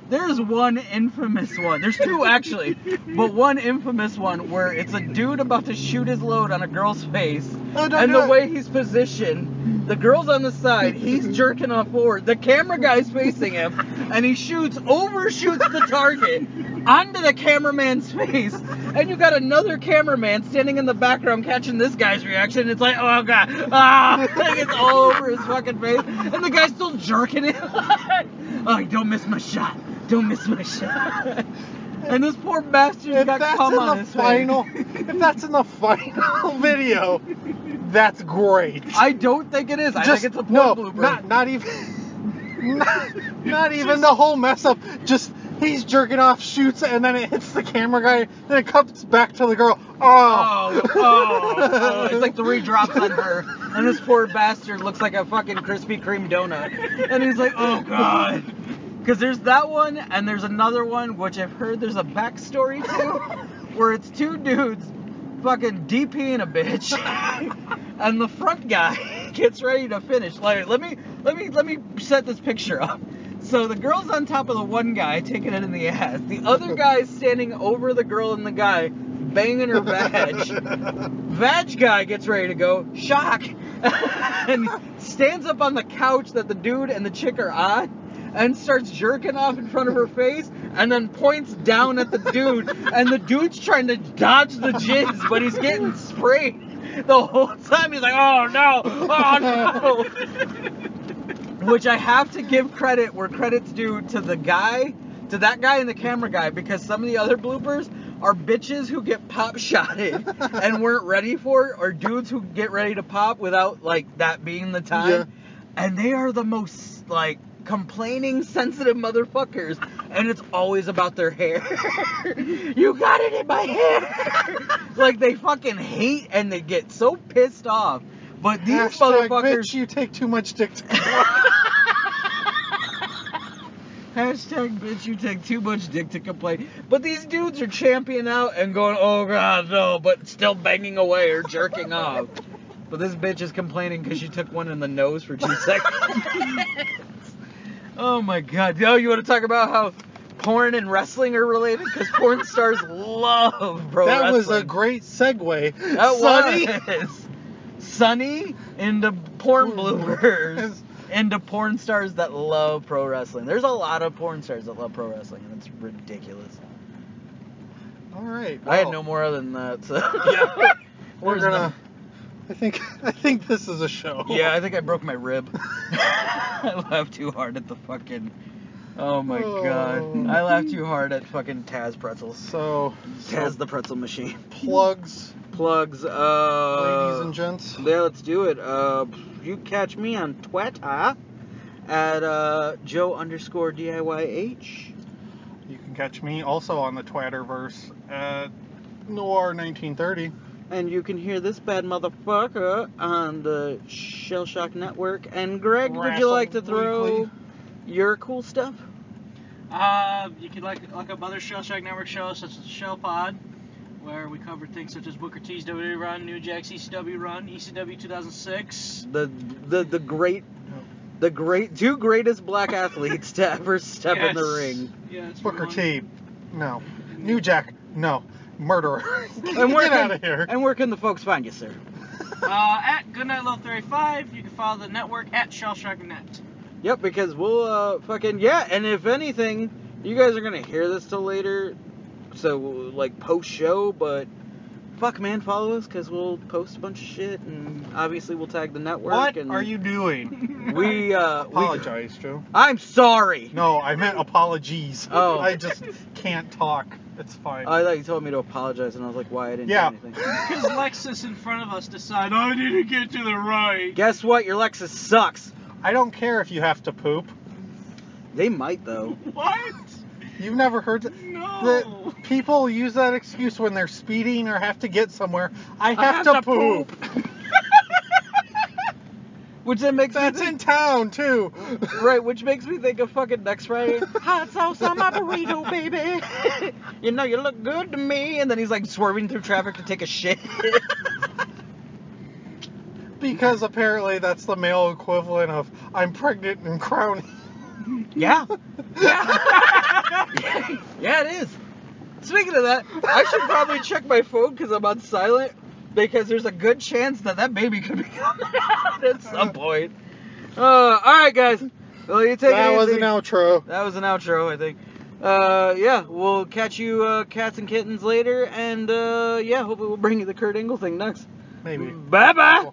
[SPEAKER 3] There's one infamous one. There's two actually, but one infamous one where it's a dude about to shoot his load on a girl's face,
[SPEAKER 2] Oh, don't
[SPEAKER 3] and
[SPEAKER 2] do
[SPEAKER 3] the
[SPEAKER 2] it.
[SPEAKER 3] way he's positioned, the girl's on the
[SPEAKER 2] [LAUGHS]
[SPEAKER 3] side, he's jerking off forward, the camera guy's facing him, and he shoots, overshoots the target onto the cameraman's face, and you got another cameraman standing in the background catching this guy's reaction. It's like, oh god, ah, [LAUGHS] like it's all over his fucking face, and the guy's still jerking it. [LAUGHS] oh, don't miss my shot. Don't miss my shot. [LAUGHS] And this poor bastard's
[SPEAKER 2] If
[SPEAKER 3] got
[SPEAKER 2] that's
[SPEAKER 3] cum
[SPEAKER 2] in
[SPEAKER 3] on
[SPEAKER 2] the
[SPEAKER 3] his
[SPEAKER 2] final,
[SPEAKER 3] face.
[SPEAKER 2] if that's in the final [LAUGHS] video, that's great.
[SPEAKER 3] I don't think it is. I
[SPEAKER 2] just
[SPEAKER 3] think it's a porn
[SPEAKER 2] no,
[SPEAKER 3] blooper.
[SPEAKER 2] not not even, [LAUGHS] not, not even the whole mess up. Just he's jerking off, shoots, and then it hits the camera guy. Then it comes back to the girl.
[SPEAKER 3] Oh,
[SPEAKER 2] Oh, [LAUGHS]
[SPEAKER 3] oh, oh. It's like three drops on her. And this poor bastard looks like a fucking Krispy Kreme donut. And he's like, oh god. Because there's that one, and there's another one, which I've heard there's a backstory to, where it's two dudes fucking DPing a bitch. and the front guy [LAUGHS] gets ready to finish. Like, let me, let me, let me set this picture up. So the girl's on top of the one guy, taking it in the ass. The other guy's standing over the girl and the guy, banging her vag. Vag guy gets ready to go, shock, [LAUGHS] and stands up on the couch that the dude and the chick are on and starts jerking off in front of her face and then points down at the dude and the dude's trying to dodge the jizz but he's getting sprayed the whole time he's like oh no oh no which i have to give credit where credit's due to the guy to that guy and the camera guy because some of the other bloopers are bitches who get pop
[SPEAKER 2] [LAUGHS]
[SPEAKER 3] shotted and weren't ready for it or dudes who get ready to pop without like that being the time
[SPEAKER 2] Yeah.
[SPEAKER 3] and they are the most like complaining sensitive motherfuckers and it's always about their hair [LAUGHS] you got it in my hair [LAUGHS] like they fucking hate and they get so pissed off but these
[SPEAKER 2] Hashtag,
[SPEAKER 3] motherfuckers
[SPEAKER 2] bitch, you take too
[SPEAKER 3] [LAUGHS]
[SPEAKER 2] much dick. To-
[SPEAKER 3] Hashtag bitch, you take too much dick to complain. But these dudes are championing out and going, oh god, no, but still banging away or jerking off. But this bitch is complaining because she took one in the nose for two seconds. oh my god. Yo, you want to talk about how porn and wrestling are related? Because porn stars love bro
[SPEAKER 2] that was a
[SPEAKER 3] wrestling.
[SPEAKER 2] great
[SPEAKER 3] [LAUGHS]
[SPEAKER 2] segue.
[SPEAKER 3] That
[SPEAKER 2] Sonny.
[SPEAKER 3] was. Sunny into porn bloopers
[SPEAKER 2] Yes.
[SPEAKER 3] into porn stars that love pro wrestling. There's a lot of porn stars that love pro wrestling, and it's ridiculous.
[SPEAKER 2] All right.
[SPEAKER 3] I had
[SPEAKER 2] well,
[SPEAKER 3] no more other than that. So.
[SPEAKER 2] Yeah. We're
[SPEAKER 3] There's
[SPEAKER 2] gonna. I think. [LAUGHS] I think this is a show.
[SPEAKER 3] no- [LAUGHS] yeah, I think I broke my rib. [LAUGHS] I laughed too hard at the fucking. Oh my
[SPEAKER 2] Oh.
[SPEAKER 3] god! I laughed too hard at fucking Taz pretzels.
[SPEAKER 2] So, so
[SPEAKER 3] Taz the pretzel machine.
[SPEAKER 2] plugs,
[SPEAKER 3] Plugs. Uh.
[SPEAKER 2] ladies and gents.
[SPEAKER 3] Yeah, let's do it. Uh, you catch me on Twitter at uh, Joe underscore DIYH.
[SPEAKER 2] You can catch me also on the Twatterverse at Noir1930.
[SPEAKER 3] And you can hear this bad motherfucker on the Shell Shock Network. And Greg, would you like to
[SPEAKER 2] Wrestle
[SPEAKER 3] throw
[SPEAKER 2] Weekly.
[SPEAKER 3] your cool stuff?
[SPEAKER 4] Uh, you can like look up other Shell Shock Network shows such as Shell Pod, where we cover things such as Booker T's WWE run, New Jack's ECW run, E ECW 2006.
[SPEAKER 3] The the the great, the great two greatest black athletes to ever step in the
[SPEAKER 4] Yes.
[SPEAKER 3] ring.
[SPEAKER 4] Yeah, that's
[SPEAKER 2] Booker
[SPEAKER 4] one.
[SPEAKER 2] T. No. New Jack. No. Murderer.
[SPEAKER 3] And where
[SPEAKER 2] [LAUGHS] [LAUGHS] Get
[SPEAKER 3] can-
[SPEAKER 2] out of here.
[SPEAKER 3] And where can the folks find you, sir?
[SPEAKER 4] Uh, at Goodnight Love 35, you can follow the network at Shell Shock Net.
[SPEAKER 3] Yep, because we'll uh fucking yeah, and if anything, you guys are gonna hear this till later, so like post show, but fuck man, follow us because we'll post a bunch of shit and obviously we'll tag the network.
[SPEAKER 2] What
[SPEAKER 3] and
[SPEAKER 2] are you doing?
[SPEAKER 3] [LAUGHS]
[SPEAKER 2] [LAUGHS]
[SPEAKER 3] We uh, we,
[SPEAKER 2] Apologize, Joe.
[SPEAKER 3] I'm sorry.
[SPEAKER 2] No, [LAUGHS] I meant apologies.
[SPEAKER 3] Oh.
[SPEAKER 2] I just can't talk. It's fine.
[SPEAKER 3] I thought you told me to apologize, and I was like, why I didn't
[SPEAKER 2] Yeah.
[SPEAKER 3] do anything. [LAUGHS]
[SPEAKER 4] Because Lexus in front of us decide, I need to get to the right.
[SPEAKER 3] Guess what? Your Lexus sucks.
[SPEAKER 2] I don't care if you have to poop.
[SPEAKER 3] They might
[SPEAKER 2] [LAUGHS]
[SPEAKER 3] though.
[SPEAKER 4] What?
[SPEAKER 2] You've never heard that.
[SPEAKER 4] No.
[SPEAKER 2] People use that excuse when they're speeding or have to get somewhere. I have, to, poop.
[SPEAKER 3] Which then [LAUGHS] makes
[SPEAKER 2] That's
[SPEAKER 3] me
[SPEAKER 2] in
[SPEAKER 3] think,
[SPEAKER 2] town too.
[SPEAKER 3] right, which makes me think of fucking next Friday. Hot sauce on my burrito, baby. you know you look good to me. And then he's like swerving through traffic to take a shit. [LAUGHS]
[SPEAKER 2] Because apparently that's the male equivalent of I'm pregnant and crowning.
[SPEAKER 3] yeah. Yeah. [LAUGHS] yeah, it is. Speaking of that, I should probably check my phone because I'm on silent. Because there's a good chance that that baby could be [LAUGHS] coming out at some point. Uh, all right, guys. Well, you take it
[SPEAKER 2] That was
[SPEAKER 3] easy.
[SPEAKER 2] an outro.
[SPEAKER 3] That was an outro, I think. Uh, yeah, we'll catch you uh, cats and kittens later, and uh, yeah, hopefully we'll bring you the Kurt Angle thing next.
[SPEAKER 2] Maybe.
[SPEAKER 3] Bye bye.